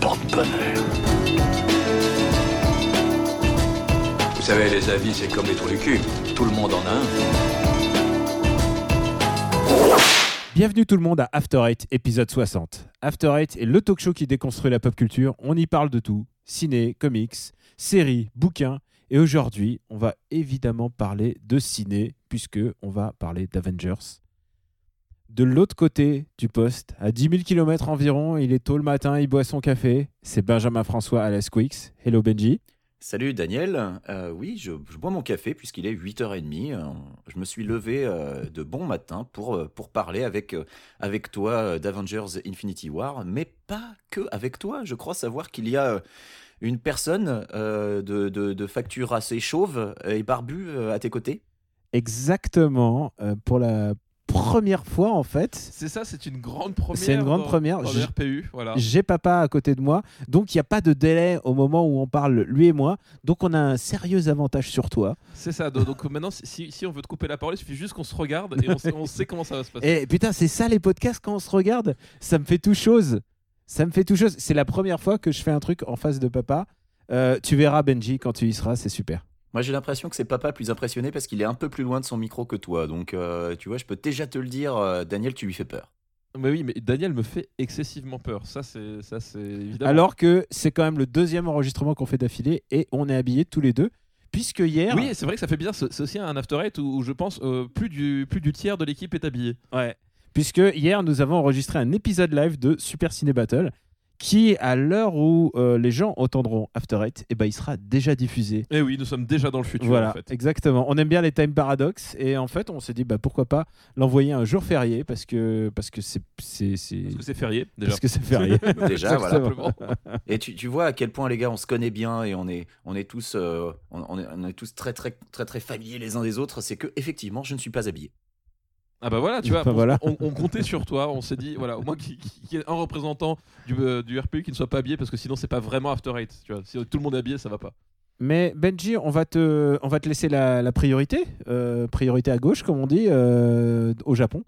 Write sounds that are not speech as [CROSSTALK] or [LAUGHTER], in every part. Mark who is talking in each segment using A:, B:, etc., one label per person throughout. A: porte-bonheur.
B: Vous savez, les avis, c'est comme les trous du cul. Tout le monde en a un.
C: Bienvenue tout le monde à After Eight, épisode 60. After Eight est le talk show qui déconstruit la pop culture. On y parle de tout ciné, comics, séries, bouquins. Et aujourd'hui, on va évidemment parler de ciné, puisque on va parler d'Avengers. De l'autre côté du poste, à 10 000 km environ, il est tôt le matin, il boit son café. C'est Benjamin François à la Squeaks. Hello Benji.
D: Salut Daniel, Euh, oui, je, je bois mon café puisqu'il est 8h30. Euh, Je me suis levé euh, de bon matin pour, euh, pour parler avec, euh, avec toi euh, d'Avengers Infinity War, mais pas que avec toi. Je crois savoir qu'il y a euh, une personne euh, de, de, de facture assez chauve et barbue euh, à tes côtés.
C: Exactement, euh, pour la première fois en fait,
E: C'est ça, c'est une grande première.
C: C'est une grande
E: dans-
C: première.
E: Dans
C: Je-
E: le RPU, voilà.
C: J'ai papa à côté de moi, donc il n'y a pas de délai au moment où on parle lui et moi, donc on a un sérieux avantage sur toi.
E: C'est ça. do- Donc euh, maintenant, si- si, si on veut te couper la parole, il suffit juste qu'on se regarde et on, sait- on sait comment ça va se passer.
C: Et putain, c'est ça les podcasts quand on se regarde, ça me fait tout chose. Ça me fait tout chose. C'est la première fois que je fais un truc en face de papa. Euh, tu verras Benji quand tu y seras, c'est super.
D: Moi j'ai l'impression que c'est papa le plus impressionné parce qu'il est un peu plus loin de son micro que toi. Donc euh, tu vois, je peux déjà te le dire, euh, Daniel, tu lui fais peur.
E: Mais oui, mais Daniel me fait excessivement peur. Ça, c'est ça, c'est évidemment.
C: Alors que c'est quand même le deuxième enregistrement qu'on fait d'affilée et on est habillés tous les deux, puisque hier.
E: Oui, c'est vrai que ça fait bizarre. C'est c'est aussi un after eight où, où je pense euh, plus du plus du tiers de l'équipe est habillé.
C: Ouais. Puisque hier, nous avons enregistré un épisode live de Super Ciné Battle qui, à l'heure où euh, les gens entendront After Eight, eh ben, il sera déjà diffusé.
E: Et Eh oui, nous sommes déjà dans le futur.
C: voilà,
E: En fait.
C: exactement. On aime bien les time paradoxes et en fait, on s'est dit bah, pourquoi pas l'envoyer un jour férié parce que parce que c'est c'est c'est-
E: Parce que c'est férié déjà.
C: parce que c'est férié.
D: Déjà, voilà.
C: Exactement.
D: Et tu, tu vois à quel point les gars on se connaît bien et on est on est tous euh, on, on est, on est tous très très très très familiers les uns des autres. C'est que effectivement je ne suis pas habillé.
E: [LAUGHS] Ah bah voilà, tu vois,
C: Enfin,
E: on-
C: voilà.
E: On, on comptait sur toi, on s'est dit, voilà, au moins qu'il qu'il- qu'il y ait un représentant du, euh, du RPU qui ne soit pas habillé, parce que sinon c'est pas vraiment After Eight, tu vois. Si tout le monde est habillé, ça va pas.
C: Mais Benji, on va te on va te laisser la, la priorité, euh, priorité à gauche comme on dit euh, au Japon.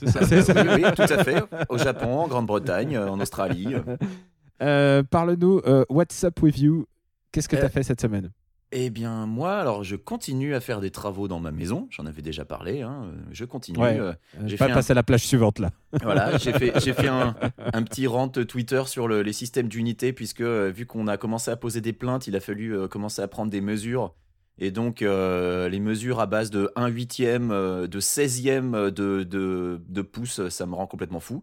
E: [LAUGHS] C'est ça.
D: Oui, oui, tout à fait. Au Japon, en Grande-Bretagne, euh, en Australie.
C: [LAUGHS] Euh, Parle-nous euh, What's up with you Qu'est-ce que
D: Euh,
C: t'as fait cette semaine
D: Eh bien moi alors je continue à faire des travaux dans ma maison. J'en avais déjà parlé. hein. Je continue.
C: Ouais.
D: euh,
C: Euh,
D: J'ai
C: pas
D: fait un-
C: passer à la plage suivante là.
D: Voilà, j'ai fait, j'ai fait un, un petit rant Twitter sur le- les systèmes d'unité, puisque euh, vu qu'on a commencé à poser des plaintes, il a fallu euh, commencer à prendre des mesures. Et donc, euh, les mesures à base de 1 huitième, euh, de 16e euh, de, de, de pouce, ça me rend complètement fou.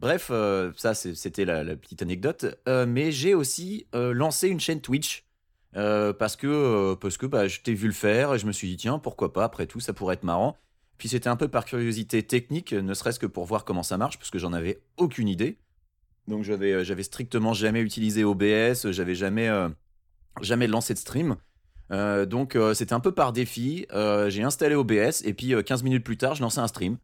D: Bref, euh, ça c'est- c'était la, la petite anecdote. Euh, mais j'ai aussi euh, lancé une chaîne Twitch. euh, parce que, euh, parce que bah, je t'ai vu le faire et je me suis dit, tiens, pourquoi pas, après tout, ça pourrait être marrant. Puis c'était un peu par curiosité technique, ne serait-ce que pour voir comment ça marche, parce que j'en avais aucune idée. Donc j'avais euh, j'avais strictement jamais utilisé OBS, euh, j'avais jamais, euh, jamais lancé de stream. Euh, donc euh, c'était un peu par défi. Euh, J'ai installé OBS et puis euh, 15 minutes plus tard, je lançais un stream.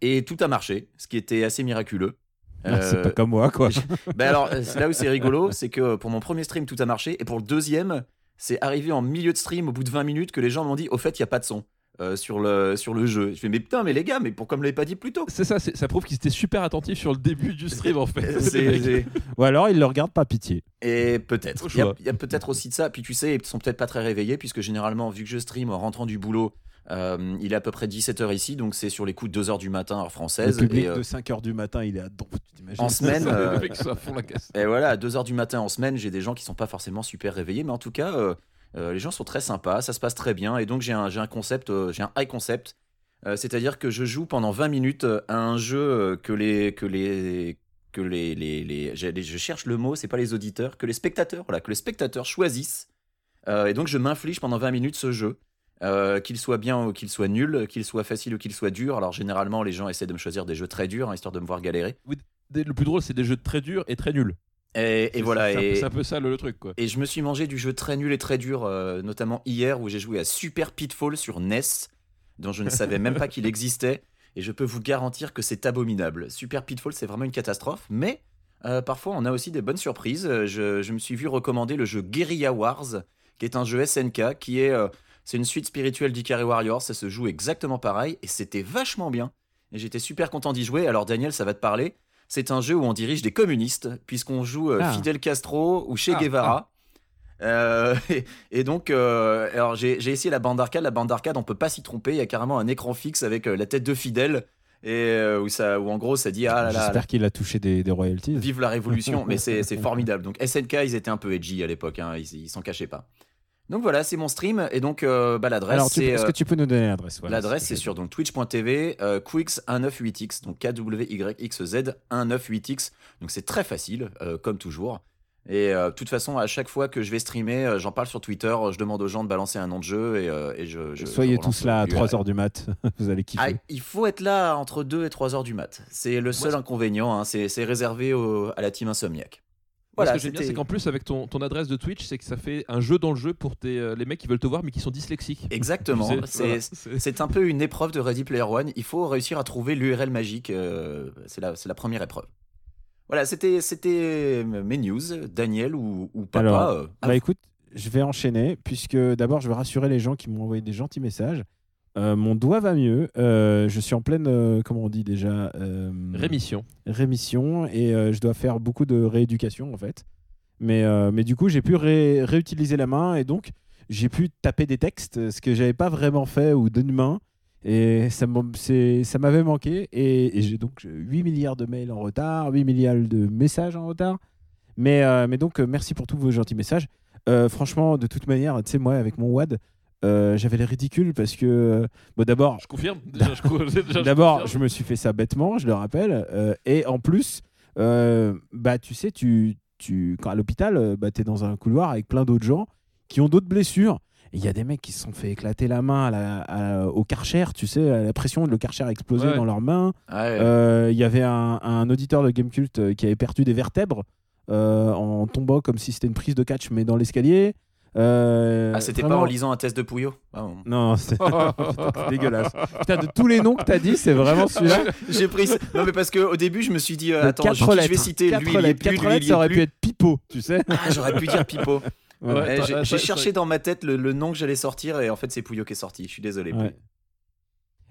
D: Et tout a marché, ce qui était assez miraculeux.
C: Ah, C'est
D: Euh,
C: pas comme moi quoi.
D: ben alors, euh, c'est là où c'est rigolo, c'est que euh, pour mon premier stream, tout a marché. Et pour le deuxième, c'est arrivé en milieu de stream, au bout de 20 minutes, que les gens m'ont dit Au fait, il n'y a pas de son euh, sur, le, sur le jeu. Je fais Mais putain, mais les gars, mais pourquoi me l'avez pas dit plus tôt
E: C'est ça, c'est- ça prouve qu'ils étaient super attentifs sur le début du stream
C: [LAUGHS]
E: en fait.
D: Euh, [LAUGHS] c'est- c'est-
C: Ou alors il le regarde pas pitié.
D: Et peut-être.
E: Au
D: Il y a,
E: choix.
D: il y a peut-être aussi de ça. Puis tu sais, ils sont peut-être pas très réveillés, puisque généralement, vu que je stream en rentrant du boulot, euh, il est à peu près 17h ici, donc c'est sur les coups de 2h du matin, heure
C: Le
D: française.
C: public
D: et, euh,
C: de 5h du matin, il est à don, tu t'imagines
D: En semaine, euh,
C: [LAUGHS]
E: Les mecs sont à fond la caisse.
D: Et voilà, à 2h du matin en semaine, j'ai des gens qui sont pas forcément super réveillés, mais en tout cas, euh, euh, les gens sont très sympas, ça se passe très bien, et donc j'ai un, j'ai un concept, euh, j'ai un high concept, Euh, c'est-à-dire que je joue pendant 20 minutes euh, à un jeu euh, que les... Que les que les, les, les- j'ai- les- je cherche le mot, c'est pas les auditeurs, que les spectateurs, voilà, que les spectateurs choisissent. Euh, et donc je m'inflige pendant 20 minutes ce jeu, Euh, qu'il soit bien ou qu'il soit nul, qu'il soit facile ou qu'il soit dur. Alors généralement les gens essaient de me choisir des jeux très durs, hein, histoire de me voir galérer.
E: Des- Le plus drôle, c'est des jeux très durs et très nuls.
D: Et, et
E: C'est-
D: voilà.
E: c'est un-
D: et,
E: C'est un peu ça le, le truc quoi.
D: et je me suis mangé du jeu très nul et très dur, euh, notamment hier où j'ai joué à Super Pitfall sur NES, dont je ne savais même pas qu'il existait. Et je peux vous garantir que c'est abominable. Super Pitfall, c'est vraiment une catastrophe, mais euh, parfois on a aussi des bonnes surprises. Euh, Je, je me suis vu recommander le jeu Guerrilla Wars, qui est un jeu SNK, qui est euh, c'est une suite spirituelle d'Ikari Warriors. Ça se joue exactement pareil, et c'était vachement bien. Et j'étais super content d'y jouer. Alors Daniel, ça va te parler. C'est un jeu où on dirige des communistes, puisqu'on joue euh,
C: Ah.
D: Fidel Castro ou Che
E: Ah,
D: Guevara. Euh, [LAUGHS] et, et donc, euh, alors j'ai j'ai essayé la bande arcade. La bande arcade, on peut pas s'y tromper. Il y a carrément un écran fixe avec euh, la tête de Fidel, et euh, où ça, où en gros, ça dit ah là là,
C: J'espère qu'il a touché des, des royalties.
D: Vive la révolution, mais c'est
C: [LAUGHS]
D: c'est formidable. Donc SNK, ils étaient un peu edgy à l'époque, hein, ils ils s'en cachaient pas. Donc voilà, c'est mon stream, et donc euh, bah, l'adresse,
C: Alors, tu-
D: c'est
C: est-ce
D: euh,
C: que tu peux nous donner l'adresse Voilà,
D: l'adresse,
C: ce
D: c'est
C: que je-
D: sur donc twitch.tv euh, quix198x, donc KWYXZ 198x. Donc c'est très facile, euh, comme toujours. Et euh, de toute façon, à chaque fois que je vais streamer, euh, j'en parle sur Twitter, euh, je demande aux gens de balancer un nom de jeu, et, euh, et je, je- je
C: Soyez
D: relance
C: tous là à
D: l'URL.
C: 3h du mat, [LAUGHS] vous allez
D: Ah,
C: kiffer.
D: il faut être là entre 2 et 3 heures du mat. C'est le seul
E: c'est-
D: inconvénient, hein. c'est c'est réservé au- à la team insomniaque.
E: Moi,
D: Voilà,
E: ce que j'aime bien,
D: c'était-
E: c'est qu'en plus, avec ton, ton adresse de Twitch, c'est que ça fait un jeu dans le jeu pour tes, euh, les mecs qui veulent te voir mais qui sont dyslexiques.
C: [LAUGHS]
D: Exactement,
E: Tu sais,
D: c'est
E: voilà, c'est-
D: c'est un peu une épreuve de Ready Player One. Il faut réussir à trouver l'URL magique, euh, c'est la, c'est la première épreuve. Voilà, c'était c'était mes news, Daniel ou, ou papa.
C: Alors,
D: euh,
C: Bah écoute, je vais enchaîner, puisque d'abord, je vais rassurer les gens qui m'ont envoyé des gentils messages. Euh, mon doigt va mieux. euh, je suis en pleine, euh, comment on dit déjà euh,
E: Rémission.
C: rémission et euh, je dois faire beaucoup de rééducation en fait. Mais, euh, mais du coup, j'ai pu ré- réutiliser la main et donc j'ai pu taper des textes, ce que j'avais pas vraiment fait ou d'une main. Et ça m'en- c'est- ça m'avait manqué. Et, et j'ai donc 8 milliards de mails en retard, 8 milliards de messages en retard. Mais, euh, mais donc, euh, merci pour tous vos gentils messages. Euh, franchement, de toute manière, tu sais, moi, avec mon WAD, euh, j'avais les ridicules parce que, euh, bon, d'abord,
E: Je confirme. Déjà, je, déjà, je
C: D'abord, je
E: confirme.
C: me suis fait ça bêtement, je le rappelle. euh, et en plus, euh, bah, tu sais, tu, tu, quand à l'hôpital, euh, bah, tu es dans un couloir avec plein d'autres gens qui ont d'autres blessures. Et Il y a des mecs qui se sont fait éclater la main à la- à- au karcher, tu sais, à la pression, le karcher a explosé
E: Ouais, ouais.
C: dans leurs mains.
D: ah, ouais,
C: Euh, Il y avait un, un auditeur de Gamecult euh, qui avait perdu des vertèbres euh, en tombant comme si c'était une prise de catch, mais dans l'escalier. Euh,
D: ah, c'était pas
C: vraiment-
D: en lisant un test de Pouillot. Ah, bon.
C: Non, c'est [LAUGHS] c'est dégueulasse. Putain, de tous les noms que t'as dit, c'est vraiment celui-là.
D: J'ai pris. Non, mais parce qu'au début, je me suis dit, euh,
C: Le
D: attends,
C: quatre
D: je, je vais
C: lettres.
D: citer
C: Quatre
D: lui, il y est
C: lettres.
D: plus,
C: Quatre
D: lui, il
C: lettres,
D: y
C: ça
D: est
C: aurait
D: plus.
C: pu être Pipo, tu sais.
D: Ah, j'aurais pu dire Pipo.
C: Ouais.
D: Eh,
E: Ouais,
D: j'ai-
E: t'as-
D: J'ai
E: t'as-
D: cherché dans ma tête le, le nom que j'allais sortir, et en fait, c'est Pouillot qui est sorti. Je suis désolé.
C: Ouais.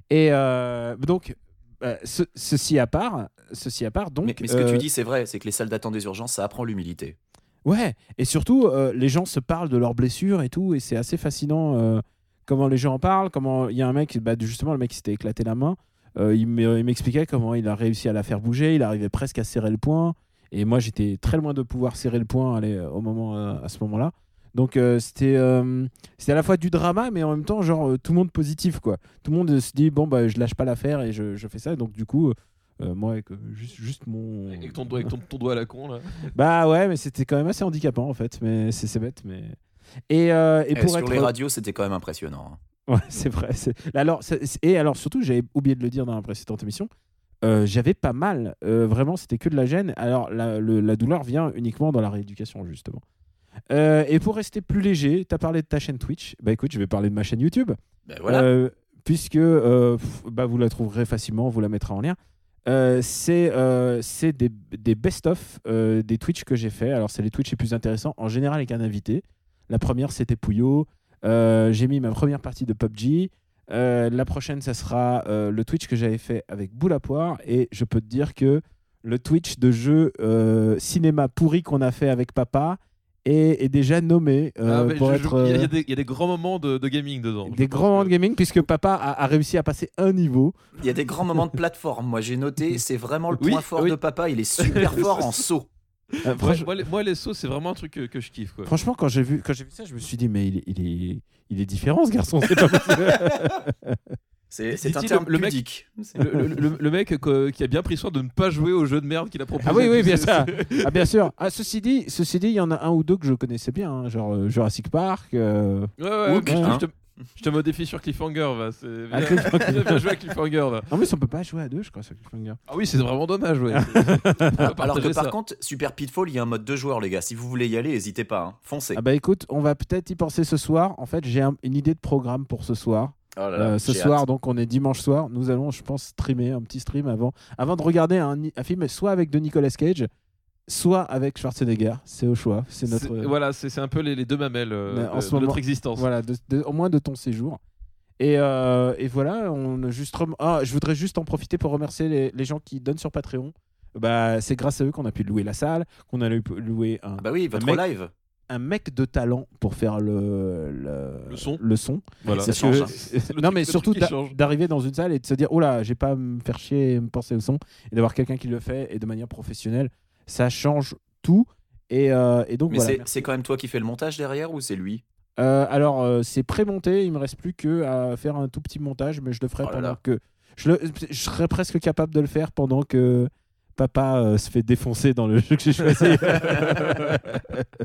C: Et euh, donc, euh, ce- ceci à part, ceci à part, donc.
D: mais, mais ce que
C: euh,
D: tu dis, c'est vrai, c'est que les salles d'attente des urgences, ça apprend l'humilité.
C: Ouais, et surtout, euh, les gens se parlent de leurs blessures et tout, et c'est assez fascinant euh, comment les gens en parlent. Comment il y a un mec, bah, justement, le mec qui s'était éclaté la main, euh, il me- il m'expliquait comment il a réussi à la faire bouger, il arrivait presque à serrer le poing, et moi j'étais très loin de pouvoir serrer le poing allez, au moment, euh, à ce moment-là. Donc euh, c'était euh, c'était à la fois du drama, mais en même temps, genre, euh, tout le monde positif, quoi. Tout le monde euh, se dit, bon, bah, je lâche pas l'affaire et je, je fais ça. Donc du coup, euh, moi, avec, euh, juste, juste mon.
E: Avec ton doigt, avec ton, ton doigt à la con là.
C: Bah ouais, mais c'était quand même assez handicapant en fait, mais c'est c'est bête, mais. Et, euh, et
D: Eh,
C: pour
D: sur
C: être.
D: les radios, c'était quand même impressionnant. hein.
C: [LAUGHS] Ouais, c'est vrai. c'est- Alors, c'est- c'est- et alors surtout, j'avais oublié de le dire dans la précédente émission, euh, j'avais pas mal. euh, vraiment, c'était que de la gêne. Alors, la, le- la douleur vient uniquement dans la rééducation, justement. Euh, et pour rester plus léger, t'as parlé de ta chaîne Twitch. Bah écoute, je vais parler de ma chaîne YouTube.
D: Ben voilà.
C: Euh, puisque euh, pff, bah, vous la trouverez facilement, on vous la mettra en lien. Euh, c'est euh, c'est des, des best-of euh, des Twitch que j'ai fait. Alors, c'est les Twitch les plus intéressants, en général avec un invité. La première, c'était Pouillot. Euh, j'ai mis ma première partie de PUBG. Euh, la prochaine, ça sera euh, le Twitch que j'avais fait avec Boule à Poire. Et je peux te dire que le Twitch de jeu euh, cinéma pourri qu'on a fait avec papa est, est déjà nommé euh,
E: Ah, mais
C: pour
E: je- je-
C: être.
E: Il y a- il y,
C: euh,
E: a des- il y a des grands moments de, de gaming dedans.
C: des
E: Je pense
C: grands moments
E: que-
C: de gaming puisque papa a, a réussi à passer un niveau.
D: Il y a des grands moments de plateforme. Moi, j'ai
E: [LAUGHS]
D: noté, c'est vraiment le
E: Oui,
D: point fort
E: oui.
D: de papa. Il est
E: [LAUGHS]
D: super fort en saut.
C: Euh,
E: Ouais,
C: franch-
E: moi, les, moi, les sauts, c'est vraiment un truc que, que je kiffe. Quoi.
C: Franchement, quand j'ai vu quand j'ai vu ça, je me suis dit mais il, est- il est il est différent ce garçon. c'est pas
E: [LAUGHS]
C: possible.
D: C'est c'est un
E: Dit-il,
D: terme
E: le mec-
D: ludique. C'est- [LAUGHS]
E: Le, le- le- le mec que- qui a bien pris soin de ne pas jouer au jeu de merde qu'il a proposé.
C: Ah oui, oui,
E: tu
C: bien
E: sais,
C: ça.
E: c'est-
C: ah bien sûr. Ah, ceci dit, ceci dit, il y en a un ou deux que je connaissais bien, hein, genre euh, Jurassic Park. euh,
E: Ouais, ouais,
D: Oh,
E: ouais,
D: putain.
E: je, te, je te mets au défi sur Cliffhanger. Va. c'est-
C: Ah,
E: Viens,
C: Cliffhanger.
E: [LAUGHS] viens jouer à Cliffhanger. va.
C: Non mais on peut pas jouer à deux, je crois, sur Cliffhanger.
E: Ah oui, c'est vraiment dommage. [LAUGHS] Ouais. C'est- c'est- faut pas
D: Alors que
E: partager
D: par
E: ça.
D: contre, Super Pitfall, il y a un mode deux joueurs, les gars. Si vous voulez y aller, n'hésitez pas. hein. Foncez.
C: Ah bah écoute, on va peut-être y penser ce soir. En fait, j'ai un- une idée de programme pour ce soir.
D: Oh là là,
E: bah,
C: Euh, ce
D: j'ai
C: soir,
D: hâte.
C: donc on est dimanche soir. Nous allons, je pense, streamer un petit stream avant, avant de regarder un, un film soit avec de Nicolas Cage, soit avec Schwarzenegger. C'est au choix. C'est notre
E: C'est- Voilà, c'est c'est un peu les, les deux mamelles euh,
C: Mais
E: de,
C: en ce
E: de
C: moment-
E: notre existence.
C: voilà, de- de- au moins de ton séjour. Et, euh, et voilà, on a juste rem- ah, je voudrais juste en profiter pour remercier les, les gens qui donnent sur Patreon. bah, c'est grâce à eux qu'on a pu louer la salle, qu'on a pu louer un,
D: Ah bah oui, votre
C: mec-
D: live.
C: un mec de talent pour faire le, le,
E: Le son.
C: Le son.
E: Voilà.
C: Parce
D: Ça change,
C: que-
D: hein.
E: C'est
C: [LAUGHS]
E: le
C: non,
E: truc-
C: mais
E: le
C: surtout
E: truc qui
C: d'a- [LAUGHS]
E: change.
C: d'arriver dans une salle et de se dire oh là, j'ai pas à me faire chier et me penser au son, et d'avoir quelqu'un qui le fait et de manière professionnelle, ça change tout. Et, euh, et donc
D: Mais
C: voilà.
D: c'est- c'est quand même toi qui fais le montage derrière ou c'est lui
C: Euh, alors, euh, c'est pré-monté, il me reste plus que à faire un tout petit montage, mais je le ferai
D: Oh là
C: pendant
D: là.
C: que. Je, le- je serais presque capable de le faire pendant que papa euh, se fait défoncer dans le jeu que j'ai choisi.
D: [LAUGHS]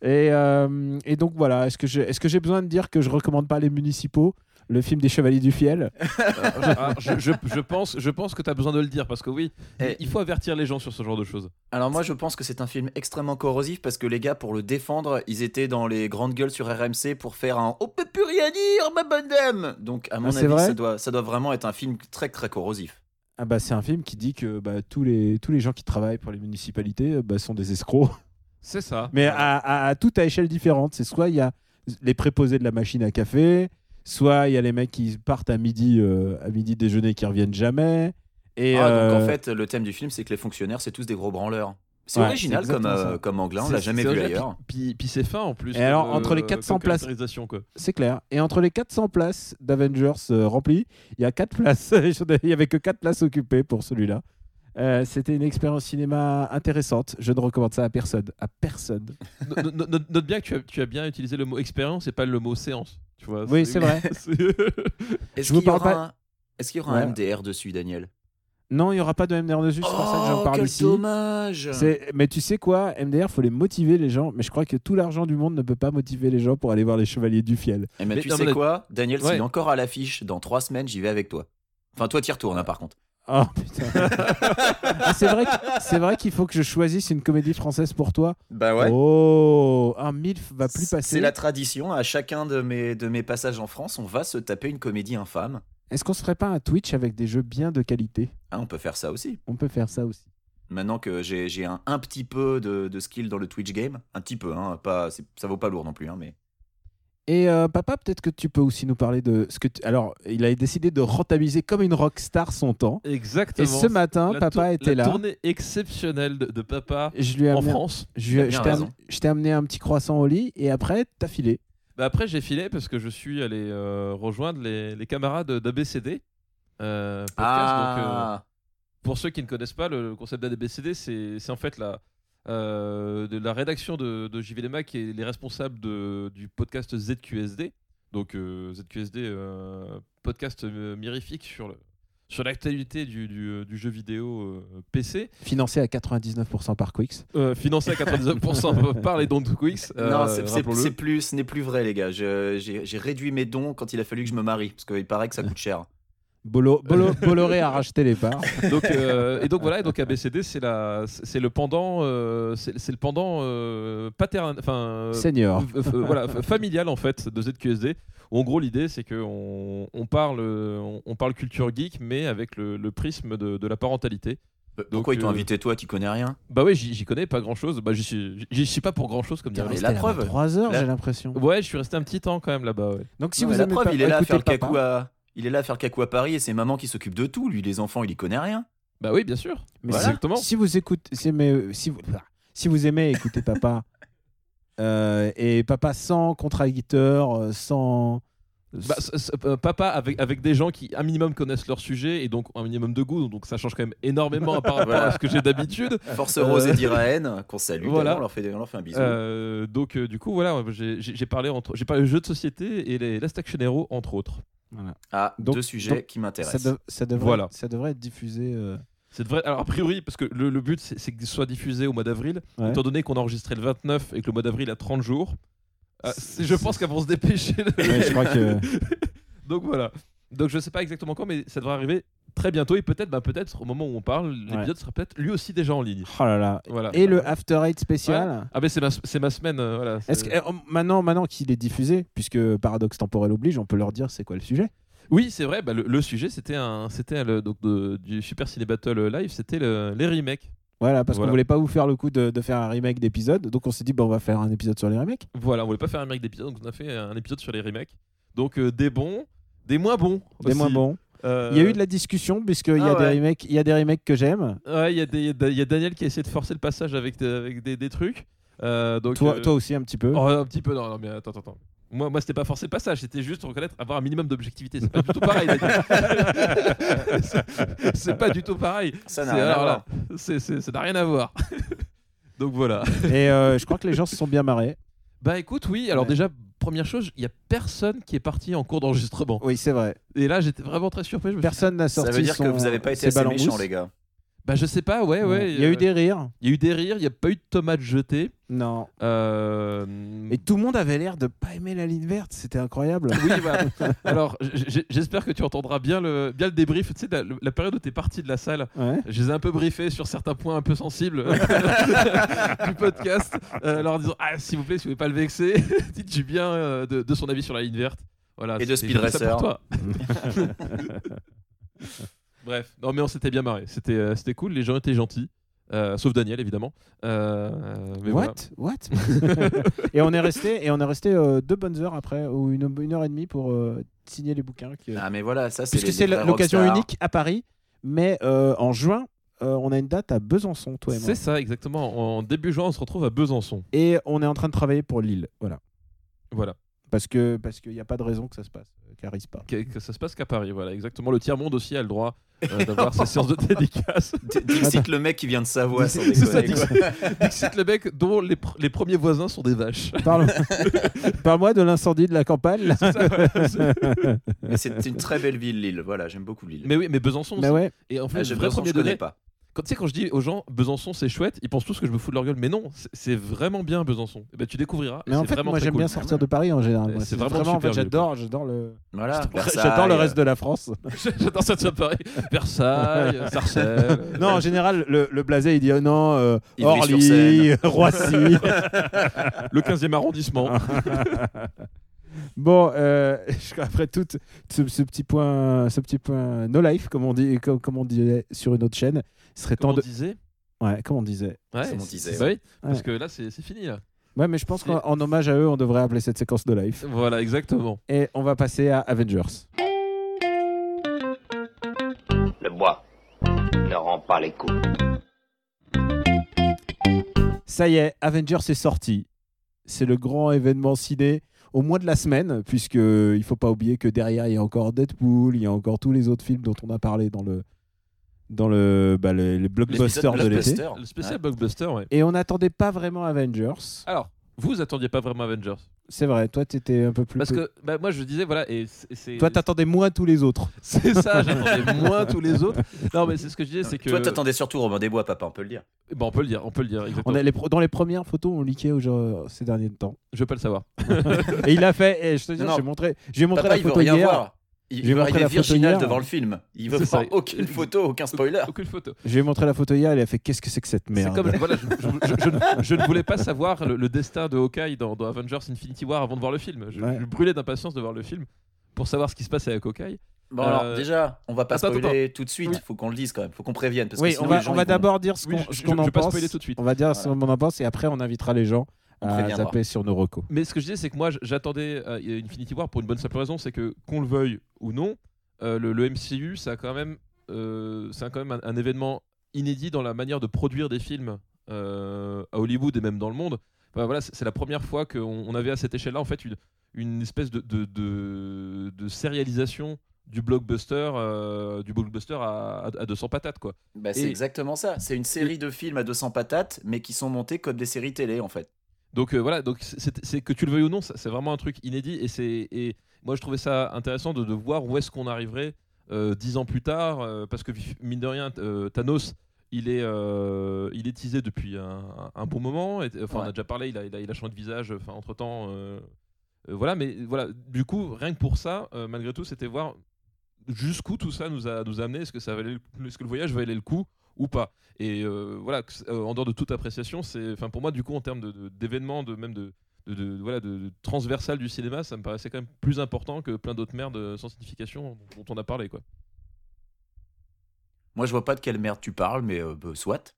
C: et, euh, et donc voilà, est-ce que je- est-ce que j'ai besoin de dire que je recommande pas Les Municipaux, le film des Chevaliers du Fiel
E: Ah, je, je- je pense, je pense que tu as besoin de le dire parce que oui,
D: Eh.
E: il faut avertir les gens sur ce genre de choses.
D: Alors moi je pense que c'est un film extrêmement corrosif parce que les gars pour le défendre ils étaient dans les grandes gueules sur RMC pour faire un on peut plus rien dire ma bonne dame donc à mon
C: Ah, c'est
D: avis
C: vrai
D: ça doit, ça doit vraiment être un film très très corrosif
C: Ah bah, C'est un film qui dit que bah, tous, les, tous les gens qui travaillent pour les municipalités euh, bah, sont des escrocs. [LAUGHS]
E: C'est ça.
C: Mais à, à- à toute à échelle différente. C'est soit il y a les préposés de la machine à café, soit il y a les mecs qui partent à midi, euh, à midi déjeuner qui reviennent jamais. Et
D: Ah, donc
C: euh,
D: en fait le thème du film c'est que les fonctionnaires c'est tous des gros branleurs c'est
C: Ouais,
D: original
C: c'est
D: comme,
C: exactement
D: euh,
C: ça.
D: comme anglais on
E: C'est-
D: l'a jamais
E: c'est
D: vu
E: vrai,
D: ailleurs
E: Puis, puis- puis c'est fin en plus.
C: ah. Et alors,
E: comme,
C: entre les
E: euh,
C: 400
E: comme
C: places-
E: caractérisation, quoi.
C: c'est clair. Et entre les 400 places d'Avengers euh, remplies, il y a 4 places. [LAUGHS] Il n'y avait que 4 places occupées pour celui-là. Euh, C'était une expérience cinéma intéressante. Je ne recommande ça à personne. À personne.
E: No- no- no- Note bien que tu as, tu as bien utilisé le mot expérience et pas le mot séance. Tu vois,
C: Oui, c'est vrai.
E: [LAUGHS] C'est-
D: est-ce
C: Je vous
D: qu'il y
C: parle
D: aura,
C: pas-
D: un... est-ce qu'il y aura
C: Ouais.
D: un MDR dessus Daniel
C: Non, il n'y aura pas de MDR dessus. C'est pour ça que j'en
D: oh
C: parle
D: quel
C: ici.
D: dommage
C: C'est- Mais tu sais quoi, MDR, faut les motiver les gens. Mais je crois que tout l'argent du monde ne peut pas motiver les gens pour aller voir les Chevaliers du Fiel.
D: Et Eh, mais
E: Mais
D: tu
E: non,
D: sais
E: mais-
D: quoi, Daniel, s'il
E: Ouais.
D: est encore à l'affiche, dans trois semaines, j'y vais avec toi. Enfin, toi, t'y retournes, hein, par contre.
C: Oh
D: [LAUGHS]
C: putain. Ah, c'est vrai, que- c'est vrai qu'il faut que je choisisse une comédie française pour toi.
D: Bah
C: Oh, un MILF va plus passer.
D: C'est la tradition, à chacun de mes, de mes passages en France, on va se taper une comédie infâme.
C: Est-ce qu'on se ferait pas un Twitch avec des jeux bien de qualité
D: Ah, on peut faire ça aussi.
C: On peut faire ça aussi.
D: Maintenant que j'ai j'ai un, un petit peu de, de skill dans le Twitch game, un petit peu, hein, pas, c'est- ça vaut pas lourd non plus, hein, mais
C: Et euh, papa, peut-être que tu peux aussi nous parler de ce que. tu- Alors, il a décidé de rentabiliser comme une rockstar son temps. Et
E: Exactement.
C: ce matin,
E: La
C: papa
E: tour-
C: était
E: la
C: là.
E: tournée exceptionnelle de, de papa
C: Je lui ai
E: en
C: amené,
E: France.
C: je,
D: T'as bien
C: je t'ai
D: raison.
C: am- je t'ai amené un petit croissant au lit et après, t'as filé.
E: Bah après, j'ai filé parce que je suis allé euh, rejoindre les, les camarades d'ABCD. euh, podcast. Donc, euh,
D: ah,
E: pour ceux qui ne connaissent pas, le concept d'ABCD, c'est c'est en fait la, euh, de la rédaction de, de JVDMA qui est les responsables de- du podcast ZQSD. Donc euh, ZQSD, euh, podcast euh, mirifique sur le sur l'actualité du, du- du jeu vidéo euh, PC,
C: Financé à 99% par Quix.
E: euh, financé à
D: [LAUGHS]
E: 99% par les dons de Quix. euh,
D: non, c'est- c'est
E: rappelons-le.
D: c'est plus, ce n'est plus vrai, les gars. Je- J'ai j'ai réduit mes dons quand il a fallu que je me marie, parce qu'il paraît que ça coûte cher.
E: Euh,
C: Bolo,
D: [LAUGHS]
C: Bolo- Bolloré a racheté les parts.
E: [LAUGHS] donc, euh, et donc voilà, et donc ABCD, c'est la, c'est le pendant, euh, c'est c'est le pendant euh, patern, enfin euh,
C: Senior.
E: euh, euh, voilà, f- familial en fait de ZQSD. Où, en gros, l'idée c'est que on, on parle, euh, on, on parle culture geek, mais avec le, le prisme de, de la parentalité.
D: Pourquoi ils t'ont
E: euh,
D: invité, toi, tu connais rien
E: Bah oui, j'y j'y connais pas grand chose. Bah j'y suis, j'y suis pas pour grand chose comme dirait.
D: mais la preuve.
C: 3 heures,
D: La-
C: j'ai l'impression.
E: l'autre. Ouais, je suis resté un petit temps quand même là-bas. ouais.
C: Donc si
D: Non, mais
C: vous
D: la
C: aimez
D: preuve,
C: pas,
D: il est là à
C: écoutez
D: faire le
C: papa.
D: cacou à... Il est là à faire cacou à Paris et c'est maman qui s'occupe de tout. Lui, les enfants, il y
C: [LAUGHS]
D: connaît rien.
E: Bah oui, bien sûr.
C: Mais
D: Voilà.
C: si-
E: Exactement.
C: Si vous écoutez, si, mais, si, vous, ah, si vous aimez écouter
D: [LAUGHS]
C: papa euh, et papa sans contradicteur, euh, sans.
E: Bah, c- c- euh, papa avec, avec des gens qui un minimum connaissent leur sujet et donc un minimum de goût, donc ça change quand même énormément par rapport à ce que j'ai d'habitude.
D: [LAUGHS] Force Rose
C: Euh.
D: et Diraen, qu'on salue.
E: Voilà.
D: d'ailleurs, On, leur fait, on leur fait un bisou.
E: Euh, donc euh, du coup voilà j'ai- j'ai j'ai parlé entre j'ai parlé jeux de société et les Last Action Hero entre autres
C: Voilà.
D: ah,
C: donc-
D: deux sujets
C: donc,
D: qui
C: Ça,
D: m'intéressent.
C: dev- ça devrait,
E: Voilà.
C: ça devrait être diffusé. euh,
D: [LAUGHS]
E: c'est vrai alors a priori parce que le, le but c'est c'est que ce soit diffusé au mois d'avril
C: ouais.
E: étant donné qu'on a enregistré le 29 et que le mois d'avril a 30 jours ah,
C: C'est-
E: c'est- je pense qu'avant se dépêcher de- [LAUGHS]
C: Ouais, je crois que-
E: donc voilà donc je sais pas exactement quand mais ça devrait arriver très bientôt et peut-être bah, peut-être au moment où on parle l'épisode sera peut-être lui aussi déjà en ligne
C: Oh là là.
D: Ah.
E: voilà
C: Et le After Eight spécial.
E: ah mais c'est ma, c'est ma semaine euh, voilà
C: Est-ce
E: c'est-
C: que, euh, maintenant, maintenant qu'il est diffusé, puisque paradoxe temporel oblige, on peut leur dire c'est quoi le sujet
E: Oui, c'est vrai. bah, le, le sujet, c'était un, c'était le- donc de- du Super Ciné Battle Live, c'était le- les remakes.
C: Voilà, parce qu'on
E: Voilà.
C: voulait pas vous faire le coup de, de faire un remake d'épisode, donc on s'est dit bah, on va faire un épisode sur les remakes.
E: Voilà, on voulait pas faire un remake d'épisode, donc on a fait un épisode sur les remakes. Donc euh, des bons, des moins bons.
C: Des
E: aussi.
C: moins bons.
E: Euh,
C: Il y a eu de la discussion, puisqu'il y, a
E: ah
C: des
E: ouais.
C: remakes- il y a des remakes que j'aime.
E: Ouais, il y, a des- il y a Daniel qui a essayé de forcer le passage avec des, avec des, des trucs. Euh, donc,
C: Toi,
E: euh,
C: toi aussi, un petit peu.
E: oh, un petit peu, non, non, mais attends, attends, attends. Moi, moi c'était pas forcer le passage, c'était juste reconnaître, avoir un minimum d'objectivité. C'est pas du tout pareil. Daniel. [LAUGHS] C'est- c'est pas du tout pareil.
D: Ça
E: C'est-
D: n'a rien à
E: alors là,
D: voir.
E: c'est- c'est- ça n'a rien à voir. [LAUGHS] donc voilà.
C: Et euh, je crois que les gens se sont bien marrés.
E: Bah écoute, oui, alors
C: Ouais.
E: déjà, première chose, il y a personne qui est parti en cours d'enregistrement.
C: Oui, c'est
E: [LAUGHS]
C: vrai.
E: Et là, j'étais vraiment très surpris. Je me suis dit,
C: Personne n'a sorti
D: Ça veut dire que
C: son-
D: vous n'avez pas été
C: ses
D: assez
C: balles en
D: méchants,
C: mousse.
D: les gars.
E: Bah je sais pas, ouais, ouais.
C: Il y a
E: euh,
C: eu des rires.
E: il y a eu des rires, il n'y a pas eu de tomates jetées.
C: Non.
E: Euh,
D: Mm.
C: Et tout le monde avait l'air de pas aimer la ligne verte. C'était
E: [LAUGHS]
C: incroyable.
E: Oui, voilà. Alors, j- j- j'espère que tu entendras bien le, bien le débrief. Tu sais, la, la période où t'es parti de la salle,
C: Ouais.
E: je les ai un peu briefés sur certains points un peu sensibles du podcast, euh, leur disant Ah, s'il vous plaît, si vous voulez pas le vexer, [LAUGHS] dites du bien euh, de, de son avis sur la ligne verte. Voilà,
D: Et de
E: c'était
D: Speed
E: juste ça pour
D: Racer.
E: toi. [LAUGHS] Bref, non, mais on s'était bien marré. C'était euh, c'était cool, les gens étaient gentils. Euh, sauf Daniel évidemment. Euh, mais
C: What
E: [LAUGHS]
C: What Et on est resté et on est resté euh, deux bonnes heures après ou une, une heure et demie pour euh, signer les bouquins. que-
D: Ah, mais voilà, ça, c'est.
C: Puisque
D: les-
C: c'est
D: les vrais
C: l'occasion
D: rockstars.
C: unique à Paris, mais euh, en juin. euh, on a une date à Besançon, toi et
E: voilà.
C: moi.
E: C'est ça exactement. En début juin, on se retrouve à Besançon.
C: Et on est en train de travailler pour Lille, voilà.
E: Voilà.
C: Parce que parce qu'il n'y a pas de raison que ça se passe, euh, qu'elle risque
E: [LAUGHS]
C: pas.
E: que, que ça se passe qu'à Paris. Voilà, exactement. Le tiers-monde aussi a le droit euh,
C: [LAUGHS]
E: d'avoir ses séances de dédicace.
D: D- Dixit, le mec qui vient de Savoie, sans
E: C'est ça,
D: déconner. quoi.
E: Dixit le mec dont les, pr- les premiers voisins sont des vaches.
C: Parle- Parle-moi de l'incendie de la campagne. là.
E: C'est ça, voilà, [LAUGHS] c'est-
D: Mais c'est une très belle ville, Lille. Voilà, j'aime beaucoup Lille.
E: mais oui, mais Besançon.
C: Mais
E: aussi.
C: ouais,
E: Et en
D: Ah,
E: fait,
D: je
E: vrai
D: Besançon,
E: premier
D: je connais
E: degré,
D: pas.
E: Quand, tu sais, quand je dis aux gens Besançon c'est chouette, ils pensent tous que je me fous de leur gueule. Mais non, c'est- c'est vraiment bien Besançon. Et ben, tu découvriras. et
C: mais en
E: c'est
C: fait,
E: vraiment
C: moi
E: très
C: j'aime
E: cool.
C: bien sortir de Paris en général.
E: C'est
C: moi. C'est
E: vraiment
C: vraiment, en fait,
E: super Ah, lieu,
C: j'adore, j'adore le.
D: Voilà.
C: [LAUGHS]
D: Versailles,
C: J'adore le reste de la France.
E: [LAUGHS] J'adore ça de Paris.
C: [LAUGHS]
E: Versailles, Sarcelles. euh,
C: Non, en général, le, le blasé, il dit oh non, euh, Orly,
D: Ivry-sur-Seine.
C: [LAUGHS] Roissy.
E: Le 15e arrondissement.
C: Ah, bon, euh, [LAUGHS] je- après tout ce, ce petit point, ce petit point no life, comme on dit, comme, comme on disait sur une autre chaîne, serait
E: Comme
C: temps
E: on
C: de.
E: disait.
C: Ouais, comme on disait.
E: Ouais,
D: Comme on
E: c'est-
D: disait,
E: bah oui, Parce
C: Ouais.
E: que là, c'est c'est fini. Là.
C: Ouais, mais je pense
E: C'est-
C: qu'en en hommage à eux, on devrait appeler cette séquence no life.
E: Voilà, exactement.
C: Et on va passer à Avengers.
A: Le bois ne rend pas les coups.
C: Ça y est, Avengers est sorti. C'est le grand événement ciné au moins de la semaine, puisque euh, il faut pas oublier que derrière il y a encore Deadpool, il y a encore tous les autres films dont on a parlé dans le dans le bah, le, le blockbuster de l'été.
D: Blockbuster.
E: Le spécial blockbuster, ouais.
C: Et on n'attendait pas vraiment Avengers.
E: Alors, vous attendiez pas vraiment Avengers
C: C'est vrai, toi t'étais un peu plus.
E: Parce que bah, moi je disais, voilà, et c- et c'est.
C: toi t'attendais moins tous les
D: [LAUGHS]
C: autres.
E: C'est ça, j'attendais moins tous les
C: [LAUGHS]
E: autres. Non, mais c'est ce que je disais, c'est que.
D: Toi, t'attendais surtout Robin des Bois, papa, on peut le dire.
E: Bah, on peut le dire, on peut le dire, exactement.
C: On a les pro- dans les premières photos on liquait au genre- ces derniers
D: [LAUGHS]
C: temps.
E: Je veux pas le savoir.
C: Et il a fait. Et je te dis,
D: Non, non.
C: j'ai montré, j'ai montré
D: Papa,
C: la
D: il veut
C: photo
D: rien
C: hier.
D: voir. Il
C: J'ai
D: veut
C: montré
D: arriver
C: la photo
D: virginal
C: hier.
D: devant le film. Il veut
E: C'est
D: voir
E: ça.
D: aucune photo, aucun spoiler.
E: Aucune photo.
C: J'ai montré la photo hier. Il a fait qu'est-ce que c'est que cette
E: C'est
C: merde.
E: comme. Voilà, je, je- je-
C: [LAUGHS]
E: je ne- je ne voulais pas savoir le, le destin de Hawkeye dans, dans Avengers Infinity War avant de voir le film. Je,
C: Ouais.
E: je brûlais d'impatience de voir le film pour savoir ce qui se passait avec Hawkeye.
D: Bon,
E: Euh,
D: alors déjà, on va pas
E: attends,
D: spoiler tout de suite.
E: Oui.
D: Faut qu'on le dise quand même. Faut qu'on prévienne. Parce que
C: Oui,
D: sinon,
C: on va,
D: les gens,
C: on va
D: ils vont-
C: d'abord dire ce
E: Oui,
C: qu'on
E: je-
C: ce qu'on
E: je-
C: en
E: je vais pas
C: pense.
E: spoiler tout de suite.
C: On va dire ce
D: Voilà.
C: qu'on en pense et après on invitera les gens
D: On
C: à
D: préviendra.
C: zapper sur nos recos.
E: Mais ce que je disais, c'est que moi, j- j'attendais euh, Infinity War pour une bonne simple raison, c'est que qu'on le veuille ou non, euh, le, le MCU, ça a quand même, euh, c'est quand même un, un événement inédit dans la manière de produire des films euh, à Hollywood et même dans le monde. Enfin, voilà, c'est c'est la première fois qu'on on avait à cette échelle-là en fait une, une espèce de, de, de, de sérialisation du blockbuster, euh, du blockbuster à, à- à 200 patates quoi.
D: Bah, c'est
E: Et-
D: exactement ça. C'est une série de films à 200 patates, mais qui sont montés comme des séries télé en fait.
E: Donc euh, voilà, donc c'est- c'est c'est que tu le veuilles ou non, ça- c'est vraiment un truc inédit et c'est et moi je trouvais ça intéressant de, de voir où est-ce qu'on arriverait euh, dix ans plus tard euh, parce que mine de rien t- euh, Thanos il est euh, il est teasé depuis un, un- un bon moment et, enfin on a
D: Ouais.
E: déjà parlé il a, il a, il a changé de visage enfin entre temps voilà mais voilà du coup rien que pour ça euh, malgré tout c'était voir jusqu'où tout ça nous a nous a amené est-ce que ça valait le- est-ce que le voyage valait le coup ou pas. Et euh, voilà, que c'est- euh, en dehors de toute appréciation, c'est, enfin pour moi du coup en termes de- de- d'événements, de, même de, de, de- voilà, de, de transversal du cinéma, ça me paraissait quand même plus important que plein d'autres merdes euh, sans signification dont, dont on a parlé quoi.
D: Moi, je vois pas de quelle merde tu parles, mais euh, bah, soit.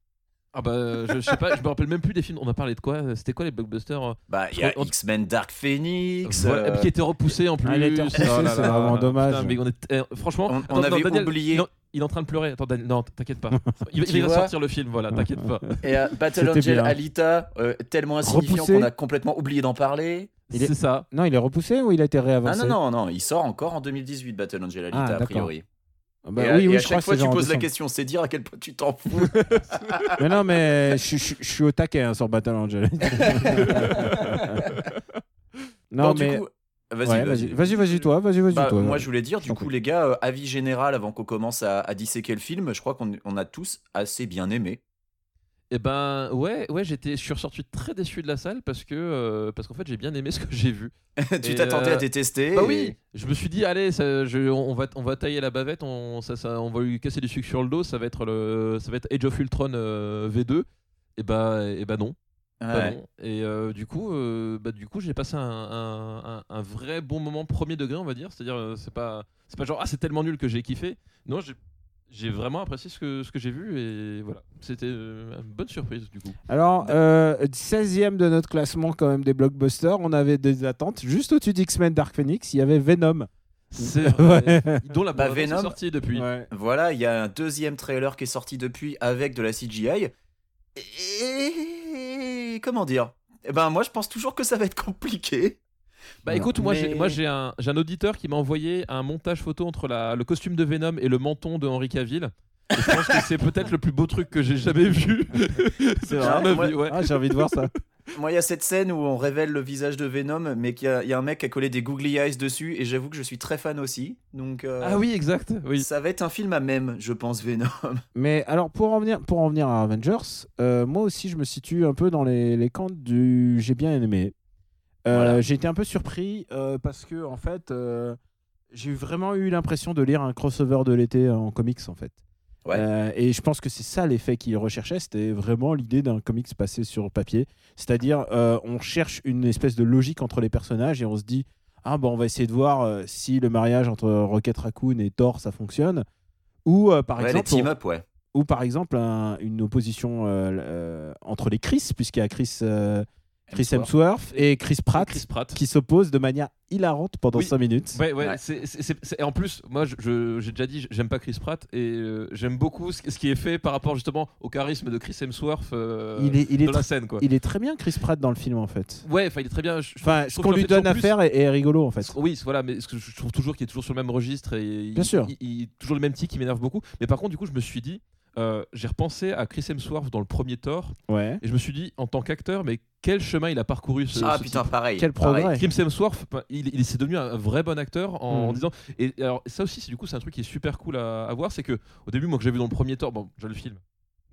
E: Ah bah, je, je sais pas, je me rappelle même plus des films. On a parlé de quoi C'était quoi les blockbusters euh,
D: Bah, il y a
E: Entre-
D: X-Men Dark Phoenix.
E: voilà,
D: euh,
E: Qui étaient repoussés en plus.
C: Ah, il a été repoussé,
E: Oh là
C: c'est
E: là.
C: vraiment dommage.
E: Putain, mais on est- eh, franchement,
D: On- on
E: attends,
D: avait
E: Daniel,
D: oublié.
E: il est en- Il est en train de pleurer. Attends, Daniel, non,
C: [LAUGHS]
E: t'inquiète pas. Il, va-
D: Tu
E: il va
D: vois
E: sortir le film, voilà, t'inquiète pas.
D: Et euh, Battle
C: C'était
D: Angel
C: bien.
D: Alita, euh, tellement insignifiant
C: Repoussé.
D: qu'on a complètement oublié d'en parler.
C: Il est-
E: C'est ça.
C: Non, il est repoussé ou il a été
D: Ah
C: réavancé
D: non, non, non, il sort encore en 2018, Battle Angel
C: Ah,
D: Alita, a
C: d'accord.
D: priori.
C: Ah bah
D: et à,
C: oui,
D: et
C: oui,
D: à
C: je crois
D: chaque
C: que
D: fois,
C: c'est
D: tu
C: genre en
D: poses la
C: décembre.
D: question, c'est dire à quel point tu t'en fous.
C: Mais non,
D: [LAUGHS]
C: mais je, je- je suis au taquet hein, sur Battle Angel. non,
D: Bon, du
C: mais
D: coup,
C: Ouais, vas-y,
D: vas-y, vas-y.
C: vas-y, vas-y, toi, vas-y, vas-y
D: Bah,
C: toi.
D: moi, je voulais dire, du
C: t'en
D: coup,
C: prie.
D: les gars, euh, avis général avant qu'on commence à, à disséquer le film, je crois qu'on on a tous assez bien aimé. [LAUGHS]
E: Et ben ouais, ouais, j'étais, je suis ressorti très déçu de la salle parce que euh, parce qu'en fait j'ai bien aimé ce que j'ai vu.
D: [LAUGHS] tu
E: Et,
D: t'attendais à
E: euh,
D: détester.
E: Bah
D: et-
E: oui, je me suis dit allez, ça- je- on va on va tailler la bavette, on ça, ça- on va lui casser du sucre sur le dos, ça va être le ça va être Age of Ultron euh, V2. Et bah et bah non,
D: Ouais.
E: pas non. Et euh, du coup euh, bah du coup j'ai passé un, un- un- un vrai bon moment premier degré on va dire, c'est-à-dire euh, c'est pas c'est pas genre ah c'est tellement nul que j'ai kiffé. Non j'ai j'ai vraiment apprécié ce que, ce que j'ai vu et voilà. C'était euh, une bonne surprise du coup.
C: Alors, euh, 16e de notre classement, quand même, des blockbusters. On avait des attentes. Juste au-dessus d'X-Men Dark Phoenix, il y avait Venom.
E: C'est vrai.
C: [LAUGHS] Ouais.
E: Euh, Dont la
D: Bah,
E: bande annonce est
D: Venom.
E: sortie depuis.
C: Ouais.
D: Voilà, il y a un deuxième trailer qui est sorti depuis avec de la CGI. Et comment dire Eh ben moi je pense toujours que ça va être [LAUGHS] compliqué.
E: Bah
C: Non,
E: écoute, moi
D: mais-
E: j'ai- moi j'ai un, j'ai un auditeur qui m'a envoyé un montage photo entre la, le costume de Venom et le menton de Henri Cavill. Et je pense que c'est peut-être le plus beau truc que j'ai jamais vu.
C: C'est
E: [LAUGHS] Dans
D: vrai,
E: ma
D: moi-
E: vie, ouais.
C: Ah, j'ai envie de voir ça.
D: Moi il y a cette scène où on révèle le visage de Venom mais qu'il y, a- il y a un mec qui a collé des googly eyes dessus et j'avoue que je suis très fan aussi. Donc euh,
E: Ah oui, exact. Oui.
D: ça va être un film à même, je pense Venom.
C: Mais alors, pour en venir, pour en venir à Avengers, euh, moi aussi, je me situe un peu dans les, les camps du j'ai bien aimé. Euh,
D: Voilà.
C: J'ai été un peu surpris euh, parce que, en fait, euh, j'ai vraiment eu l'impression de lire un crossover de l'été euh, en comics, en fait.
D: Ouais.
C: Euh, et je pense que c'est ça l'effet qu'ils recherchaient, c'était vraiment l'idée d'un comics passé sur papier. C'est-à-dire, euh, on cherche une espèce de logique entre les personnages et on se dit, ah bon, on va essayer de voir euh, si le mariage entre Rocket Raccoon et Thor, ça fonctionne. Ou euh, par
D: ouais,
C: exemple,
D: les
C: on-
D: team up ouais.
C: ou par exemple un- une opposition euh, euh, entre les Chris, puisqu'il y a Chris, euh, Chris Hemsworth et Chris Pratt
E: Chris Pratt.
C: qui s'opposent de manière hilarante pendant
E: Oui.
C: 5 minutes.
E: Ouais, ouais,
D: Ouais.
E: c'est- c'est- c'est- c'est- et en plus, moi, je- je- j'ai déjà dit, j'aime pas Chris Pratt et euh, j'aime beaucoup ce, ce qui est fait par rapport justement au charisme de Chris Hemsworth euh,
C: il, est, il, est
E: dans
C: tr-
E: la scène, quoi.
C: il est très bien Chris Pratt dans le film en fait.
E: Ouais, enfin, il est très bien. Je- je-
C: Enfin,
E: je
C: ce
E: trouve
C: qu'on
E: qu'il en
C: lui
E: fait toujours
C: donne à
E: plus.
C: faire est, est rigolo en fait.
E: Oui, voilà, mais ce que je trouve toujours qu'il est toujours sur le même registre et il,
C: Bien sûr.
E: il- il- toujours le même tic qui m'énerve beaucoup. Mais par contre, du coup, je me suis dit, euh, j'ai repensé à Chris Hemsworth dans le premier Thor
C: Ouais.
E: et je me suis dit, en tant qu'acteur, mais quel chemin il a parcouru ce,
D: Ah
E: ce
D: putain
E: type.
D: pareil.
C: Quel
D: pareil.
C: progrès.
E: Chris Hemsworth, ben, il, il s'est devenu un vrai bon acteur en,
D: Mm.
C: Hmm.
E: en disant. Et alors ça aussi, c'est du coup, c'est un truc qui est super cool à, à voir, c'est que au début, moi que j'ai vu dans le premier Thor, bon, j'ai le film,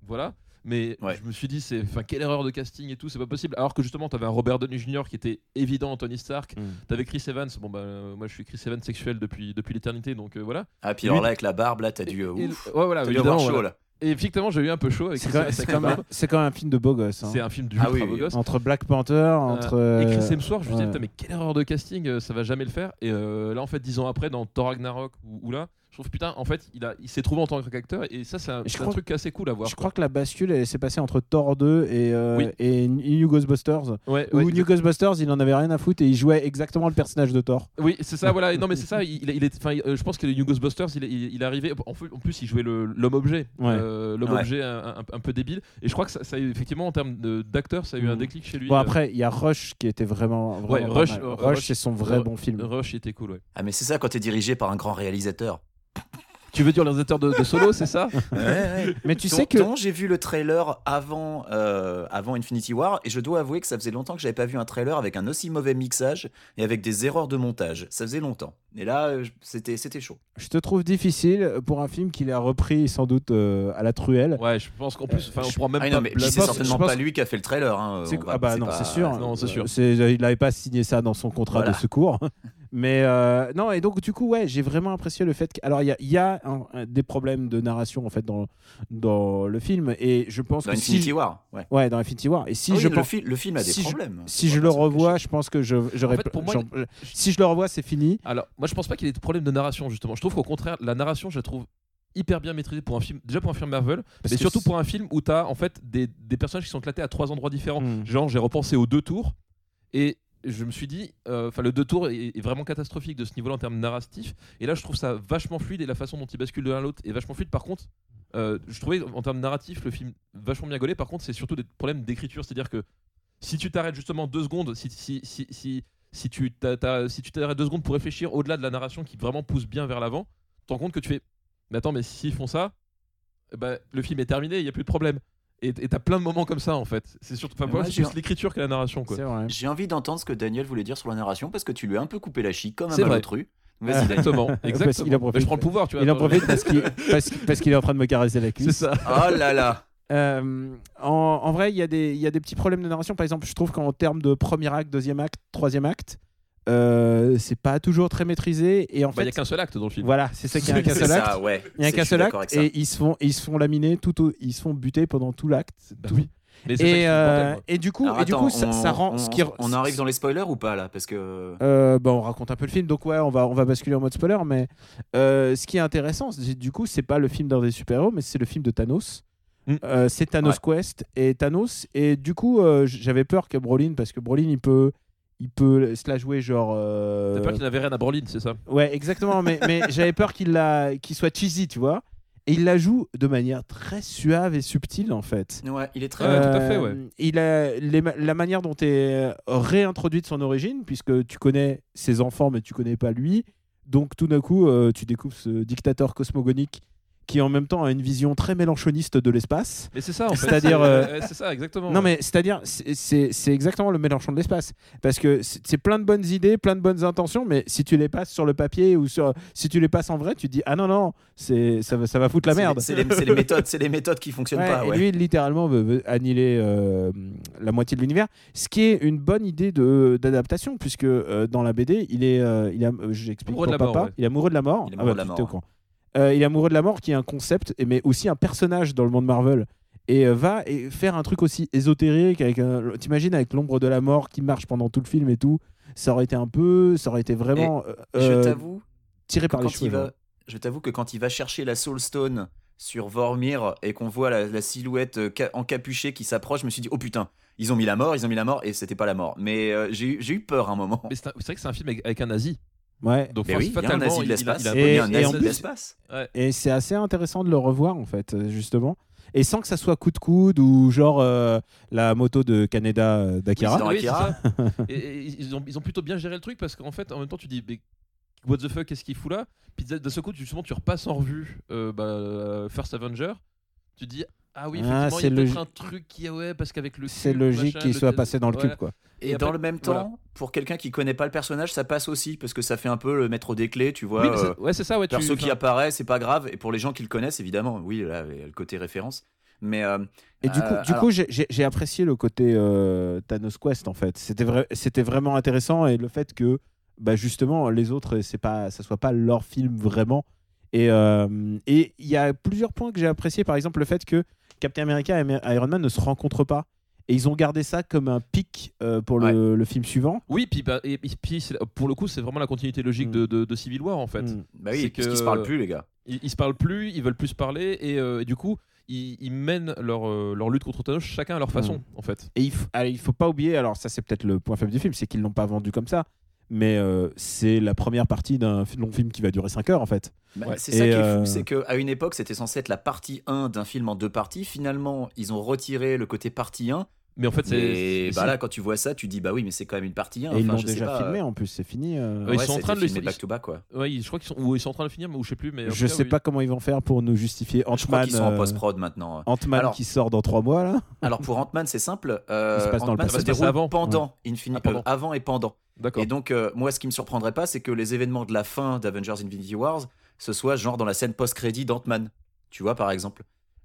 E: voilà. Mais
D: Ouais.
E: je me suis dit, c'est, enfin, quelle erreur de casting et tout, c'est pas possible. Alors que justement, t'avais un Robert Downey Jr. qui était évident, Tony Stark.
C: Mm.
E: T'avais Chris Evans. Bon bah, euh, moi je suis Chris Evans sexuel depuis depuis l'éternité, donc euh, voilà.
D: Ah puis
E: Lui-
D: alors là avec la barbe là t'as dû euh,
C: ah,
E: Et- et-
D: ouf.
E: ouais, voilà,
D: T'as dû
E: évidemment,
D: avoir chaud
E: voilà.
D: là.
E: Et effectivement, j'ai eu un peu chaud avec
C: C'est
E: Chris
C: quand,
E: Evans
C: c'est
E: avec
C: quand
E: la
C: même,
E: barbe.
C: c'est quand même un film de beau gosse. hein.
E: C'est un film du
D: Ah oui,
E: ultra beau
D: oui.
E: gosse.
C: Entre Black Panther, entre.
E: Euh, et
C: euh,
E: Chris Hemsworth, je me disais,
C: ouais.
E: putain, mais quelle erreur de casting, euh, ça va jamais le faire. Et euh, là, en fait, dix ans après, dans Thor Ragnarok ou, ou là, je trouve putain, en fait, il, a, il s'est trouvé en tant qu'acteur et ça, c'est un,
C: Je
E: c'est un
C: crois-
E: truc assez cool à voir.
C: Je crois que la bascule elle s'est passée entre Thor 2 et, euh,
E: Oui.
C: et New Ghostbusters.
E: Ouais,
C: Où
E: ouais,
C: New Ghostbusters, il en avait rien à foutre et il jouait exactement le personnage de Thor.
E: Oui, c'est ça, voilà. Et Non,
C: [LAUGHS]
E: mais c'est ça. Il, il est, enfin, il- euh, je pense que les New Ghostbusters, il, est- il, il est arrivé. En fait- en plus, il jouait le- l'homme objet,
C: Ouais.
E: Euh, l'homme
D: Ouais.
E: objet un, un- un peu débile. Et je crois que ça, ça a eu, effectivement, en termes de- d'acteur, ça a eu un
C: Mhm.
E: déclic chez lui.
C: Bon, après, il y a Rush qui était vraiment. vraiment
E: Ouais,
C: pas
E: Rush,
C: mal.
E: euh,
C: Rush,
E: Rush,
C: c'est son vrai
E: euh,
C: bon
E: Euh,
C: film.
E: Rush était cool, ouais.
D: Ah mais c'est ça quand t'es dirigé par un grand réalisateur.
E: Tu veux dire le réalisateur de, de Solo, c'est ça
D: Ouais, ouais.
C: Mais [LAUGHS] tu
D: Dont-
C: sais que.
D: dont j'ai vu le trailer avant, euh, avant Infinity War et je dois avouer que ça faisait longtemps que j'avais pas vu un trailer avec un aussi mauvais mixage et avec des erreurs de montage. Ça faisait longtemps. Et là, euh, je- c'était c'était chaud.
C: Je te trouve difficile pour un film qu'il a repris sans doute euh, à la truelle.
E: Ouais, je pense qu'en plus, enfin, on prend même
D: Ah
E: pas
D: non, mais
E: la-
D: c'est
C: pense-
D: certainement
C: je pense-
D: pas lui qui a fait le trailer. hein,
C: C'est-
D: on va-
C: ah bah non,
D: pas-
C: c'est sûr.
E: non, c'est sûr.
C: C'est- euh, il n'avait pas signé ça dans son contrat
D: Voilà.
C: de secours. [LAUGHS] Mais euh, non, et donc du coup, ouais, j'ai vraiment apprécié le fait que. Alors, il y a, il y a un- un- des problèmes de narration en fait dans, dans le film. Et je pense
D: Dans
C: que.
D: Infinity
C: si,
D: War, ouais.
C: Ouais, dans Infinity War. Et si
D: Ah oui,
C: je
D: le,
C: pense.
D: fi- le film a des
C: si je-
D: problèmes.
C: Si
D: On
C: je le
D: va pas se le
C: revois,
D: cacher.
C: je pense que je, j'aurais
E: En fait, pour moi,
C: j'en- si je le revois, c'est fini.
E: Alors, moi, je pense pas qu'il ait de problème de narration, justement. Je trouve qu'au contraire, la narration, je la trouve hyper bien maîtrisé pour un film, déjà pour un film Marvel,
F: Parce
E: mais
F: que
E: surtout
F: c'est-
E: pour un film où t'as en fait des, des personnages qui sont éclatés à trois endroits différents.
F: Mm.
E: Genre, j'ai repensé aux deux tours et je me suis dit, euh, enfin, le deux tours est, est vraiment catastrophique de ce niveau-là en termes narratifs. Et là, je trouve ça vachement fluide et la façon dont il bascule de l'un à l'autre est vachement fluide. Par contre, euh, je trouvais en termes narratifs le film vachement bien gaulé. Par contre, c'est surtout des problèmes d'écriture, c'est-à-dire que si tu t'arrêtes justement deux secondes, si, si, si, si, si tu t'as- t'as- si tu t'arrêtes deux secondes pour réfléchir au-delà de la narration qui vraiment pousse bien vers l'avant, tu te rends compte que tu fais Mais attends, mais s'ils font ça, eh ben, le film est terminé, il n'y a plus de problème. Et et t'as plein de moments comme ça en fait. C'est surtout enfin,
D: Mais
E: voilà,
D: moi,
E: c'est
D: j'ai
E: plus
D: un-
E: l'écriture que la narration quoi.
C: C'est vrai.
D: J'ai envie d'entendre ce que Daniel voulait dire sur la narration parce que tu lui as un peu coupé la chic comme un
E: C'est vrai.
D: malotru.
C: [LAUGHS]
D: Vas-y, Daniel.
E: [LAUGHS] Exactement.
C: Parce qu'il en
E: exactement. Mais
C: profite.
E: je prends le pouvoir, tu vois.
C: Il en
E: attends,
C: profite parce qu'il parce, parce qu'il est en train de me caresser la
E: je-
C: cuisse.
E: [LAUGHS] C'est ça.
D: Oh là là
C: Euh, en, en vrai, il y, a des- il y a des petits problèmes de narration. Par exemple, je trouve qu'en termes de premier acte, deuxième acte, troisième acte, euh, c'est pas toujours très maîtrisé. Et en
E: Bah, Il n'y a
C: fait,
E: qu'un seul acte dans le film.
C: voilà, c'est
E: [LAUGHS]
C: ça qui est un
D: C'est
C: qu'un seul acte.
D: ça, ouais.
C: Il y a un
D: C'est-
C: qu'un
D: je suis
C: seul
D: d'accord
C: acte
D: avec ça.
C: et ils se font, ils se font laminer tout au- ils se font buter pendant tout l'acte.
E: Bah
C: Tout-
E: oui. Mais c'est ça qui
C: Et,
E: est le bordel,
C: euh,
E: quoi.
C: et du coup,
D: Alors,
C: et du
D: attends,
C: coup ça,
D: on-
C: ça rend
D: on-
C: ce qui
D: On arrive dans les spoilers ou pas là Parce que.
C: Euh, bah, on raconte un peu le film, donc ouais, on va, on va basculer en mode spoiler, mais euh, ce qui est intéressant, c'est- du coup, c'est pas le film d'un des super-héros, mais c'est le film de Thanos.
E: Mm.
C: Euh, c'est Thanos Quest et Thanos, et du coup, euh, j- j'avais peur que Brolin, parce que Brolin, il peut, il peut se la jouer genre. euh,
E: T'as peur qu'il n'avait rien à Brolin, c'est ça
C: Ouais, exactement, mais,
E: [LAUGHS]
C: mais j'avais peur qu'il la- qu'il soit cheesy, tu vois. Et il la joue de manière très suave et subtile, en fait.
D: Ouais, il est très.
E: Ouais, Euh, tout à fait, ouais.
C: Il a les ma- la manière dont est réintroduite son origine, puisque tu connais ses enfants, mais tu connais pas lui. Donc tout d'un coup, euh, tu découvres ce dictateur cosmogonique qui, en même temps, a une vision très mélanchoniste de l'espace.
E: Mais c'est ça, en fait.
C: C'est-à-dire,
E: C'est-
C: euh,
E: ouais, c'est ça, exactement.
C: Non, mais c'est-à-dire, c'est- c'est c'est exactement le Mélenchon de l'espace. Parce que c'est c'est plein de bonnes idées, plein de bonnes intentions, mais si tu les passes sur le papier ou sur, si tu les passes en vrai, tu te dis Ah non, non, c'est- ça, va- ça va foutre la
D: C'est les-
C: merde.
D: C'est les, c'est les méthodes, c'est les méthodes qui fonctionnent
C: Ouais,
D: pas.
C: et
D: Ouais.
C: lui, littéralement, veut, veut annihiler euh, la moitié de l'univers, ce qui est une bonne idée de- d'adaptation, puisque euh, dans la BD, il est, euh, il est am- euh, j'explique
E: Amoureux de
C: pour
E: la
C: papa,
E: mort, ouais.
C: il est amoureux de la mort.
D: Il est
C: Ah bah,
D: amoureux de la
C: tu
D: mort,
C: t'es au courant. Euh, il est amoureux de la mort, qui est un concept, et- mais aussi un personnage dans le monde Marvel. Et euh, va et faire un truc aussi ésotérique avec un- t'imagines avec l'ombre de la mort qui marche pendant tout le film et tout, ça aurait été un peu, ça aurait été vraiment euh,
D: je t'avoue,
C: tiré par les
D: quand
C: cheveux.
D: il va, je t'avoue que quand il va chercher la Soul Stone sur Vormir et qu'on voit la, la silhouette euh, ca- encapuchée qui s'approche, je me suis dit oh putain, ils ont mis la mort, ils ont mis la mort et c'était pas la mort. Mais euh, j'ai eu- j'ai eu peur un moment.
E: Mais c'est un- c'est vrai que c'est un film avec, avec un nazi.
C: Ouais.
E: Donc
D: Mais
E: force-
D: oui, il y a un
E: fatalement,
D: nazi de
E: il- il a-
D: l'espace.
E: il a-
D: Il y a un
C: Et-
D: nazi
C: en
D: de
C: plus-
D: l'espace.
C: Et c'est assez intéressant de le revoir, en fait, euh, justement. Et sans que ça soit coup de coude ou genre euh, la moto de Kaneda euh,
D: Oui,
C: d'Akira.
D: dans
E: Oui, c'est
D: Akira.
E: ça.
C: [LAUGHS]
E: et, et ils, ont, ils ont plutôt bien géré le truc parce qu'en fait, en même temps, tu dis, mais what the fuck, qu'est-ce qu'il fout là Puis de ce coup, tu- justement, tu repasses en revue euh, bah, euh, First Avenger. Tu dis, ah oui,
C: Ah,
E: effectivement, il y
C: c'est
E: a
C: logi-
E: peut-être un truc qui, ah ouais, parce qu'avec le.
C: c'est
E: cube,
C: logique
E: machin,
C: qu'il soit
E: thé-
C: passé dans le
E: voilà.
C: cube, quoi.
D: Et,
E: Et
D: dans
E: après-
D: le même temps,
E: voilà.
D: pour quelqu'un qui connaît pas le personnage, ça passe aussi parce que ça fait un peu le maître des clés, tu vois.
E: Oui, mais c'est-
D: euh,
E: ouais, c'est ça, ouais.
D: Alors
E: tu-
D: ceux qui
E: enfin,
D: apparaissent, c'est pas grave. Et pour les gens qui le connaissent, évidemment, oui, là, il y a le côté référence. Mais euh,
C: Et du coup,
D: Euh,
C: du
D: alors-
C: coup j'ai- j'ai j'ai apprécié le côté euh, Thanos Quest, en fait. C'était vrai- c'était vraiment intéressant et le fait que, bah, justement, les autres, c'est pas, ça soit pas leur film vraiment. Et euh, et il y a plusieurs points que j'ai apprécié. Par exemple, le fait que Captain America et Ma- Iron Man ne se rencontrent pas. Et ils ont gardé ça comme un pic euh, pour le- le film suivant.
E: Oui, puis, bah, et, et puis c'est- pour le coup, c'est vraiment la continuité logique
C: Mm.
E: de, de- de Civil War en fait.
C: Mm.
D: bah
E: C'est
D: oui, parce
E: que-
D: qu'ils se parlent plus, les gars.
E: Ils, ils se parlent plus, ils veulent plus se parler et, euh, et du coup, ils, ils mènent leur, euh, leur lutte contre Thanos chacun à leur façon
C: Mm.
E: en fait.
C: Et il faut, allez, il faut pas oublier, alors ça c'est peut-être le point faible du film, c'est qu'ils l'ont pas vendu comme ça, mais euh, c'est la première partie d'un f- long film qui va durer 5 heures en fait.
D: Bah,
E: Ouais.
D: C'est ça
C: Et,
D: qui est
C: euh,
D: fou, c'est qu'à une époque, c'était censé être la partie 1 d'un film en deux parties. Finalement, ils ont retiré le côté partie 1.
E: Mais en fait, c'est.
D: Et bah là, quand tu vois ça, tu dis, bah oui, mais c'est quand même une partie 1.
C: Et ils
D: Enfin,
C: l'ont
D: je sais
C: déjà
D: pas,
C: filmé
D: euh,
C: en plus, c'est fini. euh.
E: Ouais,
D: ouais,
E: hein. ils sont en
D: ça a
E: train
D: été
E: de le-
D: filmé
E: ils-
D: back to back, quoi.
E: Ouais, ils- je crois qu'ils sont, ou ils sont en train de le finir, mais- ou je sais plus. Mais en
C: Je
E: tout cas,
C: sais
E: oui.
C: pas comment ils vont faire pour nous justifier
D: Je crois
C: Ant-Man
D: qu'ils sont en
C: euh,
D: post-prod maintenant.
C: Ant-Man
D: Alors-
C: qui sort dans 3 mois là.
D: Alors pour Ant-Man, c'est simple. euh,
C: Il se passe dans le
D: Ant-Man
E: passé.
D: se
E: Ça se passe
D: déroule
E: avant.
D: pendant, Infini-
E: Ah, pendant.
D: euh, avant et pendant.
E: D'accord.
D: Et donc, euh, moi, ce qui me surprendrait pas, c'est que les événements de la fin d'Avengers Infinity Wars, ce soit genre dans la scène post-crédit d'Ant-Man, tu vois, par exemple.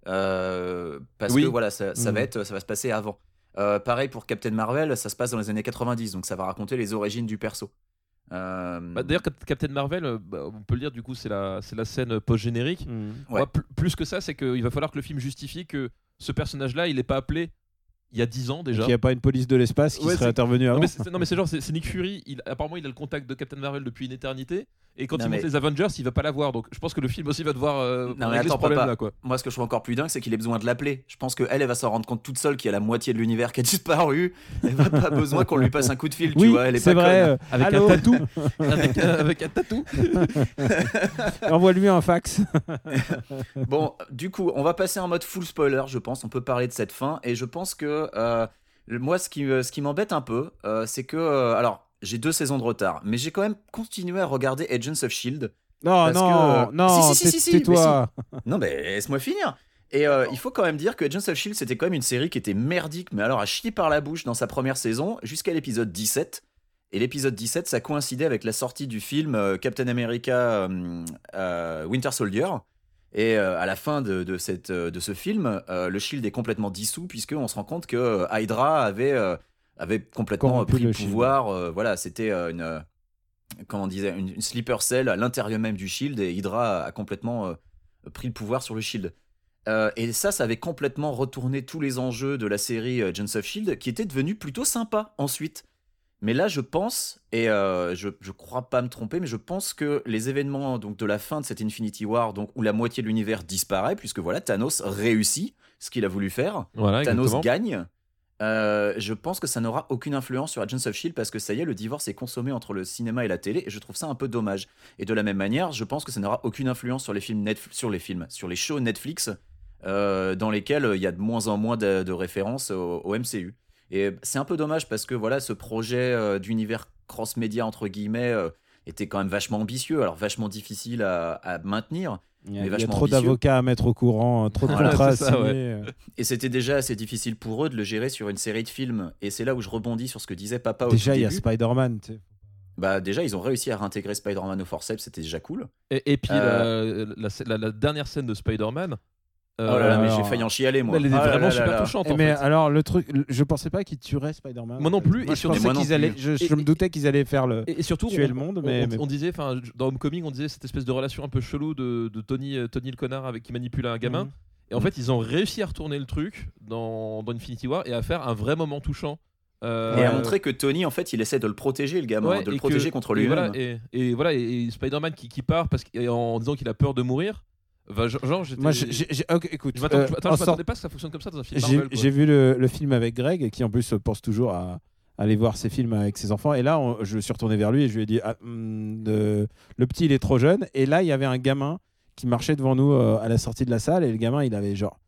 D: Euh, parce
E: Oui. Mm.
D: que voilà, ça, ça va
C: Mhm.
D: être, ça va se passer avant. Euh, pareil pour Captain Marvel, ça se passe dans les années 90, donc ça va raconter les origines du perso. Euh,
E: Bah, D'ailleurs, Cap- Captain Marvel, euh, bah, on peut le dire, du coup, c'est la, c'est la scène post-générique.
D: Ouais.
E: Moi, pl- plus que ça, c'est qu'il va falloir que le film justifie que ce personnage-là, il n'est pas appelé. il y a 10 ans déjà.
C: Qu'il n'y a pas une police de l'espace qui
E: Ouais,
C: serait
E: c'est-
C: intervenue
E: Non
C: avant.
E: mais c'est- non, mais c'est genre, c'est c'est Nick Fury, il, apparemment il a le contact de Captain Marvel depuis une éternité, et quand
D: Non,
E: il
D: mais-
E: monte les Avengers, il va pas l'avoir, donc je pense que le film aussi va devoir euh,
D: Non, mais
E: régler
D: attends,
E: ce problème-là.
D: papa. [LAUGHS]
E: quoi.
D: Moi, ce que je trouve encore plus dingue, c'est qu'il ait besoin de l'appeler. Je pense qu'elle, elle va s'en rendre compte toute seule qu'il y a la moitié de l'univers qui a [LAUGHS] disparu. Elle n'a pas besoin qu'on lui passe un coup de fil, tu
C: oui,
D: vois. Elle est
C: c'est
D: pas
C: vrai.
D: conne.
C: euh,
E: Avec
C: Allô
E: un tatou avec, un- avec un tatou
C: [LAUGHS] Envoie-lui un fax.
D: Bon, du coup, on va passer en mode full spoiler, je pense. On peut parler de cette fin. Et je pense que euh, le- moi, ce qui, me- ce qui m'embête un peu, euh, c'est que. euh, alors, j'ai deux saisons de retard, mais j'ai quand même continué à regarder Agents of Shield.
C: Non,
D: Parce
C: non,
D: que-
C: non,
D: Si, si,
C: tais-
D: si, si,
C: tais-toi.
D: Non, mais laisse-moi finir. Et euh, il faut quand même dire que Agents of Shield, E c'était quand même une série qui était merdique, mais alors à chier par la bouche dans sa première saison, jusqu'à l'épisode 17. Et l'épisode 17, ça coïncidait avec la sortie du film euh, Captain America euh, euh, Winter Soldier. Et euh, à la fin de, de cette, euh, de ce film, euh, le Shield est complètement dissous, puisqu'on se rend compte que euh, Hydra avait, euh, avait complètement
C: Corrompu
D: pris
C: le
D: le
C: Shield.
D: pouvoir. euh, voilà, c'était euh, une. euh, Comment on disait, une, une sleeper cell à l'intérieur même du Shield, et Hydra a, a complètement euh, pris le pouvoir sur le Shield. Euh, et ça, ça avait complètement retourné tous les enjeux de la série euh, Agents of Shield, qui était devenu plutôt sympa ensuite. Mais là, je pense, et euh, je, je crois pas me tromper, mais je pense que les événements donc de la fin de cette Infinity War, donc où la moitié de l'univers disparaît, puisque voilà, Thanos réussit ce qu'il a voulu faire,
E: Voilà,
D: Thanos gagne. euh, je pense que ça n'aura aucune influence sur Agents of Shield E parce que ça y est, le divorce est consommé entre le cinéma et la télé et je trouve ça un peu dommage. Et de la même manière, je pense que ça n'aura aucune influence sur les films, Netf- sur les films, sur les shows Netflix euh, dans lesquels euh, il y a de moins en moins de, de références au, au MCU. Et c'est un peu dommage parce que voilà, ce projet euh, d'univers cross-média entre guillemets euh, était quand même vachement ambitieux, alors vachement difficile à- à maintenir.
C: Il y a-
D: Mais
C: il y a
D: vachement
C: trop
D: ambitieux.
C: d'avocats à mettre au courant, trop de
E: Voilà,
C: contrats à
E: c'est ça, ouais.
C: signer.
D: Et c'était déjà assez difficile pour eux de le gérer sur une série de films. Et c'est là où je rebondis sur ce que disait papa au
C: Déjà,
D: tout
C: il y a
D: début.
C: Spider-Man. tu sais.
D: Bah déjà, ils ont réussi à réintégrer Spider-Man au forceps, c'était déjà cool.
E: Et, et puis
D: Euh,
E: la, la- la- la dernière scène de Spider-Man. euh,
D: oh là là, mais
C: alors-
D: j'ai failli en chialer moi.
E: Elle est
D: Oh là
E: vraiment
D: là
E: super
D: là là.
E: touchante.
C: Eh
E: en
C: mais
E: fait.
C: alors le truc, le- je pensais pas qu'ils tueraient Spider-Man.
E: Moi non
C: en fait.
E: plus, et
C: je
E: surtout-
C: pensais
D: Moi non
C: qu'ils
D: plus.
C: allaient. Je, je
E: Et-
C: me doutais qu'ils allaient faire le.
E: Et, et surtout,
C: tuer
E: on,
C: le monde,
E: on-
C: mais-
E: on,
C: mais-
E: on disait, enfin, je- dans Homecoming, on disait cette espèce de relation un peu chelou de, de Tony, euh, Tony le connard avec qui manipule un gamin.
C: Mhm.
E: Et en fait, ils ont réussi à retourner le truc dans, dans Infinity War et à faire un vrai moment touchant. Euh,
D: Et à montrer que Tony, en fait, il essaie de le protéger, le gamin,
E: Ouais,
D: de
E: et
D: le
E: que-
D: protéger contre
E: et
D: lui-même.
E: voilà, et, et voilà, et, et Spider-Man qui, qui part parce que- et en disant qu'il a peur de mourir. va- genre, genre, j'étais-
C: Moi, j'ai- j'ai- j'ai- ok, écoute,
E: je m'attendais
C: euh,
E: je- attends,
C: en
E: je
C: sort-
E: m'attendais pas que ça fonctionne comme ça dans un film
C: j'ai
E: Marvel. quoi.
C: j'ai vu le, le film avec Greg qui en plus euh, pense toujours à à aller voir ses films avec ses enfants. Et là, on- je me suis retourné vers lui et je lui ai dit Ah, hum, de- le petit, il est trop jeune. Et là, il y avait un gamin qui marchait devant nous euh, à la sortie de la salle et le gamin, il avait genre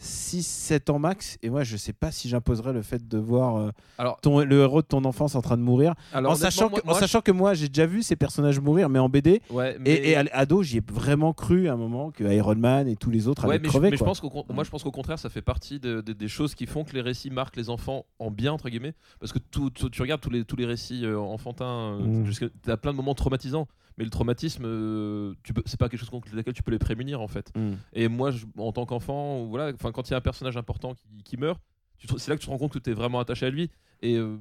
C: 6-7 ans max. Et moi, je sais pas si j'imposerais le fait de voir euh,
E: Alors-
C: ton, le héros de ton enfance en train de mourir.
E: Alors,
C: en sachant,
E: honnêtement,
C: que, en
E: moi- moi,
C: sachant que moi, j'ai déjà vu ces personnages mourir, mais en BD.
E: je- ouais, mais-
C: Et, et à l- ado, j'y ai vraiment cru à un moment que Iron Man et tous les autres
E: Ouais,
C: allaient
E: mais,
C: crever.
E: je, mais je
C: quoi.
E: pense qu'au con- moi je pense qu'au contraire ça fait partie de- de- des choses qui font que les récits marquent les enfants en bien entre guillemets parce que tout, tout- tu regardes tous les tous les récits euh, enfantins euh,
C: Mm.
E: jusqu'à- t'as plein de moments traumatisants mais le traumatisme euh, tu peux c'est pas quelque chose contre laquelle tu peux les prémunir en fait
C: Mm.
E: et moi je- en tant qu'enfant ou voilà enfin quand il y a un personnage important qui, qui meurt tu te- c'est là que tu te rends compte que tu es vraiment attaché à lui et euh,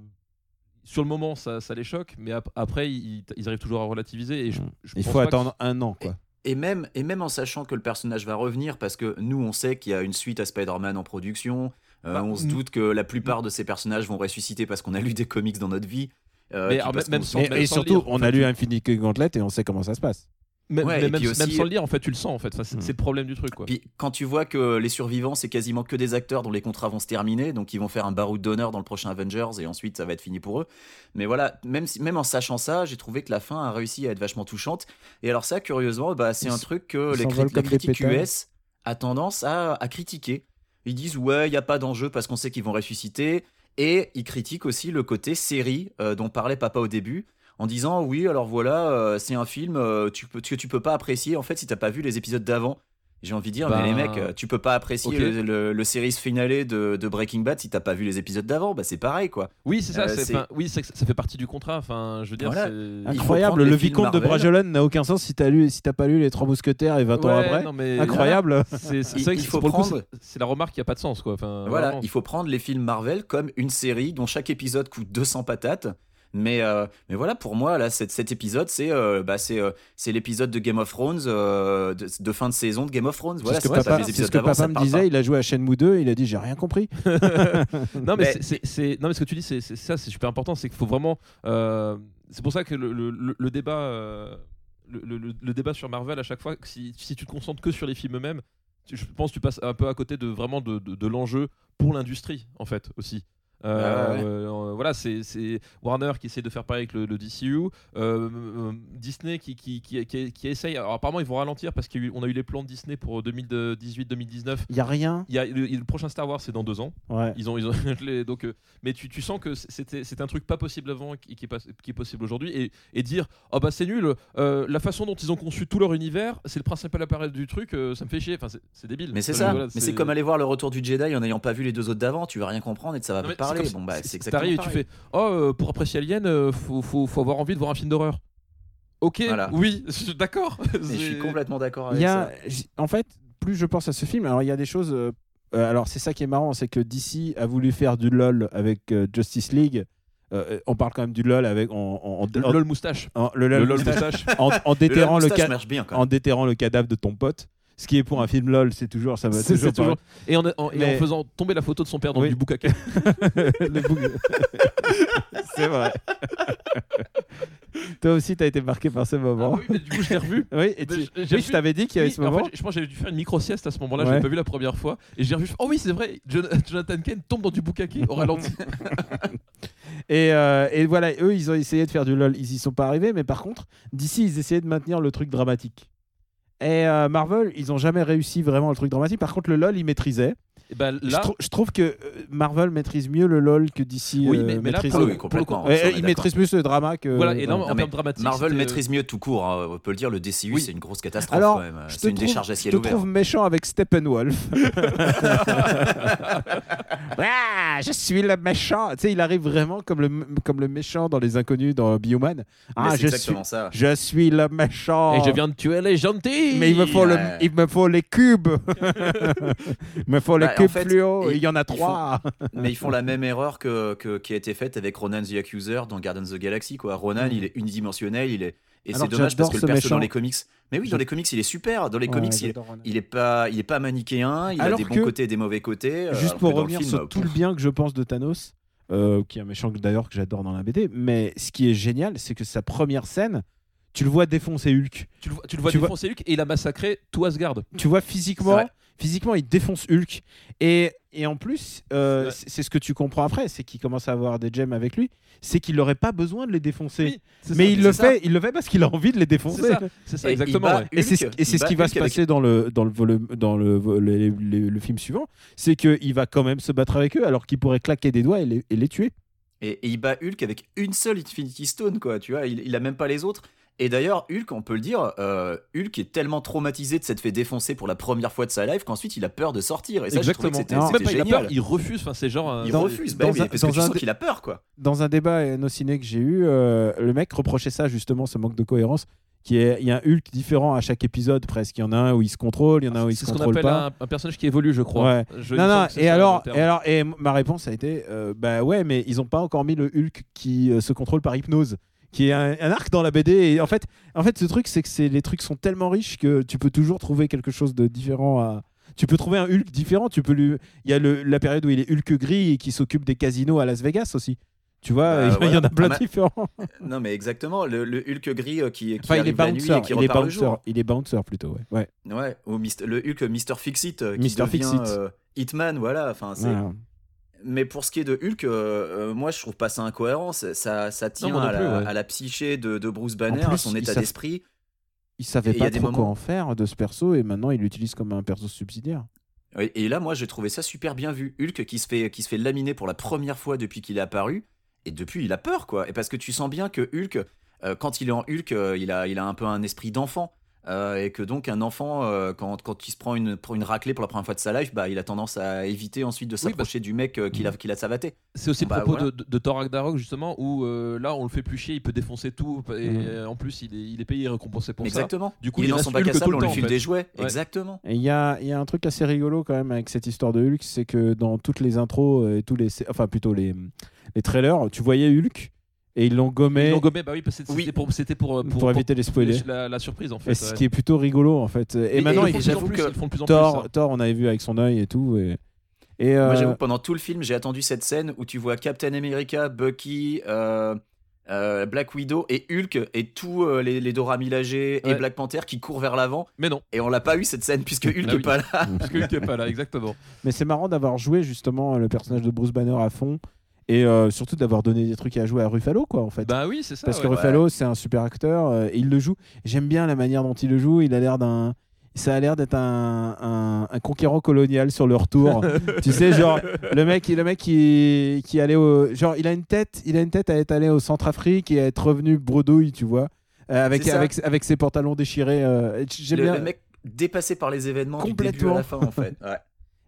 E: sur le moment ça, ça les choque mais ap- après ils, ils arrivent toujours à relativiser et je,
C: Mm.
E: je
C: Il
E: pense
C: faut
E: pas que-
C: attendre un an, quoi.
D: Et même, et même en sachant que le personnage va revenir, parce que nous, on sait qu'il y a une suite à Spider-Man en production, euh,
E: Bah,
D: on se
E: mm.
D: doute que la plupart de ces personnages vont ressusciter parce qu'on a lu des comics dans notre vie. euh,
E: Mais
D: puis
E: alors,
D: parce
E: même-
D: qu'on
E: même
D: s'en-
E: sans-
C: Et, et
E: sans
C: surtout,
E: lire,
C: on
E: enfin,
C: a lu
E: tu-
C: Infinity Gauntlet et on sait comment ça se passe.
E: même,
D: Ouais,
E: mais
D: et
E: même,
D: puis aussi- euh,
E: même sans le lire en fait tu le sens en fait Enfin, c'est
C: Mm.
E: c'est le problème du truc quoi
D: Puis quand tu vois que les survivants, c'est quasiment que des acteurs dont les contrats vont se terminer, donc ils vont faire un baroud d'honneur dans le prochain Avengers et ensuite ça va être fini pour eux. Mais voilà, même, si- même en sachant ça, j'ai trouvé que la fin a réussi à être vachement touchante. Et alors, ça, curieusement, bah, c'est
C: Ils
D: un
C: s-
D: truc que
C: ils
D: les
C: s'envolent
D: crit- la
C: comme des
D: critique
C: pétales.
D: US a tendance à, à critiquer. Ils disent, ouais, il n'y a pas d'enjeu parce qu'on sait qu'ils vont ressusciter. Et ils critiquent aussi le côté série euh, dont parlait papa au début en disant oui alors voilà euh, c'est un film euh, tu peux, que tu peux pas apprécier en fait si t'as pas vu les épisodes d'avant j'ai envie de dire
E: Ben,
D: mais les
C: Bah,
D: mecs euh, tu peux pas apprécier
E: ok.
D: le, le, le series finale de, de Breaking Bad si t'as pas vu les épisodes d'avant bah c'est pareil quoi
E: Oui, c'est ça.
D: Euh,
E: c'est-
D: c'est-
E: enfin, oui, c'est que ça fait partie du contrat. Enfin, je veux dire,
D: Voilà.
E: c'est-
D: Il faut
C: Incroyable,
D: prendre les
C: le
D: films
C: vicomte de
D: Marvel.
C: Bragelonne n'a aucun sens si t'as lu, si t'as pas lu les Trois Mousquetaires et 20 ans
E: Ouais,
C: après.
E: non, mais-
C: Incroyable.
E: [LAUGHS] C'est c'est
D: Il-
E: vrai que
D: il
E: c'est-
D: faut
E: pour le coup,
D: prendre-
E: c'est- c'est la remarque qui a pas de
C: Bah,
E: sens, quoi. Enfin,
D: voilà
E: vraiment.
D: il faut prendre les films Marvel comme une série dont chaque épisode coûte 200 patates Mais, euh, mais voilà, pour moi, là, cet, cet épisode, c'est euh, bah, c'est euh, c'est l'épisode de Game of Thrones, euh, de, de fin de saison de Game of Thrones. Voilà,
C: c'est ce que
D: ça,
C: papa,
D: les
C: c'est ce
D: épisodes
C: que
D: d'avant,
C: papa
D: ça
C: me
D: parle
C: disait,
D: pas.
C: il a joué à Shenmue 2, il a dit j'ai rien compris.
E: non, mais,
D: Mais-
E: c'est- c'est- c'est- non, mais ce que tu dis, c'est c'est- ça, c'est super important. C'est qu'il faut vraiment. euh, c'est pour ça que le, le- le- le débat, euh, le, le- le- le débat sur Marvel à chaque fois, que si, si tu te concentres que sur les films eux-mêmes, tu- je pense que tu passes un peu à côté de vraiment de, de- de l'enjeu pour l'industrie en fait aussi. Euh,
D: Ah ouais.
E: euh, voilà, c'est- c'est Warner qui essaie de faire pareil avec le, le DCU, euh, euh, Disney qui, qui, qui, qui- qui essaye. Alors apparemment ils vont ralentir parce qu'on a eu les plans de Disney pour 2018-2019.
C: Il y a rien.
E: Il y a le- le prochain Star Wars c'est dans deux ans.
C: Ouais.
E: Ils ont, [LAUGHS] ils ont les- donc, euh, mais tu, tu sens que c'était c'est un truc pas possible avant et qui, qui est, pas- qui est possible aujourd'hui et, et dire oh bah c'est nul euh, la façon dont ils ont conçu tout leur univers c'est le principal appareil du truc euh, ça me fait chier enfin c'est- c'est débile
D: Mais c'est
E: Enfin,
D: ça,
E: Euh, voilà,
D: mais c'est comme aller voir le retour du Jedi en n'ayant pas vu les deux autres d'avant, tu vas rien comprendre et ça va pas
E: Non, mais
D: te
E: c'est
D: parler.
E: comme-
D: Bon bah
E: c'est-
D: c'est
E: t'arrives
D: exactement
E: et tu
D: pareil.
E: fais oh euh, pour apprécier Alien euh, faut, faut, faut avoir envie de voir un film d'horreur ok
D: Voilà.
E: oui [LAUGHS] d'accord
D: Mais je suis
E: C'est-
D: complètement d'accord
C: Il
D: avec
C: y
D: ça.
C: a, j- en fait, plus je pense à ce film, alors il y a des choses. euh, euh, alors c'est ça qui est marrant, c'est que DC a voulu faire du lol avec euh, Justice League. Euh, euh, on parle quand même du lol avec en, en- en-
E: le lol moustache
C: en- le lol [LAUGHS]
E: le lol
C: moustache.
E: moustache
C: en, en
D: Le Lord
C: déterrant le,
D: Moustache
C: ca-
D: marche bien quand
C: en déterrant le cadavre de ton pote. Ce qui est pour un film lol, c'est toujours ça va
E: [LAUGHS] C'est- c'est
C: toujours,
E: toujours- et, en, en- et en
C: Mais-
E: faisant tomber la photo de son père dans
C: Oui.
E: du boucaque
C: Le [LAUGHS] bouc- c'est vrai. Toi aussi, t'as été marqué par ce
E: Ah
C: moment.
E: oui, mais du coup je l'ai revu
C: Oui, et
E: Mais
C: tu-
E: j- j'ai
C: oui, je
E: vu-
C: t'avais dit qu'il y avait
E: Oui,
C: ce
E: en
C: moment.
E: fait, je pense que j'avais dû faire une micro-sieste à ce moment-là, je
C: Ouais.
E: l'ai pas vu la première fois. Et j'ai revu. Oh oui, c'est vrai, Jon- [LAUGHS] Jonathan Kane tombe dans du boucaquet au ralenti.
C: Et, euh, et voilà, eux, ils ont essayé de faire du LOL. Ils y sont pas arrivés, mais par contre, d'ici, ils essayaient de maintenir le truc dramatique. Et euh, Marvel, ils ont jamais réussi vraiment le truc dramatique. Par contre, le LOL, ils maîtrisaient.
E: [LAUGHS] Et ben
C: Je,
E: là,
C: trou- je trouve que euh, Marvel maîtrise mieux le LOL que d'ici. euh,
E: Oui, mais- mais là,
C: maîtrise
E: pour
D: le-
C: le-
D: Ah oui, complètement.
C: Ouais,
D: ça, on est
C: ils
D: d'accord.
C: maîtrisent plus le drama que.
E: voilà, et là, en
D: mais
E: termes dramatiques.
D: Marvel
E: c'était-
D: maîtrise mieux tout court, hein, on peut le dire, le DCU
E: Oui.
D: c'est une grosse catastrophe
C: Alors,
D: quand même.
C: je te
D: C'est une
C: trouve-
D: décharge à
C: Je
D: ciel
C: te
D: ouvert.
C: trouve méchant avec [LAUGHS] Steppenwolf. Ah, je suis le méchant. Tu sais, il arrive vraiment comme le, comme le méchant dans Les Inconnus, dans Bioman.
D: Mais
C: Ah,
D: c'est
C: je suis,
D: exactement ça.
C: je suis le méchant.
E: Et je viens de tuer les gentils
C: Oh. Mais il me faut, le,
D: Ouais.
C: il me faut les
D: [LAUGHS]
C: cubes. il me faut les
D: Bah, en
C: cubes
D: fait,
C: fluo.
D: ils-
C: Il y en a
D: ils
C: trois.
D: Mais ils font la même erreur que, que- qui a été faite avec Ronan the Accuser dans Guardians of the Galaxy. Quoi. Ronan,
C: Mm.
D: il est unidimensionnel, il est... et
C: Alors
D: c'est
C: que
D: dommage parce
C: j'adore
D: que
C: ce
D: le perso dans
C: méchant.
D: les comics. Mais oui, dans les comics, il est super. Dans les
C: Ouais,
D: comics, il,
C: j'adore Ronan.
D: il est pas, il est pas manichéen. Il
C: Alors
D: a des
C: que-
D: bons côtés et des mauvais côtés. euh, alors
C: Juste
D: que
C: pour
D: dans le
C: revenir
D: film,
C: sur
D: euh,
C: tout le bien que je pense de Thanos, euh, qui est un méchant que- d'ailleurs que j'adore dans la BD, mais ce qui est génial, c'est que sa première scène, tu le vois défoncer Hulk.
E: Tu le vois, tu le vois
C: Tu vois-
E: défoncer Hulk et il a massacré tout Asgard.
C: Tu vois
D: C'est
C: physiquement,
D: vrai.
C: physiquement il défonce Hulk. Et, et en plus, euh,
E: C'est vrai.
C: c'est c'est ce que tu comprends après, c'est qu'il commence à avoir des gemmes avec lui, c'est qu'il n'aurait pas besoin de les défoncer.
E: Oui, c'est
C: mais
E: ça,
C: il le
E: c'est
C: fait, il le fait parce qu'il a envie de les
E: ça,
C: défoncer.
E: C'est ça, c'est ça,
D: Et il
E: exactement.
D: bat
E: ouais.
C: Et c'est ce,
D: Hulk,
C: et c'est
D: il
C: ce qui
D: bat
C: va se
D: Hulk avec-
C: passer dans le dans le volume dans le, vo- le, le- le- le film suivant, c'est qu'il va quand même se battre avec eux alors qu'il pourrait claquer des doigts et les, et les tuer.
D: Et, et il bat Hulk avec une seule Infinity Stone, quoi, tu vois, il, il a même pas les autres. Et d'ailleurs, Hulk, on peut le dire, euh, Hulk est tellement traumatisé de s'être fait défoncer pour la première fois de sa life qu'ensuite il a peur de sortir. Et ça, je trouvais
E: Exactement.
D: que c'était
C: Non,
E: Même
D: c'était
E: pas, il a
D: génial.
E: peur, il refuse. Enfin, c'est genre. un-
D: Il
C: Dans-
D: refuse,
C: dans
D: bah oui,
C: un-
D: mais parce
C: dans
D: que tu
C: un
D: sens
C: des-
D: qu'il a peur, quoi.
C: Dans un débat à nos ciné E que j'ai eu, euh, le mec reprochait ça justement, ce manque de cohérence. Qui est, il y a un Hulk différent à chaque épisode presque. Il y en a un où il se contrôle, il y en a un où il se
E: C'est ce qu'on
C: contrôle
E: appelle
C: pas.
E: un, un personnage qui évolue, je crois.
C: Ouais.
E: Je- il
C: Non,
E: me
C: non,
E: semble que c'est
C: et
E: ça, le
C: alors,
E: terme.
C: et alors, et m- ma réponse a été euh, bah ouais, mais ils ont pas encore mis le Hulk qui euh, se contrôle par hypnose, qui est un, un arc dans la BD. Et en fait, en fait, ce truc, c'est que c'est- les trucs sont tellement riches que tu peux toujours trouver quelque chose de différent à. Tu peux trouver un Hulk différent. Tu peux lui. Il y a le, la période où il est Hulk gris et qui s'occupe des casinos à Las Vegas aussi. Tu vois,
D: Bah,
C: [LAUGHS] il y en
D: voilà.
C: a plein
D: Ah,
C: de
D: mais-
C: différents.
D: Non, mais exactement, le, le Hulk gris euh, qui, qui
C: [LAUGHS] Enfin, il est
D: arrive la nuit
C: bouncer.
D: et qui
C: Il est
D: repart le
C: bouncer.
D: jour.
C: Il est bouncer plutôt. Ouais. ouais.
D: Ouais, ou Mist- le Hulk Mr. Fixit qui
C: Mr.
D: devient
C: Fixit.
D: euh, Hitman, voilà. Enfin, c'est-
C: Voilà.
D: Mais pour ce qui est de Hulk, euh, euh, moi je trouve pas ça incohérent. Ça, ça, ça tient
E: moi non
D: à, la,
E: plus, ouais.
D: à la psyché de, de Bruce Banner, à
C: plus,
D: son
C: ils
D: état
C: savent-
D: d'esprit.
C: Il savait
D: Et il y
C: pas
D: a des
C: trop quoi
D: moments-
C: en faire de ce perso et maintenant il l'utilise comme un perso subsidiaire.
D: Oui, Et là, moi, j'ai trouvé ça super bien vu. Hulk qui se fait, qui se fait laminer pour la première fois depuis qu'il est apparu. Et depuis, il a peur, quoi. Et parce que tu sens bien que Hulk, euh, quand il est en Hulk, euh, il, a, il a un peu un esprit d'enfant. Euh, et que donc, un enfant, euh, quand, quand il se prend une, prend une raclée pour la première fois de sa life, bah, il a tendance à éviter ensuite de
E: Oui, Mm.
D: s'approcher du mec euh, qu'il a, qu'il a savaté.
E: C'est aussi le
D: Bah,
E: propos
D: voilà.
E: de, de, de Thor Ragnarok, justement où euh, là on le fait plus chier, il peut défoncer tout et
C: Mhm.
E: euh, en plus il est, il est payé et récompensé pour ça.
D: Exactement.
E: Du coup,
D: il
E: il
D: est dans
E: reste
D: son bac à
E: Hulk tout
D: sable,
E: le
D: on lui
E: temps, en
D: file
E: fait.
D: des jouets.
E: Ouais.
D: Exactement.
C: Et Il y a, il y a un truc assez rigolo quand même avec cette histoire de Hulk, c'est que dans toutes les intros euh, et tous les, enfin plutôt les, les trailers, tu voyais Hulk et ils l'ont gommé,
E: Ils l'ont gommé, bah oui, parce que c'était
D: Oui.
E: pour, c'était pour, euh,
C: pour, éviter les
E: pour-
C: spoilers.
E: la, la surprise en fait.
C: Et ce
E: ouais.
C: qui est plutôt rigolo en fait. Et,
D: Et-
C: maintenant,
D: et
E: ils,
C: il
E: le
D: j'avoue
E: font de plus en plus,
D: que
E: ils le font de plus hein. en plus, ça.
C: Thor, Thor, on avait vu avec son œil et tout. Et, et, euh,
D: Moi, j'avoue, que pendant tout le film, j'ai attendu cette scène où tu vois Captain America, Bucky, euh, euh, Black Widow et Hulk et tous euh, les, les Dora Milaje et
E: Ouais.
D: Black Panther qui courent vers l'avant.
E: Mais non,
D: Et on l'a pas eu cette scène
E: [LAUGHS]
D: puisque Hulk
E: Ah
D: est
E: oui.
D: pas là.
E: parce que Hulk est pas
C: [LAUGHS]
E: là, exactement.
C: Mais c'est marrant d'avoir joué justement le personnage de Bruce Banner à fond et euh, surtout d'avoir donné des trucs à jouer à Ruffalo quoi en fait.
E: Bah oui, c'est
D: Ah
E: ça.
C: Parce
E: ouais.
C: que Ruffalo c'est un super acteur euh, et il le joue. J'aime bien la manière dont il le joue. Il a l'air d'un ça a l'air d'être un, un- un conquérant colonial sur le
D: [LAUGHS]
C: retour. tu sais, genre, le mec, le mec qui, qui allait au. Genre, il a une tête, il a une tête à être allé au Centrafrique et à être revenu bredouille, tu vois. euh, avec,
D: C'est ça.
C: avec, avec ses pantalons déchirés. euh, J'aime
D: Le,
C: bien.
D: le mec dépassé par les événements du début à
C: Complètement.
D: la fin en
E: [LAUGHS]
D: fait. Ouais.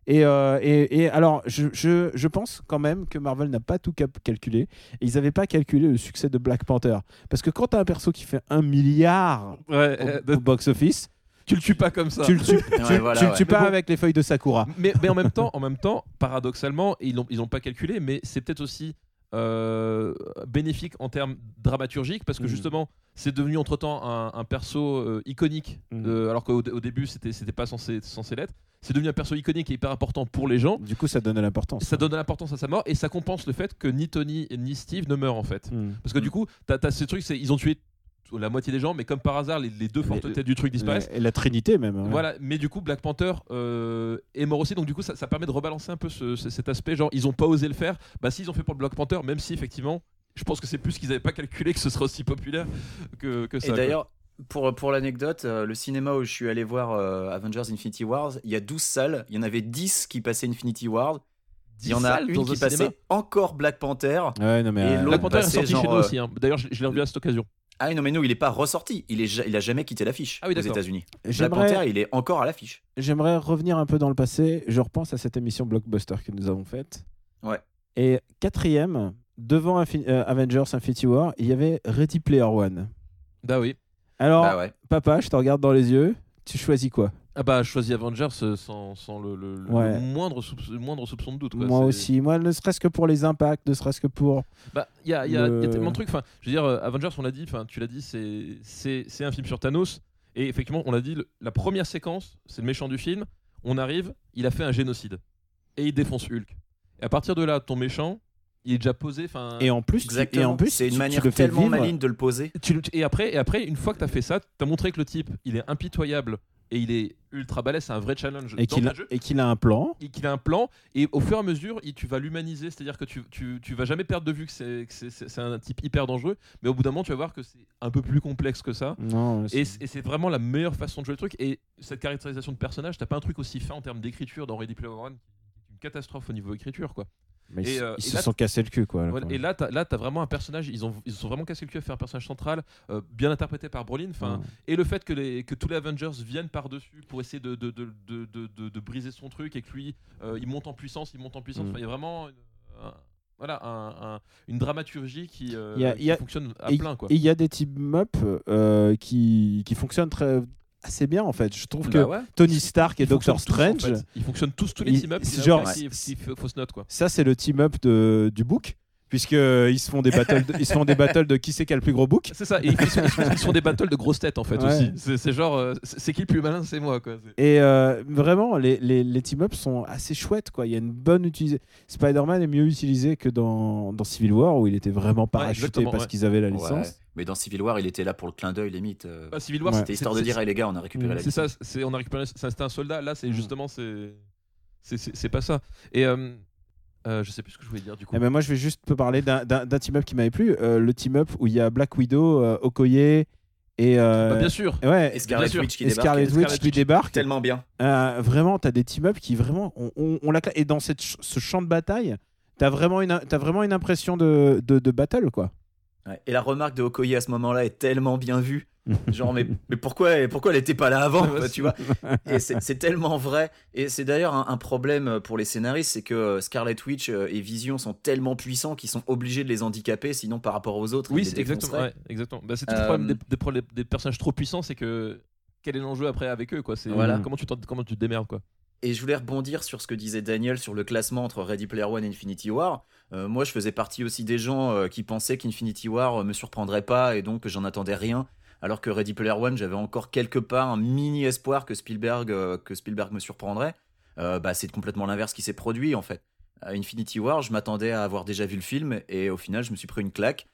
C: Et, euh, et, et alors, je, je, je pense quand même que Marvel n'a pas tout cap- calculé. Et ils n'avaient pas calculé le succès de Black Panther. Parce que quand tu as un perso qui fait un milliard
E: Ouais, euh,
C: au, au box-office,
E: tu le tues pas comme ça.
C: tu le tues, tu-
D: Ouais, voilà,
C: tu le
D: ouais.
C: tues pas
E: Mais bon.
C: avec les feuilles de Sakura.
E: mais, mais en même temps, en même temps, paradoxalement, ils l'ont, ils l'ont pas calculé, mais c'est peut-être aussi euh, bénéfique en termes dramaturgiques parce que
C: Mhm.
E: justement, c'est devenu entre temps un, un perso euh, iconique,
C: Mhm.
E: euh, alors qu'au dé- au début c'était, c'était pas censé, censé l'être. C'est devenu un perso iconique et hyper important pour les gens.
C: Du coup, ça donne de l'importance.
E: Ça donne de l'importance à sa mort et ça compense le fait que ni Tony ni Steve ne meurent en fait.
C: Hmm.
E: Parce que du coup, t'as, t'as ces trucs, c'est, ils ont tué la moitié des gens, mais euh, comme par hasard, les, les deux fortes
C: Les-
E: têtes du truc disparaissent.
C: Et la Trinité même. ouais.
E: Voilà, mais du coup, Black Panther euh, est mort aussi, donc du coup, ça, ça permet de rebalancer un peu ce- ce- cet aspect. Genre, ils ont pas osé le faire. Bah, s'ils ont fait pour le Black Panther, même si effectivement, je pense que c'est plus qu'ils avaient pas calculé que ce serait aussi populaire que, que ça.
D: Et
E: quoi.
D: d'ailleurs, pour, pour l'anecdote, euh, le cinéma où je suis allé voir euh, Avengers Infinity Wars, il y a 12 salles, il y en avait 10 qui passaient Infinity Wars, il y en a
E: Salles dans
D: une
E: un
D: qui
E: cinéma.
D: passait encore Black Panther.
C: Ouais, non, mais,
D: Et
C: euh,
D: l'autre
E: Black Panther est
D: passait
E: sorti
D: genre,
E: chez nous
D: euh,
E: aussi. hein. D'ailleurs, je, je l'ai revu à cette occasion.
D: Ah oui, non, mais nous, il n'est pas ressorti. Il, est, ja- il a jamais quitté l'affiche
E: Ah oui,
D: aux
E: d'accord.
D: États-Unis. Black
C: j'aimerais,
D: Panther, il est encore à l'affiche.
C: j'aimerais revenir un peu dans le passé. Je repense à cette émission blockbuster que nous avons faite.
D: Ouais.
C: Et quatrième, devant Infi- euh, Avengers Infinity War, il y avait Ready Player One.
E: Bah oui.
C: Alors,
D: Bah ouais.
C: papa, je te regarde dans les yeux, tu choisis quoi
E: Ah bah, je choisis Avengers euh, sans, sans le, le- le-
C: Ouais.
E: le moindre, soupçon, le moindre soupçon de doute.
D: Bah,
E: quoi.
C: Moi
E: C'est-
C: aussi, moi, ne serait-ce que pour les impacts, ne serait-ce que pour.
E: Bah, il y a, il y a- il y a
C: Le-
E: tellement de trucs. Enfin, je veux dire, euh, Avengers, on l'a dit, enfin, tu l'as dit, c'est- c'est c'est un film sur Thanos. Et effectivement, on l'a dit, le- la première séquence, c'est le méchant du film. On arrive, il a fait un génocide. Et il défonce Hulk. Et à partir de là, ton méchant, il est déjà posé. Enfin,
C: Et en plus, tu-
D: Exactement.
C: et en plus,
D: c'est une
C: tu- tu
D: manière
C: le fais
D: tellement
C: vivre.
D: maligne de le poser.
E: tu le- tu- et après, et après, une fois que t'as fait ça, t'as montré que le type, il est impitoyable et il est ultra balèze. C'est un vrai challenge.
C: Et
E: dans
C: qu'il
E: le
C: a,
E: jeu.
C: et qu'il a un plan.
E: et qu'il a un plan et au fur et à mesure il- tu vas l'humaniser c'est à dire que tu, tu, tu vas jamais perdre de vue que c'est que c'est- c'est- c'est un type hyper dangereux mais au bout d'un moment tu vas voir que c'est un peu plus complexe que ça
C: Non,
E: et
C: c'est-
E: c'est et c'est vraiment la meilleure façon de jouer le truc et cette caractérisation de personnage t'as pas un truc aussi fin en termes d'écriture dans Ready Player One une catastrophe au niveau écriture quoi
C: mais
E: et,
C: bah, ils,
E: euh,
C: ils
E: et
C: se
E: là-
C: sont cassés le cul, quoi. là,
E: Voilà,
C: quand
E: et
C: même.
E: là t'as là, t'as vraiment un personnage ils ont ils se sont vraiment cassé le cul à faire un personnage central euh, bien interprété par Brolin enfin
C: Ouais.
E: et le fait que, les, que tous les Avengers viennent par-dessus pour essayer de, de, de, de, de- de- de briser son truc et que lui, euh, il monte en puissance, il monte en puissance.
C: Mm.
E: Enfin, Il y a vraiment une, un- voilà, un- un- une dramaturgie qui, euh,
C: Il y a-
E: qui
C: il y a-
E: fonctionne à
C: Et-
E: plein. Quoi.
C: et il y a des team-up qui, qui fonctionnent très, assez bien, en fait. Je trouve que
E: Bah ouais.
C: Tony Stark et
E: Ils fonctionnent
C: Doctor
E: tous, en
C: Strange,
E: fait. Ils fonctionnent tous, tous
C: Ils-
E: les team-ups.
C: c'est
E: Il y en a
C: genre-
E: aucun qui- qui fait fausse note. Quoi.
C: ça, c'est le team-up de- du book. Puisqu'ils se
E: [LAUGHS]
C: font des battles, de, ils se font des battles de qui c'est qui a le plus gros book. [LAUGHS]
E: C'est ça, et ils, sont, ils sont- ils sont des battles de grosses têtes en fait
C: Ouais.
E: aussi. C'est c'est genre, euh, c'est c'est qui le plus malin C'est moi quoi. C'est-
C: Et euh, vraiment, les, les, les team-ups sont assez chouettes. Quoi. Il y a une bonne utilisation. Spider-Man est mieux utilisé que dans, dans Civil War où il était vraiment parachuté
E: exactement,
C: parce
E: ouais.
C: qu'ils avaient la
D: Ouais.
C: licence.
D: Mais dans Civil War, il était là pour le clin d'œil, limite. euh,
E: Ah, Civil War,
C: Ouais.
D: C'était histoire de
E: c'est-
D: dire, hey, les gars, on a récupéré
C: Mm,
D: la
E: C'est ça, c'est on a récupéré, ça, c'était un soldat. Là, c'est justement, c'est c'est- c'est c'est pas ça. Et euh, euh, je sais plus ce que je voulais dire du coup.
C: Eh ben, moi, je vais juste te parler d'un- d'un d'un team-up qui m'avait plu. euh, le team-up où il y a Black Widow, euh, Okoye et. euh,
E: Bah, bien sûr.
C: ouais,
D: Et
C: et
D: Scarlet
E: Bien sûr.
D: Witch qui débarque.
C: Scarlet
E: Scarlet
C: Witch qui débarque.
D: Tellement bien.
C: Euh, vraiment, t'as des team-up qui vraiment. On, on- on la cla- Et dans cette ch- ce champ de bataille, t'as vraiment, une- t'as vraiment une impression de, de, de battle,
D: [LAUGHS]
C: quoi.
D: Ouais. Et la remarque de Okoye à ce moment-là est tellement bien vue.
C: [LAUGHS]
D: Genre, mais, mais pourquoi, pourquoi elle était pas là avant quoi, bah,
E: [LAUGHS]
D: Tu vois Et c'est c'est tellement vrai. Et c'est d'ailleurs un, un problème pour les scénaristes c'est que euh, Scarlet Witch euh, et Vision sont tellement puissants qu'ils sont obligés de les handicaper, sinon par rapport aux
C: ben,
D: autres.
E: Oui,
D: ils les
E: c'est exactement.
D: défonceraient.
E: ouais, exactement. Bah, c'est tout
D: Euh,
E: le problème des, des pro- des- des personnages trop puissants, c'est que quel est l'enjeu après avec eux quoi. C'est
C: Voilà.
E: comment tu t'en- comment tu te démerdes quoi.
D: Et je voulais rebondir sur ce que disait Daniel sur le classement entre Ready Player One et Infinity War. Euh, moi, je faisais partie aussi des gens euh, qui pensaient qu'Infinity War euh, me surprendrait pas et donc que j'en attendais rien. Alors que Ready Player One, j'avais encore quelque part un mini espoir que Spielberg, euh, que Spielberg me surprendrait. Euh, bah, c'est complètement l'inverse qui s'est produit en fait. À Infinity War, je m'attendais à avoir déjà vu le film et au final, je me suis pris une claque.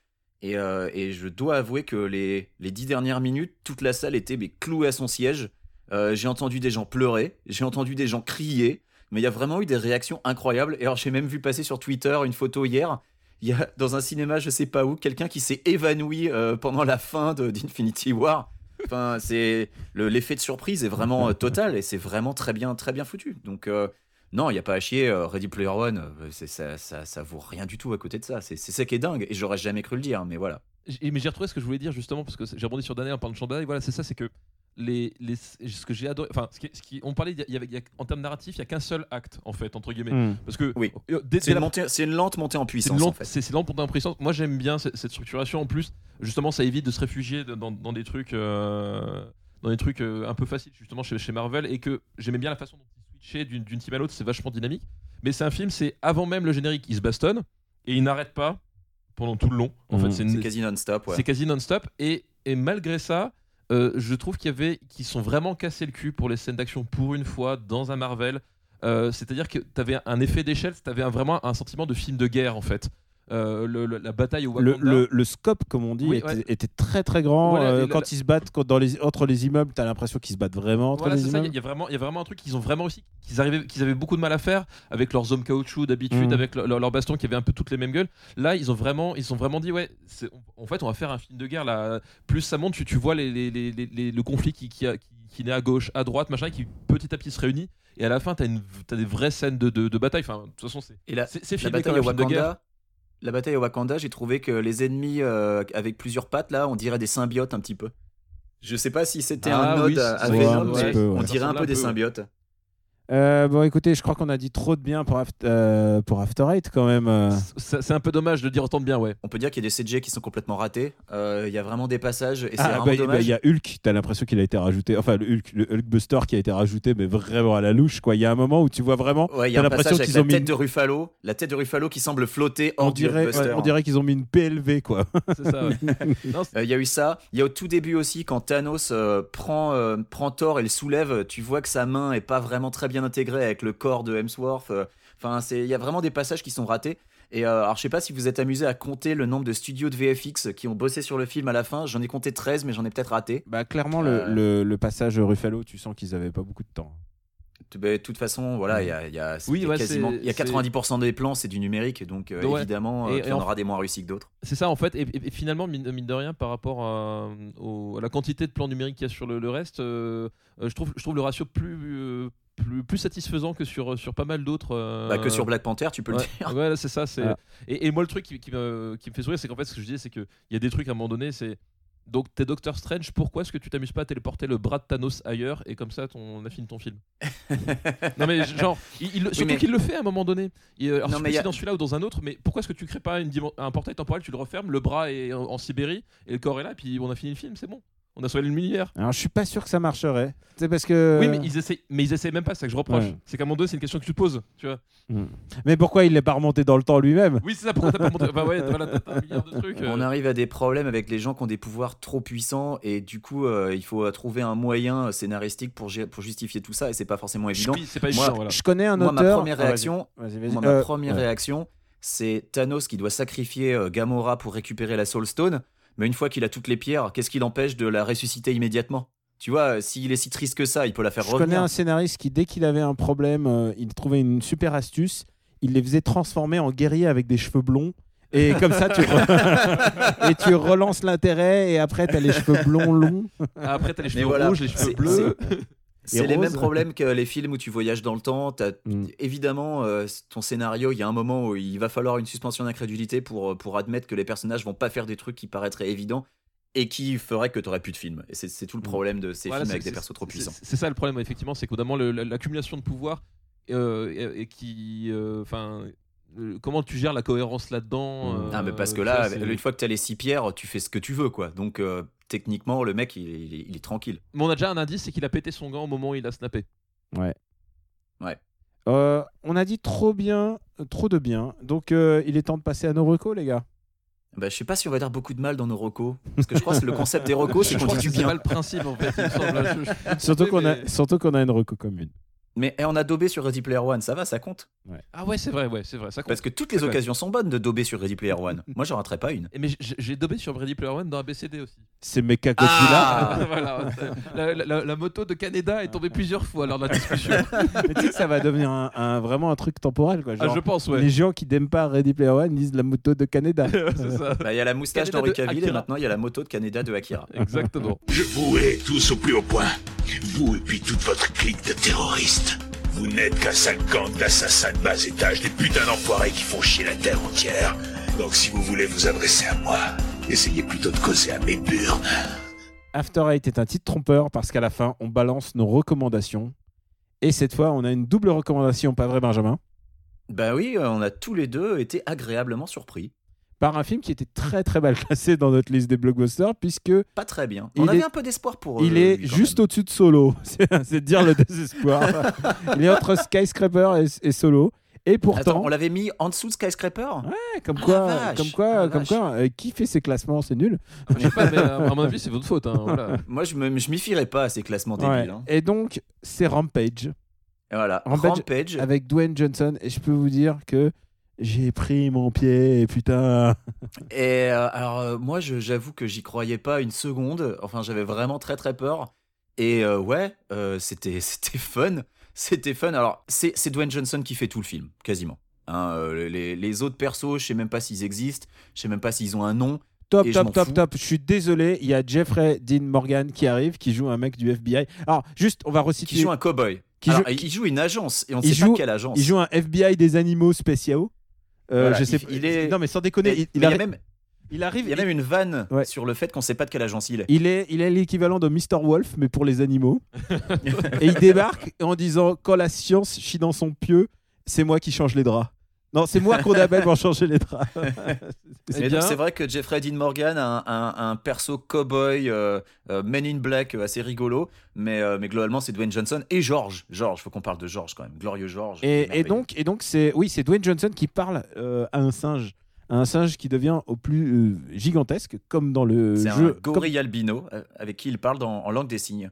D: Et, euh, et je dois avouer que les, les dix dernières minutes, toute la salle était mais, clouée à son siège. Euh, j'ai entendu des gens pleurer, j'ai entendu des gens crier, mais il y a vraiment eu des réactions incroyables. Et alors, j'ai même vu passer sur Twitter une photo hier. Il y a dans un cinéma, je sais pas où, quelqu'un qui s'est évanoui euh, pendant la fin de- d'Infinity War. Enfin, c'est le- l'effet de surprise est vraiment euh, total et c'est vraiment très bien, très bien foutu. Donc euh, non, il y a pas à chier. euh, Ready Player One, euh, c'est- ça, ça, ça vaut rien du tout à côté de ça. C'est c'est ça qui est dingue et j'aurais jamais cru le dire, mais voilà.
E: J'ai- Mais j'ai retrouvé ce que je voulais dire justement parce que c'est- j'ai rebondi sur Daniel en parlant de Shandai. Voilà, c'est ça, c'est que les, les, ce que j'ai adoré. Enfin, ce qui, ce qui- on parlait, il y a- il y avait- il y a- en termes narratifs, il y a qu'un seul acte en fait entre guillemets.
C: Hmm.
E: Parce que
D: Oui.
E: euh, dès-
D: C'est
E: dès
D: une,
E: la-
D: montée- c'est une lente montée en
E: c'est
D: puissance
E: une
D: en
E: lampe-
D: fait.
E: c'est c'est lente pour l'impression. Moi, j'aime bien ce- cette structuration. En plus, justement, ça évite de se réfugier de- dans, dans des trucs, euh, dans des trucs euh, un peu faciles, justement, chez, chez Marvel. Et que j'aimais bien la façon dont ils switchaient d'une d'une team à l'autre. C'est vachement dynamique. Mais c'est un film, c'est avant même le générique, ils se bastonnent et ils n'arrêtent pas pendant tout le long. En
C: Mhm.
E: fait, c'est
D: Mmh, C'est
E: une,
D: quasi non-stop. Ouais.
E: c'est quasi non-stop. Et, et malgré ça, euh, je trouve qu'il y avait qui sont vraiment cassés le cul pour les scènes d'action pour une fois dans un Marvel. Euh, C'est-à-dire que tu avais un effet d'échelle, tu avais vraiment un sentiment de film de guerre en fait. Euh, le- le- la bataille au
C: Le,
E: Wakanda.
C: le- le scope, comme on dit,
E: Oui,
C: était,
E: ouais.
C: était très très grand.
E: Voilà,
C: Euh,
E: et le-
C: quand ils se battent co- dans les, entre les immeubles, t'as l'impression qu'ils se battent vraiment entre
E: Voilà,
C: les
E: c'est ça. Il
C: immeubles.
E: y, a vraiment, il y a vraiment un truc qu'ils ont vraiment aussi, qu'ils arrivaient, qu'ils avaient beaucoup de mal à faire avec leurs hommes caoutchouc d'habitude,
C: Mm.
E: avec leur, leur- leur baston qui avait un peu toutes les mêmes gueules. Là, ils ont vraiment, ils ont vraiment dit ouais, c'est- en fait, on va faire un film de guerre là. Plus ça monte, tu, tu vois les, les- les- les- les- le conflit qui, qui, a- qui, qui naît à gauche, à droite, machin, qui petit à petit se réunit. Et à la fin, t'as une, t'as des vraies scènes de, de, de bataille. Enfin, de toute façon, c'est
D: Et la,
E: c'est- c'est
D: la
E: filmé
D: bataille
E: comme un
D: au
E: film de guerre.
D: Wakanda. La bataille au Wakanda, j'ai trouvé que les ennemis euh, avec plusieurs pattes là, on dirait des symbiotes un petit peu. Je sais pas si c'était
E: Ah
D: un ode
E: oui,
D: à, à
E: c'est-
D: Venom,
C: ouais, un
D: mais
C: petit peu, ouais.
D: on dirait
E: Ça
D: un
E: ressemble
D: peu
E: un
D: des
E: peu, ouais.
D: symbiotes.
C: Euh, bon, écoutez, je crois qu'on a dit trop de bien pour, Aft- euh, pour After Eight quand même. euh.
E: C'est c'est un peu dommage de dire autant de bien, ouais.
D: On peut dire qu'il y a des CG qui sont complètement ratés. Euh, Il y a vraiment des passages et c'est
C: Ah,
D: vraiment
C: bah, bah,
D: dommage.
C: il y a Hulk, t'as l'impression qu'il a été rajouté. Enfin, le Hulk, le Hulkbuster qui a été rajouté, mais vraiment à la louche, quoi. Il y a un moment où tu vois vraiment.
D: Ouais, il y a
C: t'as
D: un
C: l'impression
D: passage avec
C: qu'ils
D: la
C: ont mis
D: tête
C: une-
D: de Ruffalo, la tête de Ruffalo qui semble flotter hors
C: On
D: du
C: dirait,
D: blockbuster.
C: ouais, on dirait qu'ils ont mis une PLV, quoi.
E: C'est
D: [LAUGHS]
E: ça. ouais. Non, c'est-
D: Euh, Il y a eu ça. Il y a au tout début aussi, quand Thanos euh, prend, euh, prend Thor et le soulève, tu vois que sa main est pas vraiment très bien intégrée avec le corps de Hemsworth. Euh, Enfin, c'est il y a vraiment des passages qui sont ratés. Et euh, alors, je sais pas si vous êtes amusé à compter le nombre de studios de VFX qui ont bossé sur le film à la fin. J'en ai compté 13, mais j'en ai peut-être raté.
C: [LAUGHS] Bah, clairement,
D: le-
C: le, passage Ruffalo, tu sens qu'ils avaient pas beaucoup de temps.
D: De bah, de toute façon, voilà, il y a, il y a,
E: Mm. Oui,
D: c'était
E: ouais,
D: quasiment,
E: c'est-
D: il y a
E: c'est-
D: 90% des plans, c'est du numérique. Donc, euh,
E: Donc, ouais.
D: évidemment,
E: Et-
D: il
E: et
D: y en
E: en-
D: aura des moins réussis que d'autres.
E: C'est ça en fait, et, et- et finalement, mine, mine de rien, par rapport à, au- à la quantité de plans numériques qu'il y a sur le, le reste, euh, euh, je, trouve, je trouve le ratio plus, euh, plus, plus satisfaisant que sur, sur pas mal d'autres. euh,
D: Bah, que sur Black Panther, tu peux
E: ouais,
D: le dire. Ah.
E: Ouais, là, c'est ça. c'est-
C: Voilà.
E: Et, et moi, le truc qui, qui me, qui me fait sourire, c'est qu'en fait, ce que je disais, c'est qu'il y a des trucs à un moment donné, c'est. Donc, t'es Doctor Strange, pourquoi est-ce que tu t'amuses pas à téléporter le bras de Thanos ailleurs et comme ça, ton, on affine ton
D: [LAUGHS]
E: film Non, mais genre, il, il- surtout
D: mais-
E: qu'il le fait à un moment donné. Il, euh, alors,
D: Non,
E: je sais
D: mais
E: pas
D: y a-
E: si dans celui-là ou dans un autre, mais pourquoi est-ce que tu crées pas une dimen- un portail temporel, tu le refermes, le bras est en, en Sibérie et le corps est là, et puis on a fini le film, c'est bon. On a sauvé l'univers.
C: Alors, je suis pas sûr que ça marcherait. C'est parce que.
D: Euh.
E: Oui, mais ils essaient, mais ils essaient même pas, c'est ça que je reproche.
C: Ouais.
E: C'est qu'à un moment donné, c'est une question que tu te poses, tu vois.
C: Mais pourquoi il l'est pas remonté dans le temps lui-même
E: Oui, c'est ça, pourquoi t'as pas montré. Bah ouais, voilà, t'as un milliard de trucs. euh.
D: On arrive à des problèmes avec les gens qui ont des pouvoirs trop puissants et du coup, euh, il faut euh, trouver un moyen euh, scénaristique pour, gé- pour justifier tout ça et c'est pas forcément évident.
E: Oui, c'est pas
D: Moi,
E: évident, voilà.
C: Je connais un
D: Moi,
C: auteur.
D: ma première
C: Ah, vas-y.
D: réaction,
C: Vas-y, vas-y.
D: moi,
C: Euh,
D: ma première
C: ouais.
D: réaction, c'est Thanos qui doit sacrifier euh, Gamora pour récupérer la Soul Stone, mais une fois qu'il a toutes les pierres, qu'est-ce qui l'empêche de la ressusciter immédiatement Tu vois, euh, s'il est si triste que ça, il peut la faire
C: Je connais
D: revenir.
C: un scénariste qui, dès qu'il avait un problème, euh, il trouvait une super astuce. Il les faisait transformer en guerriers avec des cheveux blonds. Et comme ça, tu,
E: [LAUGHS]
C: re- et tu relances l'intérêt. Et après, t'as les cheveux blonds longs.
E: Ah, [LAUGHS] Après, t'as les cheveux
D: Mais voilà,
E: rouges, les cheveux
D: c'est-
E: bleus.
D: C'est les
C: Rose.
D: mêmes problèmes que les films où tu voyages dans le temps, t'as
C: Mm.
D: évidemment, euh, ton scénario, il y a un moment où il va falloir une suspension d'incrédulité pour, euh, pour admettre que les personnages vont pas faire des trucs qui paraîtraient évidents et qui feraient que tu plus de films. Et c'est- c'est tout le problème de ces
E: Voilà,
D: films
E: c'est-
D: avec des
E: c'est-
D: persos trop
E: c'est-
D: puissants.
E: c'est- C'est ça le problème, effectivement, c'est qu'évidemment, l'accumulation de pouvoir euh, et, et qui. euh, Enfin. euh, comment tu gères la cohérence là-dedans
D: Ah, mais parce que
E: euh,
D: là,
E: ça, c'est-
D: une fois que t'as les six pierres, tu fais ce que tu veux, quoi. Donc, euh, techniquement, le mec, il, il- il est tranquille.
E: Mais on a déjà un indice, c'est qu'il a pété son gant au moment où il a snappé.
C: Ouais.
D: Ouais.
C: Euh, on a dit trop bien, euh, trop de bien. Donc euh, il est temps de passer à nos recos, les
E: [LAUGHS]
C: gars.
D: Bah, je sais pas si on va dire beaucoup de mal dans nos recos. Parce que je crois que le [LAUGHS] concept des recos, c'est
E: Je
D: qu'on
E: crois
D: dit
E: que
D: du
E: c'est
D: bien.
E: pas le principe en fait. il me
D: [LAUGHS]
E: semble. Je- je- je-
C: Surtout qu'on a,
E: mais-
C: surtout qu'on a une reco commune.
D: Mais eh, on a daubé sur Ready Player One, ça va, ça compte.
E: Ah ouais, c'est vrai, ouais, c'est vrai. Ça compte.
D: Parce que toutes les
E: Ouais.
D: occasions sont bonnes de dober sur Ready Player One. Moi, j'en raterai pas une.
E: Et Mais j- j- j'ai dobé sur Brady Player One dans ABCD aussi.
C: C'est Mecha
D: Ah
E: [LAUGHS]
C: [LAUGHS]
E: voilà. La, la- la moto de Canada est tombée plusieurs fois lors de la discussion.
C: [LAUGHS] Mais tu sais que ça va devenir un, un- vraiment un truc temporel. Quoi.
E: Ah,
C: Genre,
E: je pense, ouais.
C: Les gens qui n'aiment pas Ready Player One disent la moto de Canada.
E: [LAUGHS] c'est ça.
D: Bah, il y a la moustache
E: Canada
D: d'Henri
E: de
D: Cavill et
E: Akira.
D: maintenant il y a la moto de Canada de Akira.
E: Exactement.
F: Je vous hais tous au plus haut point. Vous et puis toute votre clique de terroristes. Vous n'êtes qu'un sale gang d'assassins de bas étage, des putains d'enfoirés qui font chier la terre entière. Donc si vous voulez vous adresser à moi, essayez plutôt de causer à mes burnes.
C: After Eight est un titre trompeur parce qu'à la fin, on balance nos recommandations. Et cette fois, on a une double recommandation, pas vrai, Benjamin
D: Bah oui, euh, on a tous les deux été agréablement surpris.
C: Par un film qui était très très mal classé dans notre liste des blockbusters, puisque
D: Pas très bien. On
C: Il
D: avait
C: est-
D: un peu d'espoir pour
C: il
D: euh,
C: est
D: lui, quand
C: juste
D: même.
C: au-dessus de Solo. [LAUGHS] C'est c'est dire le
D: [LAUGHS]
C: désespoir. il est entre Skyscraper et, et Solo. Et
D: Attends,
C: pourtant,
D: on l'avait mis en dessous de Skyscraper
C: ouais, comme,
D: Ah,
C: quoi,
D: la vache,
C: comme
D: ah,
C: quoi,
D: la
C: comme
D: vache.
C: quoi, euh, qui fait ces classements C'est nul.
E: Je sais pas, mais à à mon avis, c'est votre faute. hein, voilà.
D: Moi, je, me, je m'y fierais pas à ces classements
C: Ouais.
D: débiles. hein.
C: Et donc, c'est Rampage.
D: Et voilà,
C: Rampage-
D: Rampage.
C: avec Dwayne Johnson et je peux vous dire que j'ai pris mon pied et putain.
D: Et euh, alors, euh, moi, je- j'avoue que j'y croyais pas une seconde. Enfin, j'avais vraiment très très peur. Et euh, ouais, euh, c'était [LAUGHS] c'était fun. C'était fun. Alors, c'est c'est Dwayne Johnson qui fait tout le film, quasiment. Hein, euh, les, les autres persos, je sais même pas s'ils existent. Je sais même pas s'ils ont un nom.
C: Top,
D: Et je
C: top,
D: m'en
C: top,
D: fous.
C: top. Je suis désolé, il y a Jeffrey Dean Morgan qui arrive, qui joue un mec du FBI. Alors, juste, on va resituer.
D: Qui joue un cowboy.
C: qui
D: Alors,
C: joue-
D: il joue une agence. Et on ne
C: il
D: sait
C: joue-
D: pas quelle agence.
C: Il joue un FBI des animaux spéciaux. Euh,
D: Voilà,
C: je sais
D: il-
C: pas-
D: il est-
C: Non, mais sans déconner,
D: Mais-
C: il,
D: mais
C: il
D: il y a
C: arri-
D: même,
C: il arrive.
D: il y a
C: Il,
D: même une vanne
C: Ouais.
D: sur le fait qu'on ne sait pas de quelle agence il est.
C: il est il est l'équivalent de Mr. Wolf, mais pour les animaux.
D: [LAUGHS]
C: et il débarque en disant Quand la science chie dans son pieu, c'est moi qui change les draps. Non, c'est
D: [LAUGHS]
C: moi qu'on appelle pour changer les draps.
E: Eh
D: Mais
E: bien-
D: donc, c'est vrai que Jeffrey Dean Morgan a un, un- un perso cowboy, euh, euh, Men in Black euh, assez rigolo, mais, euh, mais globalement c'est Dwayne Johnson et George. George, faut qu'on parle de George quand même, glorieux George.
C: Et- Et,
D: merveilleux.
C: donc, et donc c'est oui, c'est Dwayne Johnson qui parle euh, à un singe, à un singe qui devient au plus euh, gigantesque, comme dans le
D: c'est
C: jeu,
D: un gorille albino euh, avec qui il parle dans- en langue des signes.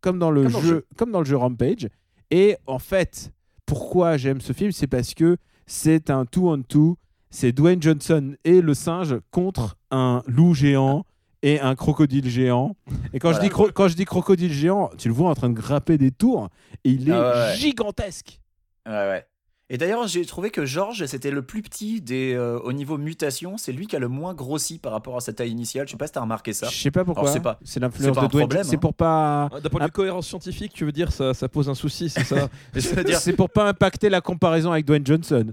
C: comme, comme dans le
D: comme dans le
C: jeu,
D: jeu.
C: comme dans le jeu Rampage. Et en fait, pourquoi j'aime ce film, c'est parce que c'est un two on two. C'est Dwayne Johnson et le singe contre un loup géant et un crocodile géant. Et quand,
D: Voilà.
C: je dis cro- quand je dis crocodile géant, tu le vois en train de grimper des tours. Et il est
D: Ah ouais, ouais.
C: gigantesque.
D: Ouais, ouais. Et d'ailleurs, j'ai trouvé que George, c'était le plus petit des, euh, au niveau mutation. C'est lui qui a le moins grossi par rapport à sa taille initiale. Je sais pas si t'as remarqué ça.
C: Je sais pas pourquoi.
D: c'est pas-
C: C'est l'influence
D: pas
C: de
D: un
C: Dwayne.
D: problème,
C: C'est
D: hein.
C: pour pas.
E: Ah, D'un point de vue cohérence scientifique, tu veux dire ça, ça pose un souci, c'est ça
D: [LAUGHS] C'est-à-dire,
C: C'est pour pas impacter la comparaison avec Dwayne Johnson.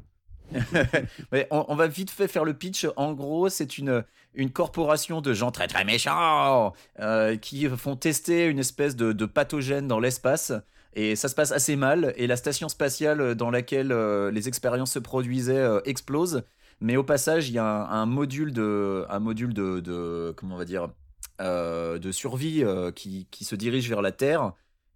D: [LAUGHS] Mais on, on va vite fait faire le pitch. En gros, c'est une, une corporation de gens très très méchants euh, qui font tester une espèce de, de pathogène dans l'espace. Et ça se passe assez mal. Et la station spatiale dans laquelle euh, les expériences se produisaient euh, explose. Mais au passage, il y a un, un module de, un module de, de- comment on va dire, euh, de survie euh, qui, qui se dirige vers la Terre.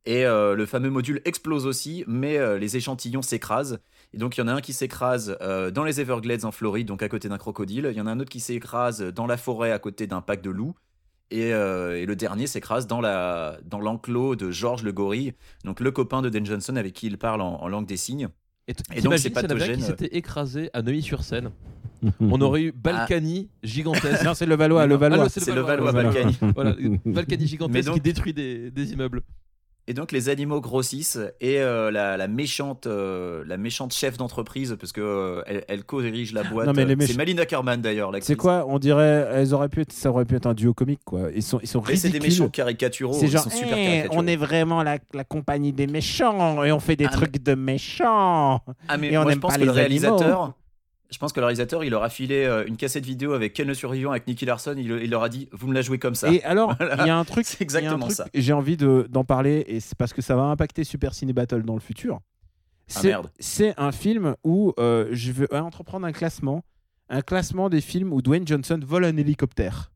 D: Et euh, le fameux module explose aussi, mais euh, les échantillons s'écrasent. Et donc, il y en a un qui s'écrase euh, dans les Everglades en Floride, donc à côté d'un crocodile. Il y en a un autre qui s'écrase dans la forêt à côté d'un pack de loups. Et, euh, et le dernier s'écrase dans la dans l'enclos de George le gorille, donc le copain de Dan Johnson avec qui il parle en, en langue des signes.
E: Et, t-
D: Et donc,
E: t'imagines
D: c'est
E: s'il y en avait un qui
D: pathogène. Mhm.
E: s'était écrasé à Neuilly-sur-Seine. On aurait eu Balkany gigantesque.
C: Non, c'est le Valois, le Valois.
E: Ah,
D: Ah. C'est le Valois
E: voilà.
D: Balkany.
E: [LAUGHS] Voilà,
D: [LAUGHS]
E: Balkany
D: Mais
E: gigantesque
D: donc-
E: qui détruit des, des immeubles.
D: Et donc les animaux grossissent et euh, la, la méchante euh, la méchante chef d'entreprise parce que euh, elle, elle co-dirige la boîte.
C: Non, mais les
D: euh,
C: méch-
D: C'est Malina Kerman d'ailleurs. l'actrice.
C: C'est quoi On dirait, elles auraient pu être, ça aurait pu être un duo comique quoi. Ils sont, ils sont
D: Mais c'est
C: ridicules.
D: des méchants caricaturaux.
C: C'est genre,
D: ils sont super
C: Eh,
D: caricaturaux.
C: on est vraiment la, la compagnie des méchants et on fait des
D: Ah,
C: trucs de méchants.
D: Ah mais
C: Et on
D: moi je
C: n'aime
D: pense
C: pas
D: que le
C: les animaux.
D: réalisateur, je pense que le réalisateur, il leur a filé euh, une cassette vidéo avec Ken le survivant avec Nicky Larson, il, il leur a dit vous me la jouez comme ça. Bah,
C: Et
D: [LAUGHS]
C: alors, il
D: Voilà.
C: y a un truc,
D: C'est
C: il y a un
D: exactement
C: truc,
D: ça.
C: J'ai envie de- d'en parler et c'est parce que ça va impacter Super Ciné Battle dans le futur. C'est
D: Ah, merde.
C: c'est un film où euh, je veux entreprendre un classement, un classement des films où Dwayne Johnson vole un
D: [LAUGHS]
C: hélicoptère.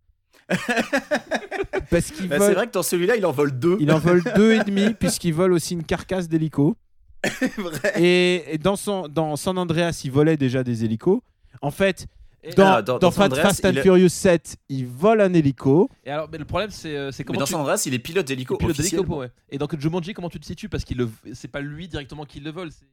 C: parce qu'il
D: Bah,
C: vole-
D: c'est vrai Ben, que dans celui-là, il en vole deux.
C: il en vole deux et demi puisqu'il vole aussi une carcasse d'hélico.
D: [LAUGHS] Vrai.
C: Et et dans, son, dans San Andreas, il volait déjà des hélicos. En fait,
E: Et-
C: dans,
D: Ah, dans-
C: dans
D: dans San
C: Fast,
D: Andreas,
C: Fast and
D: il a-
C: Furious 7, il vole un hélico.
E: Et alors, mais le problème, c'est euh,
D: [LAUGHS]
E: c'est
D: Mais
E: comment
D: dans
E: tu
D: San Andreas, il est pilote d'hélico.
E: pilote
D: officiel.
E: d'hélico, ouais. Et donc Jumanji, comment tu te situes Parce qu'il le... c'est pas lui directement qui le vole.
D: [LAUGHS]
E: c'est-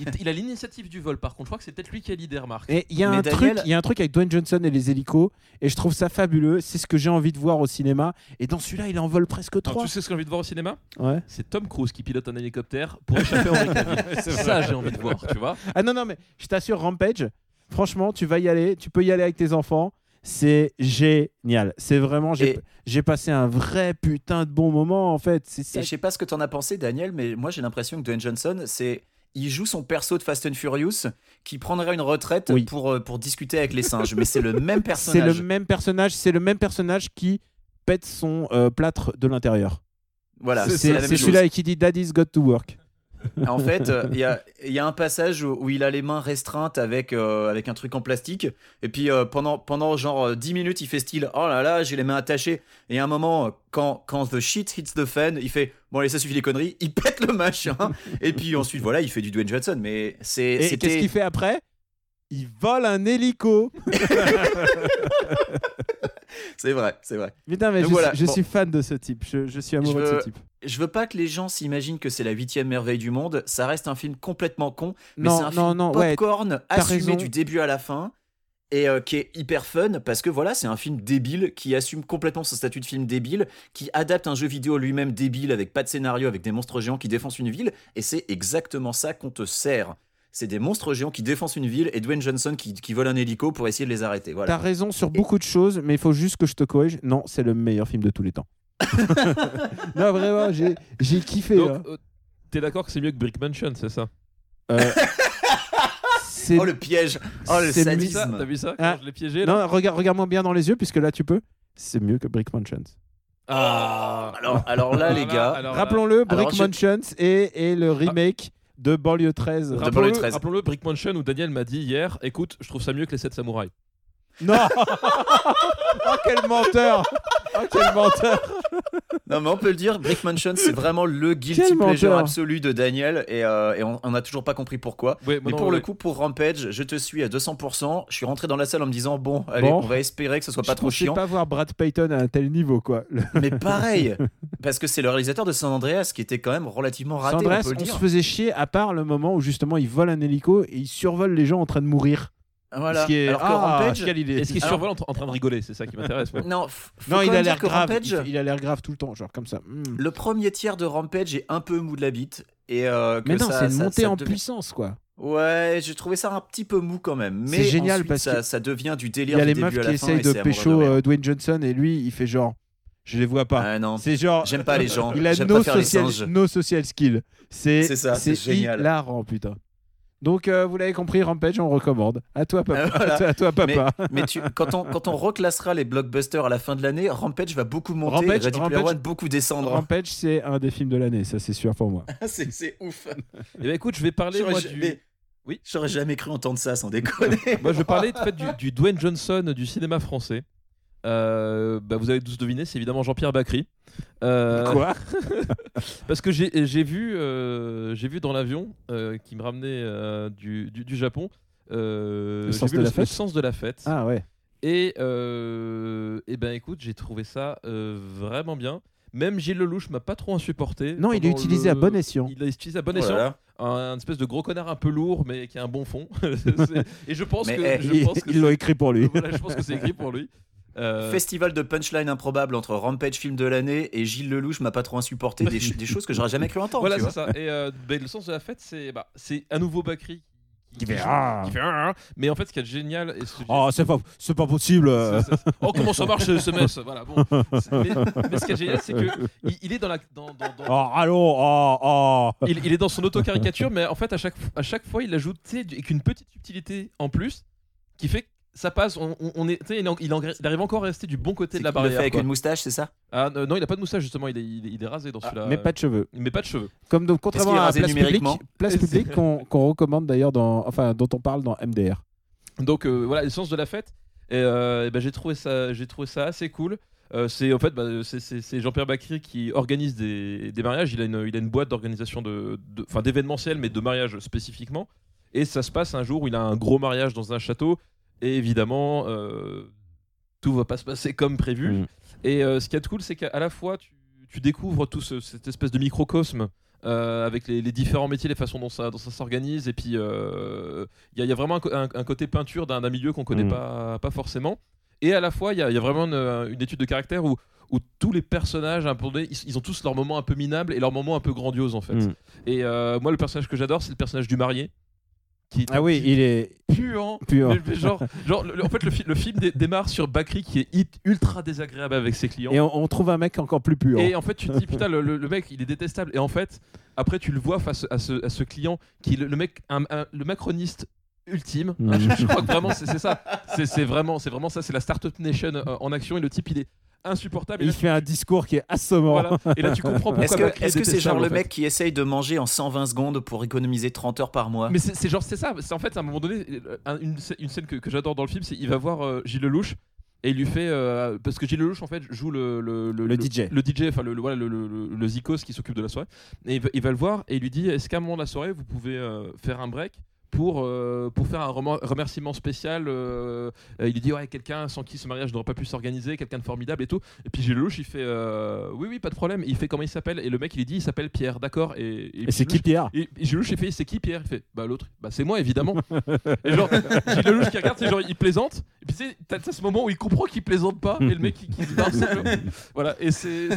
E: il, il a l'initiative du vol, par contre. Je crois que c'est peut-être lui qui a l'idée, remarque.
C: Et il y a
D: Mais
C: un
D: Daniel-
C: truc, il y a un truc avec Dwayne Johnson et les hélicos, et je trouve ça fabuleux. C'est ce que j'ai envie de voir au cinéma. Et dans celui-là, il en vole presque
E: Alors,
C: trois.
E: tu sais ce que j'ai envie de voir au cinéma [LAUGHS]
C: Ouais.
E: C'est Tom Cruise qui pilote un hélicoptère pour échapper [LAUGHS]
C: [LAUGHS]
E: au Henry Ça, j'ai envie de voir, tu vois.
C: Ah non non, mais je t'assure, Rampage. Franchement, tu vas y aller, tu peux y aller avec tes enfants. C'est génial. C'est vraiment, j'ai
D: Et-
C: j'ai passé un vrai putain de bon moment en fait. C'est ça.
D: Et je sais pas ce que t'en as pensé, Daniel, mais moi j'ai l'impression que Dwayne Johnson, c'est. Il joue son perso de Fast and Furious qui prendrait une retraite
C: Oui.
D: pour, euh, pour discuter avec les singes. Mais c'est le même
C: C'est le
D: personnage.
C: même personnage. C'est le même personnage qui pète son euh, plâtre de l'intérieur.
D: Voilà, c'est
C: C'est
D: la
C: c'est
D: même chose.
C: celui-là qui dit Daddy's got to work.
D: En fait, euh, il y, a, il y a un passage où, où il a les mains restreintes avec, euh, avec un truc en plastique. Et puis euh, pendant, pendant genre euh, 10 minutes, il fait style Oh là là, j'ai les mains attachées. Et à un moment, euh, quand, quand the shit hits the fan, il fait Bon, allez, ça suffit les conneries. Il pète le machin. et puis ensuite, voilà, il fait du Dwayne Johnson. Mais c'est.
C: Et
D: c'était-
C: qu'est-ce qu'il fait après Il vole un hélico.
D: C'est vrai, c'est vrai.
C: Putain, mais
D: Donc
C: je,
D: voilà,
C: suis- je
D: bon.
C: suis fan de ce type. Je, je suis amoureux
D: Je
C: de
D: veux-
C: ce type.
D: Je veux pas que les gens s'imaginent que c'est la huitième merveille du monde. Ça reste un film complètement con, mais
C: Non,
D: c'est
C: non,
D: un film
C: non, ouais,
D: popcorn
C: t'as
D: assumé
C: raison.
D: du début à la fin et euh, qui est hyper fun parce que voilà, c'est un film débile qui assume complètement son statut de film débile, qui adapte un jeu vidéo lui-même débile avec pas de scénario, avec des monstres géants qui défoncent une ville. Et c'est exactement ça qu'on te sert. C'est des monstres géants qui défoncent une ville et Dwayne Johnson qui, qui vole un hélico pour essayer de les arrêter.
C: T'as
D: Voilà.
C: raison sur beaucoup de choses, mais il faut juste que je te corrige. Non, c'est le meilleur film de tous les temps. non, vraiment, j'ai, j'ai kiffé.
D: hein.
C: hein. là.
E: Donc, euh, t'es d'accord que c'est mieux que Brick Mansion, c'est ça
C: Euh, c'est-
D: Oh le piège Oh le
C: C'est mis
E: T'as vu ça,
D: sadisme
E: T'as vu ça
C: Ah.
E: Quand Je l'ai piégé. là
C: Non, regarde, regarde-moi bien dans les yeux, puisque là, tu peux. C'est mieux que Brick Mansions.
E: Ah.
D: alors, alors là, les gars,
E: alors euh, là,
C: Rappelons-le,
D: Alors,
C: Brick
D: je-
C: Mansions et, et le remake de Banlieue 13.
D: De- Double
E: Rappelons-le,
D: 13.
E: rappelons-le, Brick Mansion où Daniel m'a dit hier écoute, je trouve ça mieux que les 7 samouraïs.
C: Non [LAUGHS] Oh, quel menteur Oh, quel menteur
D: Non, mais on peut le dire, Brick Mansion, c'est vraiment le guilty
C: Quel
D: pleasure
C: menteur.
D: absolu de Daniel et, euh, et on on n'a toujours pas compris pourquoi.
E: Ouais,
D: Mais
E: non,
D: pour le
E: ouais.
D: coup, pour Rampage, je te suis à 200%. Je suis rentré dans la salle en me disant bon, allez,
C: Bon.
D: on va espérer que ce soit pas
C: Je
D: trop
C: pensais
D: chiant.
C: pas voir Brad Payton à un tel niveau, quoi. Le- [LAUGHS]
D: Mais pareil, parce que c'est le réalisateur de San Andreas qui était quand même relativement raté,
C: Sandras,
D: on peut le
C: on, se
D: dire.
C: faisait chier à part le moment où justement il vole un hélico et il survole les gens en train de mourir.
D: Voilà.
C: Ce qui est-
D: Alors que
C: Ah,
D: Rampage,
C: quelle idée.
E: Est-ce qu'il
D: Alors-
E: survole en, tra- en train de rigoler C'est ça qui
D: [LAUGHS]
E: m'intéresse. moi.
D: non, f- faut
C: Non,
D: quand
C: il a
D: même
C: l'air
D: dire que
C: grave.
D: Rampage,
C: Il, il a l'air grave tout le temps, genre comme ça. Mm.
D: le premier tiers de Rampage est un peu mou de la bite. Et euh, que
C: Mais non,
D: ça-
C: c'est une
D: ça-
C: montée
D: ça
C: en
D: devient-
C: puissance, quoi.
D: Ouais, j'ai trouvé ça un petit peu mou quand même.
C: C'est
D: Mais
C: génial
D: ensuite,
C: parce
D: ça,
C: que
D: ça devient du
C: Il
D: délire.
C: y a
D: du
C: les
D: début
C: meufs qui
D: à la fin,
C: essayent
D: et
C: de
D: c'est amoureux
C: pécho
D: rire.
C: euh, Dwayne Johnson et lui, il fait genre, je les vois pas.
D: Ah non,
C: C'est genre,
D: [LAUGHS] j'aime pas les gens.
C: [LAUGHS] il a
D: J'aime
C: no
D: pas faire les
C: social,
D: singes.
C: no social skill. C'est
D: C'est ça, c'est génial.
C: hilarant, putain. Donc, euh, vous l'avez compris, Rampage, on recommande. À toi, papa.
D: Ah, [LAUGHS] voilà.
C: à, toi, [LAUGHS] à toi, papa.
D: Mais tu, quand, on, quand on reclassera les blockbusters à la fin de l'année, Rampage va beaucoup monter
C: Rampage,
D: et Ready Player
C: Rampage-
D: One beaucoup descendre.
C: Rampage, c'est un des films de l'année, ça, c'est sûr pour moi.
D: [LAUGHS] c'est, c'est ouf.
E: Eh ben, écoute, je vais parler
D: J'aurais
E: moi
D: ja-
E: du.
D: mais-
E: Oui.
D: J'aurais jamais cru entendre ça sans déconner.
C: [LAUGHS]
E: Moi, je parlais de fait du, du Dwayne Johnson du cinéma français. Euh, bah, vous avez tous deviné, c'est évidemment Jean-Pierre Bacry. [LAUGHS] Euh,
C: Quoi
E: Parce que j'ai j'ai vu, euh, j'ai vu dans l'avion euh, qui me ramenait euh, du, du, du Japon.
C: Le
E: euh, j'ai
C: sens
E: vu
C: de la fête
E: sens de la fête.
C: Ah ouais.
E: Et, euh, eh ben écoute, j'ai trouvé ça euh, vraiment bien. Même Gilles Lelouch m'a pas trop insupporté.
C: Non, il est
E: pendant
C: utilisé
E: le-
C: à bon escient.
E: Il est utilisé à bon
D: Oh là
E: escient.
D: là.
E: Un, un espèce de gros connard un peu lourd, mais qui a un bon fond. [LAUGHS] C'est- et je pense
D: Mais,
E: que.
D: eh,
E: je
C: Ils-
E: pense
C: [LAUGHS]
E: que
C: Ils l'ont écrit pour lui.
E: [LAUGHS] voilà, je pense que c'est écrit pour lui. Euh,
D: Festival de punchline improbable entre Rampage film de l'année et Gilles Lelouch m'a pas
C: [LAUGHS]
D: trop insupporté des, ch- des choses que j'aurais jamais cru
C: Oh,
D: entendre.
E: voilà,
D: tu
E: c'est
D: vois.
E: ça. Et euh, ben, le sens de la fête, c'est bah, c'est à nouveau Bakri
C: Qui fait, ah.
E: qui fait, ah, ah. Mais en fait, ce qui est génial. Et ce-
C: Oh, c'est pas, c'est pas possible. euh.
E: C'est- c'est- Oh, comment ça marche ce
C: [LAUGHS]
E: SMS Voilà, bon. C'est- Mais, mais ce qui est génial, c'est que il, il est dans la. dans- dans- dans-
C: Oh, allô, oh, oh.
E: il, il est dans son auto-caricature, mais en fait, à chaque, à chaque fois, il ajoute tu sais, du- avec une petite subtilité en plus qui fait que ça passe. On, on- on est, tu sais, il, en- il en- il arrive encore à rester du bon côté
D: C'est
E: de la
D: qu'il le fait
E: barrière.
D: avec
E: quoi.
D: une moustache, c'est ça
E: Ah, euh, non, il a pas de moustache, justement. Il est, il est- il est rasé dans Ah, celui-là.
C: Ah,
E: euh,
C: Mais pas de cheveux.
E: Mais pas de cheveux.
C: Comme donc,
D: qu'il est
C: contrairement à
D: rasé
C: Place Publique,
D: numériquement
C: Place Publique qu'on qu'on recommande d'ailleurs, dans, enfin, dont on parle dans MDR.
E: Donc euh, voilà, le sens de la fête. Et, euh, et ben, j'ai trouvé ça, j'ai trouvé ça assez cool. Euh, c'est en fait bah, c'est- c'est c'est Jean-Pierre Bacry qui organise des, des mariages. Il a une, il a une boîte d'organisation de, de- enfin d'événementiel, mais de mariage spécifiquement. Et ça se passe un jour où il a un gros mariage dans un château. Et évidemment, euh, tout va pas se passer comme prévu.
C: Mm.
E: Et euh, ce qui est cool, c'est qu'à la fois tu, tu découvres tout ce- cette espèce de microcosme. euh, avec les, les différents métiers, les façons dont ça, dont ça s'organise, et puis euh, il y, a- il y a vraiment un, co- un- un côté peinture d'un d'un milieu qu'on connaît
C: Mm.
E: pas, pas forcément. Et à la fois, il y, a il y a vraiment une, une étude de caractère où, où tous les personnages, un peu donnés, ils, ils ont tous leur moment un peu minable et leur moment un peu grandiose en fait.
C: Mm.
E: Et euh, moi, le personnage que j'adore, c'est le personnage du marié. Qui,
C: Ah oui,
E: qui
C: il est
E: est puant.
C: pur.
E: Mais- mais genre, genre, le- le- en fait, le, fi- le film dé- démarre sur Bakri qui est hit- ultra désagréable avec ses clients.
C: Et on, on trouve un mec encore plus pur.
E: Et en fait, tu te dis, putain, le, le- le mec, il est détestable. Et en fait, après, tu le vois face à ce, à ce client qui est le, le mec, un- un- le macroniste
D: [LAUGHS]
E: ultime.
C: Mhm.
E: je, je crois que vraiment, c'est c'est ça. C'est c'est vraiment, c'est vraiment ça. C'est la Startup Nation euh, en action. Et le type, il est insupportable.
C: [LAUGHS]
E: Et
C: il
E: là,
C: fait un discours qui est assommant.
E: voilà. Et là, tu comprends pourquoi.
D: Est-ce que
E: Bakri
D: est-ce que c'est
E: détestable,
D: genre le
E: en fait.
D: mec qui essaye de manger en 120 secondes pour économiser 30 heures par mois
E: Mais c'est c'est genre, c'est ça. C'est en fait, à un moment donné, euh, un- une, sc- une scène que, que j'adore dans le film, c'est il va voir euh, Gilles Lelouch et il lui fait euh, parce que Gilles Lelouch en fait joue le le,
C: Le DJ.
E: le DJ, enfin le le, voilà, le, le- le- le Zikos qui s'occupe de la soirée. Et il va, il va le voir et il lui dit est-ce qu'à un moment de la soirée vous pouvez euh, faire un break pour, euh, pour faire un remer- remerciement spécial, euh, euh, il lui dit ouais quelqu'un sans qui ce mariage n'aurait pas pu s'organiser, quelqu'un de formidable et tout. Et puis Gilles Lelouch il fait euh, oui oui pas de problème. Et il fait comment il s'appelle et le mec il lui dit il s'appelle Pierre d'accord et, et
C: Et c'est
E: Gilles
C: qui Pierre
E: et, et Gilles Lelouch, j'ai fait c'est qui Pierre Il fait bah l'autre, bah c'est moi évidemment. [LAUGHS] et genre Gilles Lelouch qui regarde, c'est genre il plaisante. Et puis tu sais, t'as t'as ce moment où il comprend qu'il plaisante pas et le mec qui, qui se barre.
D: [LAUGHS]
E: c'est genre- Voilà, et c'est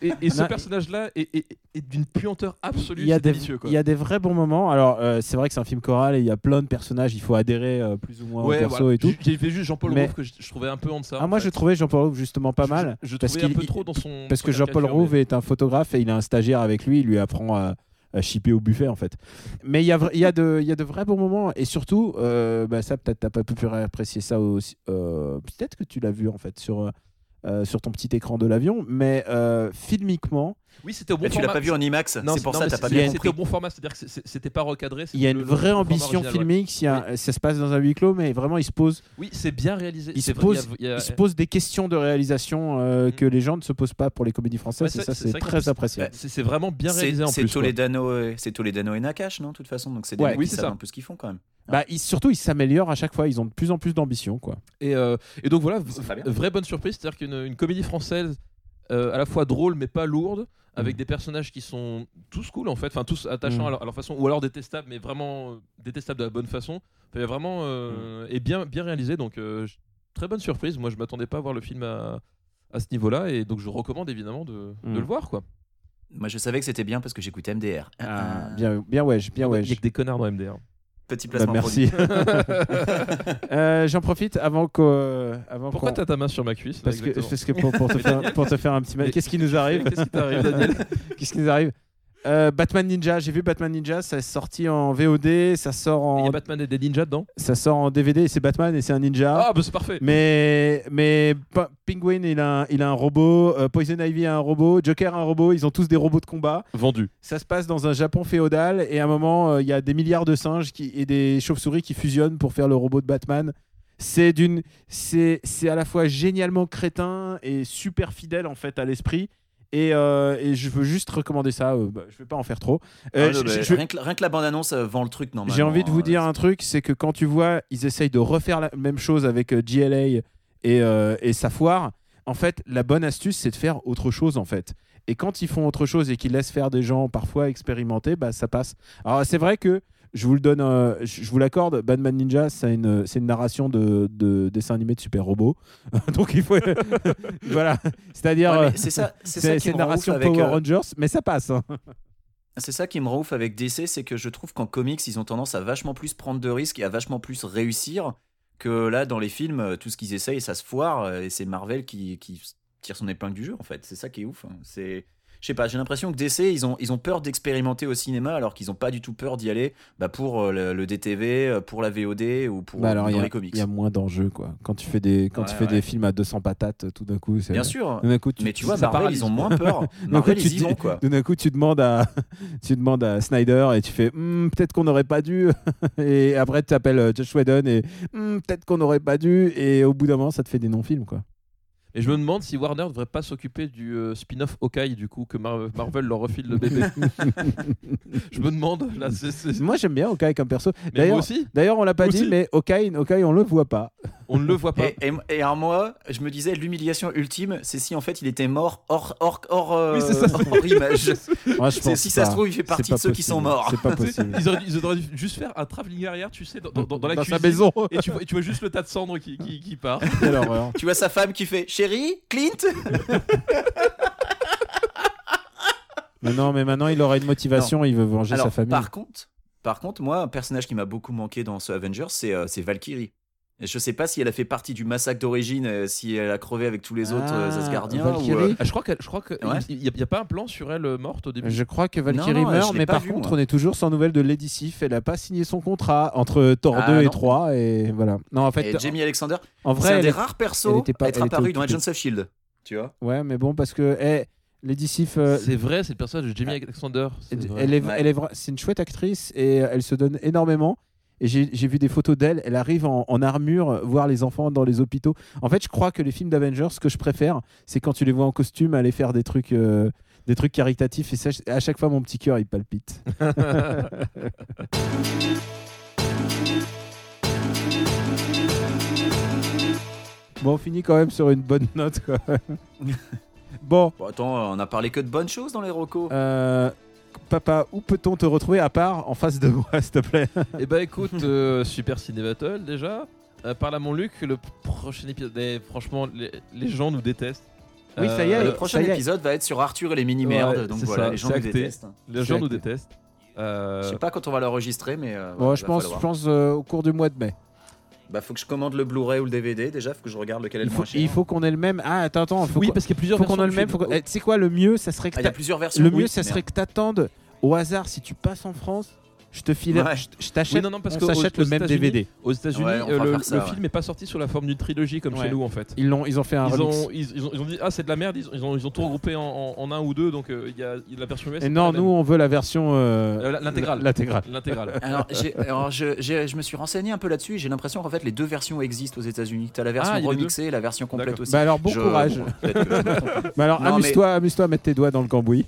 E: et, et ce
C: Non,
E: personnage là est, est- est d'une puanteur absolue.
C: il y, a
E: c'est
C: des,
E: délicieux, quoi.
C: il y a des vrais bons moments. Alors, euh, c'est vrai que c'est un film choral et il y a plein de personnages. Il faut adhérer euh, plus ou moins au
E: Ouais,
C: perso
E: voilà.
C: et tout.
E: J- J'ai fait juste Jean-Paul
C: Mais-
E: Rouve que je, je trouvais un peu en deçà.
C: Ah,
E: en
C: moi,
E: fait.
C: je trouvais Jean-Paul Rouve justement pas
E: Je-
C: mal.
E: Je, je
C: parce
E: trouvais un
C: qu'il-
E: peu
C: il-
E: trop dans son.
C: Parce
E: sa
C: que Jean-Paul
E: caricature, mais-
C: Rouve est un photographe et il a un stagiaire avec lui, il lui apprend à, à shipper au buffet en fait. Mais il y a, vra- il y, a de- il y a de vrais bons moments et surtout, euh, bah ça peut-être t'as pas pu apprécier ça aussi. euh, peut-être que tu l'as vu en fait sur, euh, sur ton petit écran de l'avion, mais euh, filmiquement,
E: Oui, c'était au bon
D: Mais Tu l'as
E: format.
D: pas vu en IMAX,
E: Non,
D: c'est pour
E: non,
D: ça
E: mais
D: que t'as pas
E: c'est-
D: bien
E: c'est- C'était
D: compris.
E: au bon format, c'est-à-dire que c'est- c'est- c'était pas recadré.
C: il y a
E: c'était
C: une
E: le- le
C: vraie
E: format
C: ambition
E: original, ouais.
C: filmique, s'il y a- ça se passe dans un huis clos, mais vraiment il se pose,
E: Oui, c'est bien réalisé.
C: Il
E: c'est
C: se
E: vrai, y a-
C: pose-
E: y a-
C: il se pose des questions de réalisation euh,
E: Mm.
C: que les gens ne se posent pas pour les comédies
E: Ouais,
C: françaises et ça c'est
E: vrai qu'en
C: très
E: plus,
C: appréciable.
E: C'est c'est vraiment bien réalisé
D: C'est
E: en
D: c'est
E: plus. quoi.
D: Toledano, euh, c'est Toledano et Nakash, non De toute façon, donc c'est des
C: Ouais,
D: mecs
E: oui,
D: qui
E: c'est
D: savent
E: ça.
D: un peu ce qu'ils font quand même.
C: Bah, ils- surtout ils s'améliorent à chaque fois, ils ont de plus en plus d'ambition quoi.
E: Et, euh, et donc voilà,
D: C'est très bien.
E: v- vraie bonne surprise, c'est-à-dire qu'une une comédie française euh, à la fois drôle mais pas lourde, avec des personnages qui sont tous cool en fait, enfin tous attachants
C: Mm.
E: à, leur, à leur façon, ou alors détestables, mais vraiment euh, détestables de la bonne façon. Enfin, il y a vraiment euh, et bien bien réalisé, donc euh, j- très bonne surprise. Moi, je m'attendais pas à voir le film à, à ce niveau-là, et donc je recommande évidemment de,
C: Mm.
E: de le voir quoi.
D: Moi, je savais que c'était bien parce que j'écoutais MDR.
C: Ah,
D: Ah,
C: bien, bien ouais, bien ouais.
E: Il y a que des connards dans MDR.
D: Petit
C: Bah,
D: placement
C: merci. [LAUGHS] Euh, J'en profite avant qu'on. avant
E: [LAUGHS] Pourquoi
C: qu'on-
E: t'as ta main sur ma cuisse là,
C: parce que,
E: exactement
C: parce que pour, pour te
E: [LAUGHS] Mais
C: faire,
E: Daniel,
C: pour te faire un petit mal,
E: mais- [LAUGHS]
C: qu'est-ce qui nous arrive
E: Qu'est-ce qui t'arrive, Daniel
C: Qu'est-ce qui nous arrive Euh, Batman Ninja, j'ai vu Batman Ninja, ça est sorti en VOD, ça sort
E: Il y
C: en,
E: a Batman et des ninjas dedans
C: ça sort en DVD, et c'est Batman et c'est un ninja.
E: Ah, bah c'est parfait
C: Mais, mais Pa- Penguin, il a, un, il a un robot, euh, Poison Ivy a un robot, Joker a un robot, ils ont tous des robots de combat.
E: Vendu.
C: Ça se passe dans un Japon féodal et à un moment, euh, il y a des milliards de singes qui, et des chauves-souris qui fusionnent pour faire le robot de Batman. C'est d'une, c'est, c'est à la fois génialement crétin et super fidèle en fait à l'esprit. Et, euh, et je veux juste recommander ça. euh, bah, je vais pas en faire trop. Euh,
D: Ah, non,
C: je-
D: mais
C: je-
D: rien, que, rien que la bande-annonce euh, vend le truc normalement.
C: j'ai envie de vous
D: hein.
C: dire un truc, c'est que quand tu vois, ils essayent de refaire la même chose avec euh, GLA et, euh, et sa foire. En fait, la bonne astuce, c'est de faire autre chose, en fait. Et quand ils font autre chose et qu'ils laissent faire des gens parfois expérimentés, bah, ça passe. Alors, c'est vrai que, je vous le donne, euh, je je vous l'accorde, Batman Ninja, c'est une, c'est une narration de, de dessin animé de super robot. [LAUGHS] Donc, il faut. voilà. C'est-à-dire.
D: Ouais,
C: euh,
D: mais c'est ça, c'est ça
C: c'est
D: qui
C: c'est une
D: me rend ouf
C: narration
D: avec.
C: Power
D: euh,
C: Rangers, mais ça passe. hein.
D: c'est ça qui me rend ouf avec DC, c'est que je trouve qu'en comics, ils ont tendance à vachement plus prendre de risques et à vachement plus réussir que là dans les films, euh, tout ce qu'ils essayent, ça se foire euh, et c'est Marvel qui, qui tire son épingle du jeu en fait. C'est ça qui est ouf. hein. C'est je sais pas, j'ai l'impression que DC, ils ont, ils ont peur d'expérimenter au cinéma alors qu'ils ont pas du tout peur d'y aller bah, pour euh, le, le DTV, euh, pour la VOD ou pour
C: Bah alors,
D: dans
C: il y, a-
D: les comics.
C: il y a moins d'enjeux, quoi. Quand tu fais des, quand tu
D: Ouais,
C: fais des
D: ouais.
C: films à 200 patates, tout d'un coup, c'est.
D: Bien sûr,
C: Tout d'un coup, Euh, tu,
D: mais tu vois,
C: ça
D: Marvel,
C: paralyse.
D: ils ont moins
C: [LAUGHS]
D: peur.
C: Donc,
D: Marvel,
C: tu
D: ils y
C: te
D: vont
C: dis-
D: quoi.
C: Tout d'un coup, tu demandes à, [LAUGHS] tu demandes à Snyder et tu fais Hmm, peut-être qu'on n'aurait pas dû. [LAUGHS] et après, tu appelles euh, Josh Whedon et Hmm, peut-être qu'on n'aurait pas dû. Et au bout d'un moment, ça te fait des non-films, quoi. [LAUGHS]
E: Et je me demande si Warner ne devrait pas s'occuper du euh, spin-off Hawkeye, du coup, que Mar- Marvel leur refile
C: [LAUGHS]
E: le bébé. je me demande, là, c'est. c'est-
C: Moi, j'aime bien Okai comme perso.
E: Mais moi
C: D'ailleurs,
E: aussi,
C: d'ailleurs, on l'a pas
E: Moi
C: dit,
E: aussi.
C: mais Okai, Okai, on le voit pas.
E: on ne le voit pas.
C: Eh,
D: Et,
C: hein.
D: et, et alors moi, je me disais l'humiliation ultime, c'est si en fait il était mort hors hors hors, euh,
E: Oui, c'est ça.
D: hors image.
C: Moi, [LAUGHS] je
D: C'est-
C: pense
D: si ça
C: pas.
D: se trouve, il fait
C: C'est
D: partie
C: pas
D: de ceux qui
C: possible.
D: sont morts.
C: C'est pas possible.
E: Ils auraient, dû- ils auraient dû juste faire un travelling arrière, tu sais, dans, dans- dans la
C: Dans sa
E: cuisine.
C: maison.
E: [LAUGHS] Et tu, vois, et tu vois juste le tas de cendres qui, qui,
C: [LAUGHS]
E: qui part.
C: Quelle horreur.
D: Tu vois sa femme qui fait chérie, Clint.
C: Mais non, mais maintenant, il aura une motivation, il veut venger
D: Alors
C: sa famille.
D: par contre, par contre, moi un personnage qui m'a beaucoup manqué dans ce Avengers, c'est euh, c'est Valkyrie. Et je sais pas si elle a fait partie du massacre d'origine, euh, si elle a crevé avec tous les autres
C: Ah,
D: euh, Asgardiens.
C: Valkyrie.
D: ou, euh,
E: Ah, je crois qu'il
D: Ouais.
E: n'y a, pas un plan sur elle euh, morte au début.
C: Je crois que Valkyrie
D: Non, non,
C: meurt,
D: je l'ai
C: mais
D: pas
C: par
D: vu,
C: contre,
D: moi.
C: on est toujours sans nouvelles de Lady Sif. Elle a pas signé son contrat entre Thor
D: Ah,
C: 2 et
D: non.
C: 3. Et voilà. Non, en fait,
D: et Jamie Alexander,
C: en
D: c'est
C: vrai,
D: un
C: elle
D: des
C: est-
D: rares
C: elle
D: persos
C: était pas-
D: à être
C: elle était
D: apparu dans
C: occupée.
D: Agents of Shield. E Tu vois
C: Ouais, mais bon, parce que eh, Lady Sif, euh,
E: C'est vrai, c'est le personnage de Jamie Alexander. c'est
C: Ah. elle,
E: vrai.
C: est,
D: Ouais.
C: elle est vra- c'est une chouette actrice et euh, elle se donne énormément. Et j'ai j'ai vu des photos d'elle. Elle arrive en, en armure euh, voir les enfants dans les hôpitaux. En fait, je crois que les films d'Avengers, ce que je préfère, c'est quand tu les vois en costume aller faire des trucs, euh, des trucs caritatifs. Et ça, je- à chaque fois, mon petit cœur, il palpite. bon, on finit quand même sur une bonne note. Quand même. bon,
D: Bon, attends, on a parlé que de bonnes choses dans les recos.
C: euh, papa, où peut-on te retrouver à part en face de moi, [LAUGHS] s'il te plaît
E: Eh bah écoute, euh, Super Ciné Battle déjà. Euh, par là, mon Luc, le prochain épisode. eh, franchement, les, les gens nous détestent.
C: Oui, ça y est,
D: le
C: euh,
D: prochain
C: ça y est.
D: épisode va être sur Arthur et les mini-merdes.
E: Ouais,
D: donc
E: c'est
D: voilà,
E: ça,
D: les gens
E: c'est
D: nous
E: acté.
D: détestent. hein.
E: Les gens nous
C: acté.
E: détestent. Euh,
D: Je sais pas quand on va l'enregistrer, mais. euh,
C: Bon,
D: voilà,
C: je
D: va
C: pense, je
D: falloir.
C: pense euh, au cours du mois de mai.
D: Bah, faut que je commande le Blu-ray ou le DVD déjà, faut que je regarde lequel est
C: Il
D: le
C: faut,
D: moins cher.
C: il faut qu'on ait le même. Ah, attends, attends. Faut
E: oui,
C: qu'on-
E: parce qu'il y a plusieurs
C: faut qu'on ait
E: versions
C: le
E: du
C: même.
E: film.
C: faut qu'on- eh, Tu sais quoi, le mieux, ça serait que
D: Ah, il y a
C: t'a-
D: plusieurs versions.
C: le
D: Oui,
C: mieux, ça
D: merde.
C: serait que t'attendes au hasard si tu passes en France. Je te file,
D: Ouais.
C: je, je t'achète,
E: Oui, non, non, parce
C: Eh, on
E: que aux-
C: s'achète
E: aux
C: le même
E: États-Unis-
C: DVD.
E: Aux États-Unis,
D: Ouais, on
E: euh,
D: va
E: le,
D: faire ça,
E: le
D: ouais.
E: film n'est pas sorti sous la forme d'une trilogie comme
C: Ouais.
E: chez nous en fait.
C: Ils l'ont, ils ont fait un
E: Ils
C: remix.
E: ont, ils, ils ont, ils ont dit ah c'est de la merde ils ont, ils ont, ils ont tout regroupé en, en- en un ou deux donc euh, il y a il y a la version US
C: Et
E: c'est
C: non,
E: pas la
C: nous,
E: même.
C: on veut la version euh,
D: Ah
E: Euh, la- l'intégrale
C: L'intégrale.
D: [LAUGHS]
E: l'intégrale
D: Alors, j'ai- alors, je, j'ai- je me suis renseigné un peu là-dessus et j'ai l'impression qu'en fait les deux versions existent aux États-Unis. T'as la version
E: Ah, il y a les
D: remixée et la version complète
E: D'accord.
D: aussi.
C: Bah alors, bon
D: Je-
C: courage.
D: bon, peut-être que je me trompe.
C: [LAUGHS] Mais alors,
D: Non, mais-
C: amuse-toi, amuse-toi à mettre tes doigts dans le cambouis.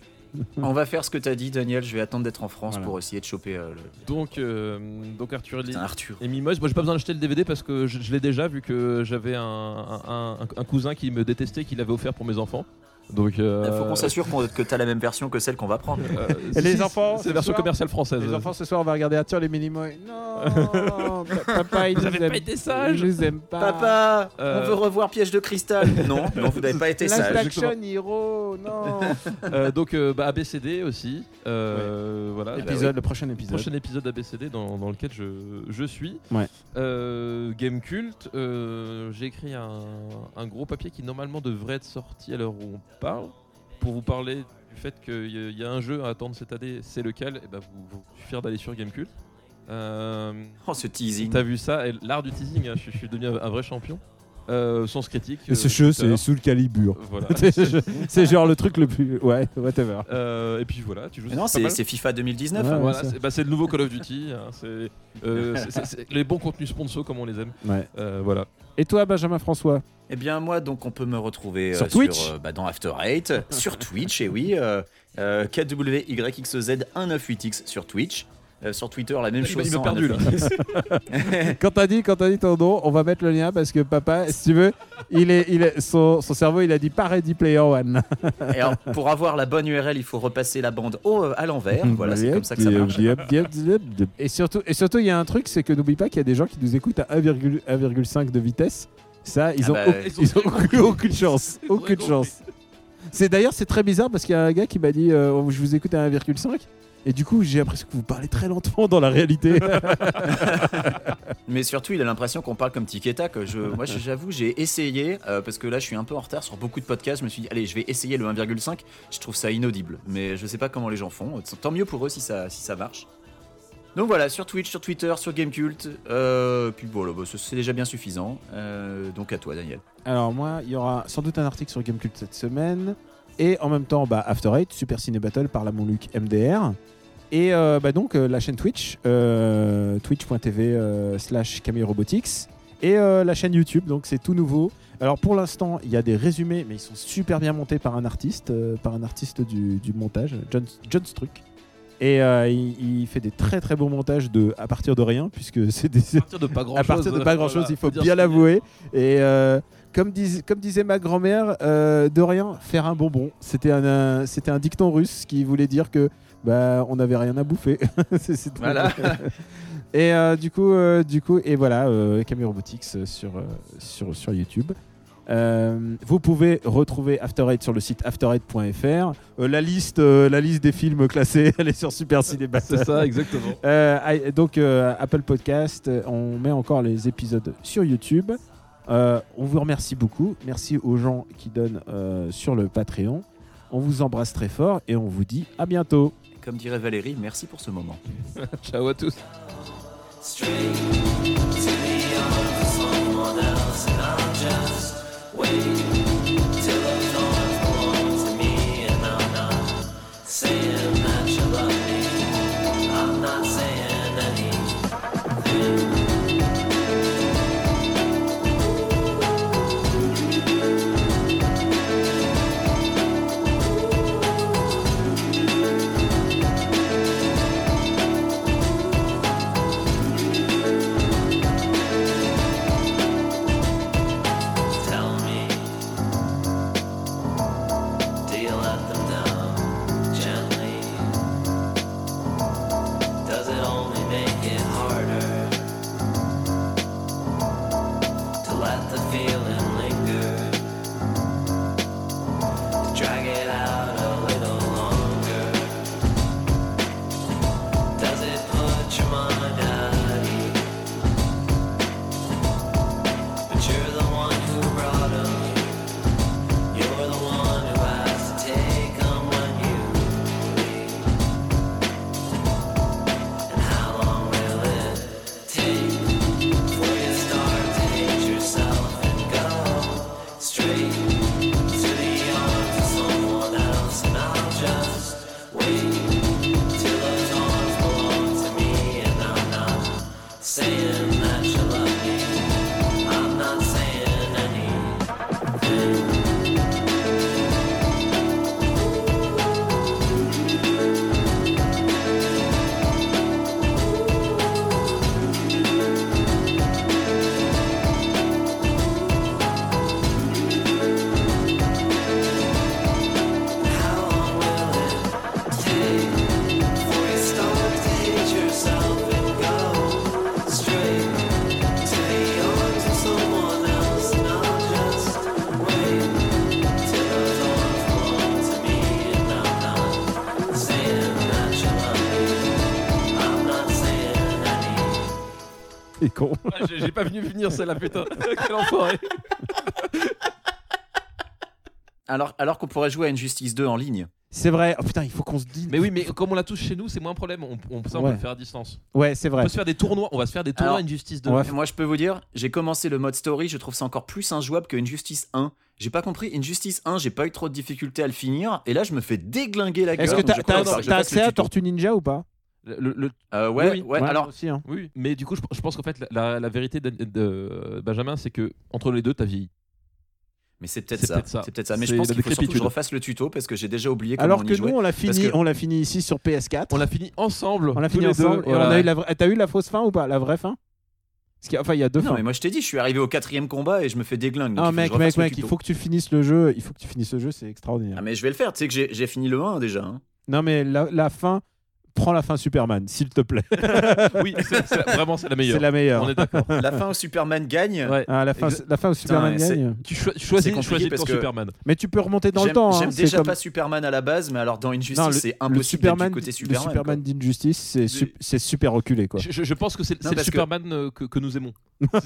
D: On va faire ce que t'as dit, Daniel. Je vais attendre d'être en France
C: Voilà.
D: pour essayer de choper euh, le.
E: donc euh, donc Arthur Lee
D: Putain, Arthur.
E: et Mimos moi j'ai pas besoin d'acheter le DVD parce que je, je l'ai déjà vu que j'avais un, un, un- un cousin qui me détestait qui l'avait offert pour mes enfants donc euh,
D: Il faut qu'on s'assure qu'on- que t'as la même version que celle qu'on va prendre.
E: euh,
C: Et les
E: si,
C: enfants,
E: c'est
C: ce
E: la version
C: soir,
E: commerciale française
C: Les enfants, ce soir, on va regarder Arthur les Minimoys.
E: [LAUGHS]
C: Non pa- Papa, il
E: vous
C: nous
E: avez pas
C: aime.
E: été
C: Il
E: sage
C: nous aime pas.
D: Papa,
E: Euh,
D: on veut revoir Piège de cristal. [LAUGHS] non, non, vous n'avez pas été
C: Last
D: sage.
C: Action Hero
E: [LAUGHS]
C: Non
E: Euh, donc euh, bah, ABCD aussi euh, voilà
C: Épisode, le prochain épisode.
E: Prochain épisode d'ABCD dans, dans lequel je, je suis.
C: Ouais.
E: Euh, Game Cult, euh, j'ai écrit un, un gros papier qui normalement devrait être sorti à l'heure où on parle pour vous parler du fait qu'il y, a- il y a un jeu à attendre cette année, c'est lequel Et ben vous, vous suffire d'aller sur Game Cult. Euh,
D: Oh, ce teasing.
E: T'as vu ça Et L'art du teasing, hein, je, je suis devenu un, un vrai champion. Euh, sens critique. euh,
C: Ce jeu,
E: Twitter.
C: c'est sous le calibre.
E: Voilà.
C: [LAUGHS] c'est genre le truc le plus. Ouais, whatever.
E: Euh, et puis voilà, tu joues.
D: Mais non,
E: pas mal.
D: c'est c'est FIFA 2019.
C: Ah Ouais,
D: hein.
E: Voilà,
C: ça.
E: c'est bah, c'est le nouveau Call of Duty. hein, c'est euh, c'est- c'est- c'est les bons contenus sponsors comme on les aime.
C: Ouais.
E: Euh, voilà.
C: Et toi, Benjamin François
D: Eh bien, moi, donc, on peut me retrouver euh,
C: Sur Twitch
D: euh, bah, dans After Eight,
E: [LAUGHS]
D: sur Twitch, et oui, euh, euh, KWYXEZ198X sur Twitch. Euh, sur Twitter, la même
E: Il m'a-
D: chose. hein, sans
E: il m'a perdu, là.
D: 198X.
C: Eh, Quand t'as dit, quand t'as dit ton nom, on va mettre le lien parce que papa, si tu veux, il est, il est, son, son cerveau, il a dit Paradis Player One.
D: Et alors, pour avoir la bonne URL, il faut repasser la bande au, euh, à
E: [LAUGHS]
D: l'envers. Voilà, c'est
C: Yep,
D: comme ça que ça
C: yep,
D: marche.
C: yep, yep, yep, yep. Et surtout, et surtout, il y a un truc, c'est que n'oublie pas qu'il y a des gens qui nous écoutent à 1,1, 1,5 de vitesse. Ça, ils
D: Ah
C: ont,
D: bah,
C: au-
D: ils
E: ont
C: ils ont
E: très
C: aucune, aucune chance,
E: Ils ont très
C: aucune
E: compris.
C: chance. C'est d'ailleurs, c'est très bizarre parce qu'il y a un gars qui m'a dit, euh, je vous écoute à 1,5. Et du coup, j'ai l'impression que vous parlez très lentement dans la réalité.
D: Mais surtout, il a l'impression qu'on parle comme tic et tac. [LAUGHS] Je, moi, je- j'avoue, j'ai essayé, euh, parce que là, je suis un peu en retard sur beaucoup de podcasts. Je me suis dit, allez, je vais essayer le 1,5. Je trouve ça inaudible. Mais je sais pas comment les gens font. Tant mieux pour eux si ça, si ça marche. Donc voilà, sur Twitch, sur Twitter, sur Gamecult. Euh, puis voilà, bah, ce- c'est déjà bien suffisant. Euh, donc à toi, Daniel.
C: Alors moi, il y aura sans doute un article sur Gamecult cette semaine. Et en même temps, bah, After Eight, Super Ciné Battle par la Monluc MDR. Et euh, bah, donc euh, la chaîne Twitch, euh, twitch.tv euh, slash Camille Robotics. Et euh, la chaîne YouTube, donc c'est tout nouveau. Alors pour l'instant, il y a des résumés, mais ils sont super bien montés par un artiste, euh, par un artiste du, du montage, John, John Struck. Et euh, il, il fait des très très beaux montages de à partir de rien, puisque [LAUGHS] c'est des,
E: À partir de pas grand
C: à
E: chose.
C: partir de pas grand chose,
E: voilà,
C: il
E: faut
C: faut
E: dire
C: bien
E: ce qu'il y a.
C: l'avouer. Et euh, comme, dis- comme disait ma grand-mère, euh, de rien, faire un bonbon. C'était un, un- c'était un dicton russe qui voulait dire que bah, on n'avait rien à bouffer. [LAUGHS] C'est- c'est-
D: Voilà.
C: [LAUGHS] et euh, du, coup, euh, du coup, et voilà, euh, Camille Robotics euh, sur, euh, sur, sur YouTube. Euh, vous pouvez retrouver After Eight sur le site afterite.fr. la, liste, euh, la liste des films classés, [LAUGHS] elle est sur Super Ciné Battle.
E: C'est ça, exactement.
C: Euh, I- donc euh, Apple Podcast, euh, on met encore les épisodes sur YouTube. Euh, on vous remercie beaucoup. Merci aux gens qui donnent euh, sur le Patreon. On vous embrasse très fort et on vous dit à bientôt. [LAUGHS]
D: Comme dirait Valérie, merci pour ce moment.
E: [LAUGHS] Ciao à tous.
G: Tell me, do you let them down gently? Does it only make it harder to let the feeling linger? To drag it out a little longer? Does it put your mind at ease? But you're the one who brought 'em. You're the one who has to take 'em when you leave. And how long will it take before you start to hate yourself and go straight to the arms of someone else? And I'll just wait till those arms belong to me, and I'm not saying that you love me. I'm not saying any. How long will it take before you start to hate yourself and go straight to the arms of someone else? And I'll just wait till those arms belong to me, and I'm not saying that you love me. I'm not saying I need.
C: Et con.
E: Ah, J'ai j'ai pas venu finir celle-là, putain. [LAUGHS] Quel enfoiré.
D: Alors, alors qu'on pourrait jouer à Injustice 2 en ligne.
C: C'est vrai. Oh putain, il faut qu'on se dise.
E: Mais oui, mais comme on l'a tous chez nous, c'est moins un problème. On, on, ça, on
C: Ouais.
E: peut le faire à distance.
C: Ouais, c'est
E: On
C: vrai.
E: peut se faire des tournois. On va se faire des tournois
D: Alors,
E: Injustice 2.
C: on va
D: Et Moi, je peux vous dire, j'ai commencé le mode story, je trouve ça encore plus injouable que Injustice 1. J'ai pas compris, Injustice 1, j'ai pas eu trop de difficultés à le finir, et là, je me fais déglinguer la gueule.
C: Est-ce que
D: donc
C: t'as
D: je crois
C: t'as-
D: qu'il faudra que je
C: t'as
D: fasse le
C: accès à
D: tuto.
C: Tortue Ninja ou pas
E: Le- le- le-
D: Euh, ouais,
E: Oui, oui.
D: ouais, alors,
C: aussi, hein.
E: oui, mais du coup, je, je pense qu'en fait, la- la, la vérité de, de Benjamin, c'est que entre les deux, t'as vieilli.
D: mais c'est peut-être
E: C'est
D: ça.
E: peut-être ça.
D: C'est peut-être ça, mais je
E: C'est
D: pense
E: la
D: qu'il faut surtout que je
E: décrépitude.
D: refasse le tuto, parce que j'ai déjà oublié comment
C: Alors
D: on
C: que
D: y jouait.
C: nous, on l'a fini,
D: que-
C: on l'a fini ici sur PS4.
E: On l'a fini ensemble.
C: On l'a
E: tous
C: fini
E: les
C: ensemble.
E: deux,
C: et on a eu la vraie- T'as eu la fausse fin ou pas La vraie fin Parce qu'il y a- Enfin, il y a deux
D: Non,
C: fins.
D: mais moi, je t'ai dit, je suis arrivé au quatrième combat et je me fais déglingue. donc
C: Ah
D: il faut que je
C: mec,
D: refasse
C: mec,
D: le
C: mec, il
D: tuto.
C: faut que tu finisses le jeu. Il faut que tu finisses le jeu, c'est extraordinaire.
D: Ah, mais je vais le faire, tu sais que j'ai j'ai fini le 1
C: [LAUGHS]
D: déjà. hein.
C: Non, mais la, la fin, prends la fin Superman, s'il te
D: [LAUGHS]
C: plaît.
E: Oui, c'est- c'est- vraiment, c'est la meilleure.
C: C'est la meilleure.
E: On est d'accord.
D: La fin où Superman gagne,
E: Ouais.
C: Ah, la, fin,
D: Exa-
C: la fin où Superman
D: Putain,
C: gagne.
E: Tu cho- choisis,
D: compliqué
E: choisis
D: parce
E: ton
D: que-
E: Superman.
C: Mais tu peux remonter dans le
D: J'aime-
C: temps. hein.
D: J'aime
C: C'est
D: déjà
C: comme-
D: pas Superman à la base, mais alors dans
C: Non,
D: Injustice,
C: le-
D: c'est
C: le
D: impossible d'être
C: Superman,
D: du côté
C: le
D: Superman. quoi.
C: Superman d'Injustice, c'est su- c'est super reculé quoi.
E: Je, je- je pense que c'est c'est le
D: parce que-
E: Superman euh, que, que nous aimons.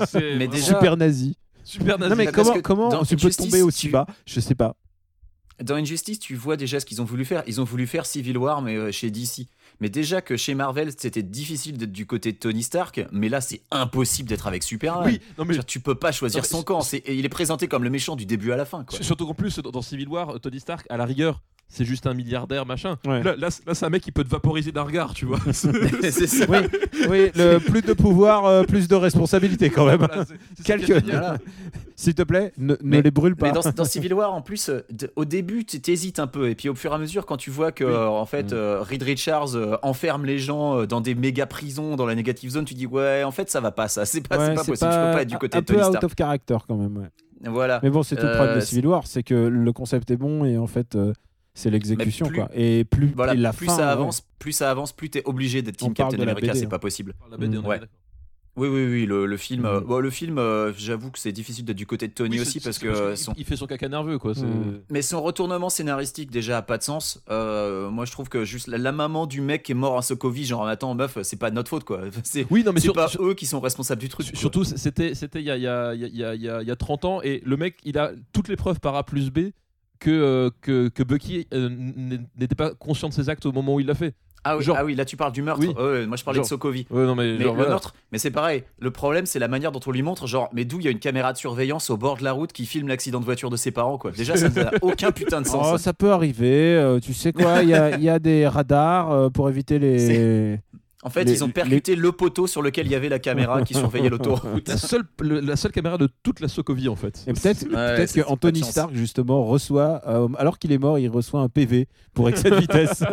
E: C'est
D: Mais
E: vraiment
D: déjà-
C: Super nazi.
E: super nazi.
C: Non mais
D: parce
C: comment
D: que
C: comment
D: dans
C: tu peux
D: Injustice,
C: tomber aussi
D: tu-
C: bas Je sais
D: [LAUGHS]
C: pas.
D: Dans Injustice, tu vois déjà ce qu'ils ont voulu faire. Ils ont voulu faire Civil War, mais euh, chez DC. Mais déjà que chez Marvel, c'était difficile d'être du côté de Tony Stark, mais là, c'est impossible d'être avec Superman.
E: Oui, non
D: Je veux
E: mais
D: dire, tu peux pas choisir
E: Non, mais
D: son
E: c'est- [LAUGHS]
D: camp. C'est- et il est présenté comme le méchant du début à la fin. Quoi.
E: Surtout qu'en plus, dans dans Civil War, Tony euh, Stark, à la rigueur, c'est juste un milliardaire, machin.
C: Ouais.
E: Là, là, c'est- là, c'est un mec qui peut te vaporiser d'un regard, tu vois. [LAUGHS]
D: c'est [LAUGHS] ça.
C: Oui, oui, le plus de pouvoir, euh, plus de responsabilité quand même.
E: Voilà, c'est- c'est ça
C: Quelques-
E: qui est génial.
D: Voilà.
C: [LAUGHS] S'il te plaît, ne, ne
D: Mais-
C: les brûle pas.
D: Mais dans, dans Civil War, en plus, euh, d- au début, tu t'hésites un peu. Et puis, au fur et à mesure, quand tu vois que, euh, en fait, euh, Reed Richards euh, enferme les gens euh, dans des méga prisons, dans la négative zone, tu dis, ouais, en fait, ça va pas, ça. C'est pas, c'est
C: Ouais,
D: pas
C: c'est
D: possible. Je peux pas être du côté
C: un
D: de Tony
C: peu out
D: Stark.
C: of character quand même. ouais.
D: Voilà.
C: Mais bon, c'est tout le problème
D: Euh,
C: de Civil War, c'est que le concept est bon et en fait, euh, c'est l'exécution
D: plus-
C: quoi. Et plus,
D: Voilà,
C: et la
D: plus
C: fin,
D: ça
C: ouais.
D: avance, plus ça avance, plus t'es obligé d'être
C: On
D: Team
C: parle
D: Captain
C: de la
D: America,
C: BD,
D: c'est
C: hein.
D: pas possible.
E: Par la BD, on est
D: Ouais.
E: bien d'accord.
D: Oui, oui, oui, le, le film, euh,
C: Mm.
D: bon, le film, euh, j'avoue que c'est difficile d'être du côté de Tony
E: Oui,
D: aussi
E: c'est-
D: parce
E: c'est
D: que euh,
E: il-
D: son,
E: il fait son caca nerveux, quoi. c'est-
C: Mm.
D: Mais son retournement scénaristique déjà a pas de sens. Euh, moi je trouve que juste la, la maman du mec qui est mort à Sokovie, genre attends meuf, c'est pas de notre faute quoi. [LAUGHS] C'est
E: Oui, non, mais
D: c'est
E: sur-
D: pas
E: sur-
D: eux qui sont responsables du truc.
E: Sur-
D: quoi.
E: Surtout, c- c'était c'était il y a, il y, a, il y, a, il y a- il y a 30 ans, et le mec, il a toutes les preuves par A plus B que, euh, que, que Bucky euh, n- n'était pas conscient de ses actes au moment où il l'a fait.
D: ah, oui,
E: genre-
D: ah oui, là tu parles du meurtre.
E: Oui.
D: Ouais, ouais, moi je parlais de
E: Genre-
D: Sokovie.
E: Ouais, non, mais,
D: Mais
E: genre,
D: le
E: voilà.
D: meurtre, mais c'est pareil. Le problème, c'est la manière dont on lui montre, genre, mais d'où il y a une caméra de surveillance au bord de la route qui filme l'accident de voiture de ses parents, quoi. Déjà, ça n'a aucun putain de sens.
C: Oh, ça peut arriver, euh, tu sais quoi, il y
D: [LAUGHS]
C: a, il y a des radars euh, pour éviter les...
D: En fait,
C: Les-
D: ils ont percuté le poteau sur lequel il y avait la caméra qui surveillait l'autoroute.
E: La seule, le- la seule caméra de toute la Sokovie, en fait.
C: Et peut-être peut
D: c'est- c'est
C: que
D: pas
C: Anthony
D: de chance.
C: Stark, justement,
D: [LAUGHS]
C: reçoit, euh, alors qu'il est mort, il reçoit un PV pour excès de vitesse.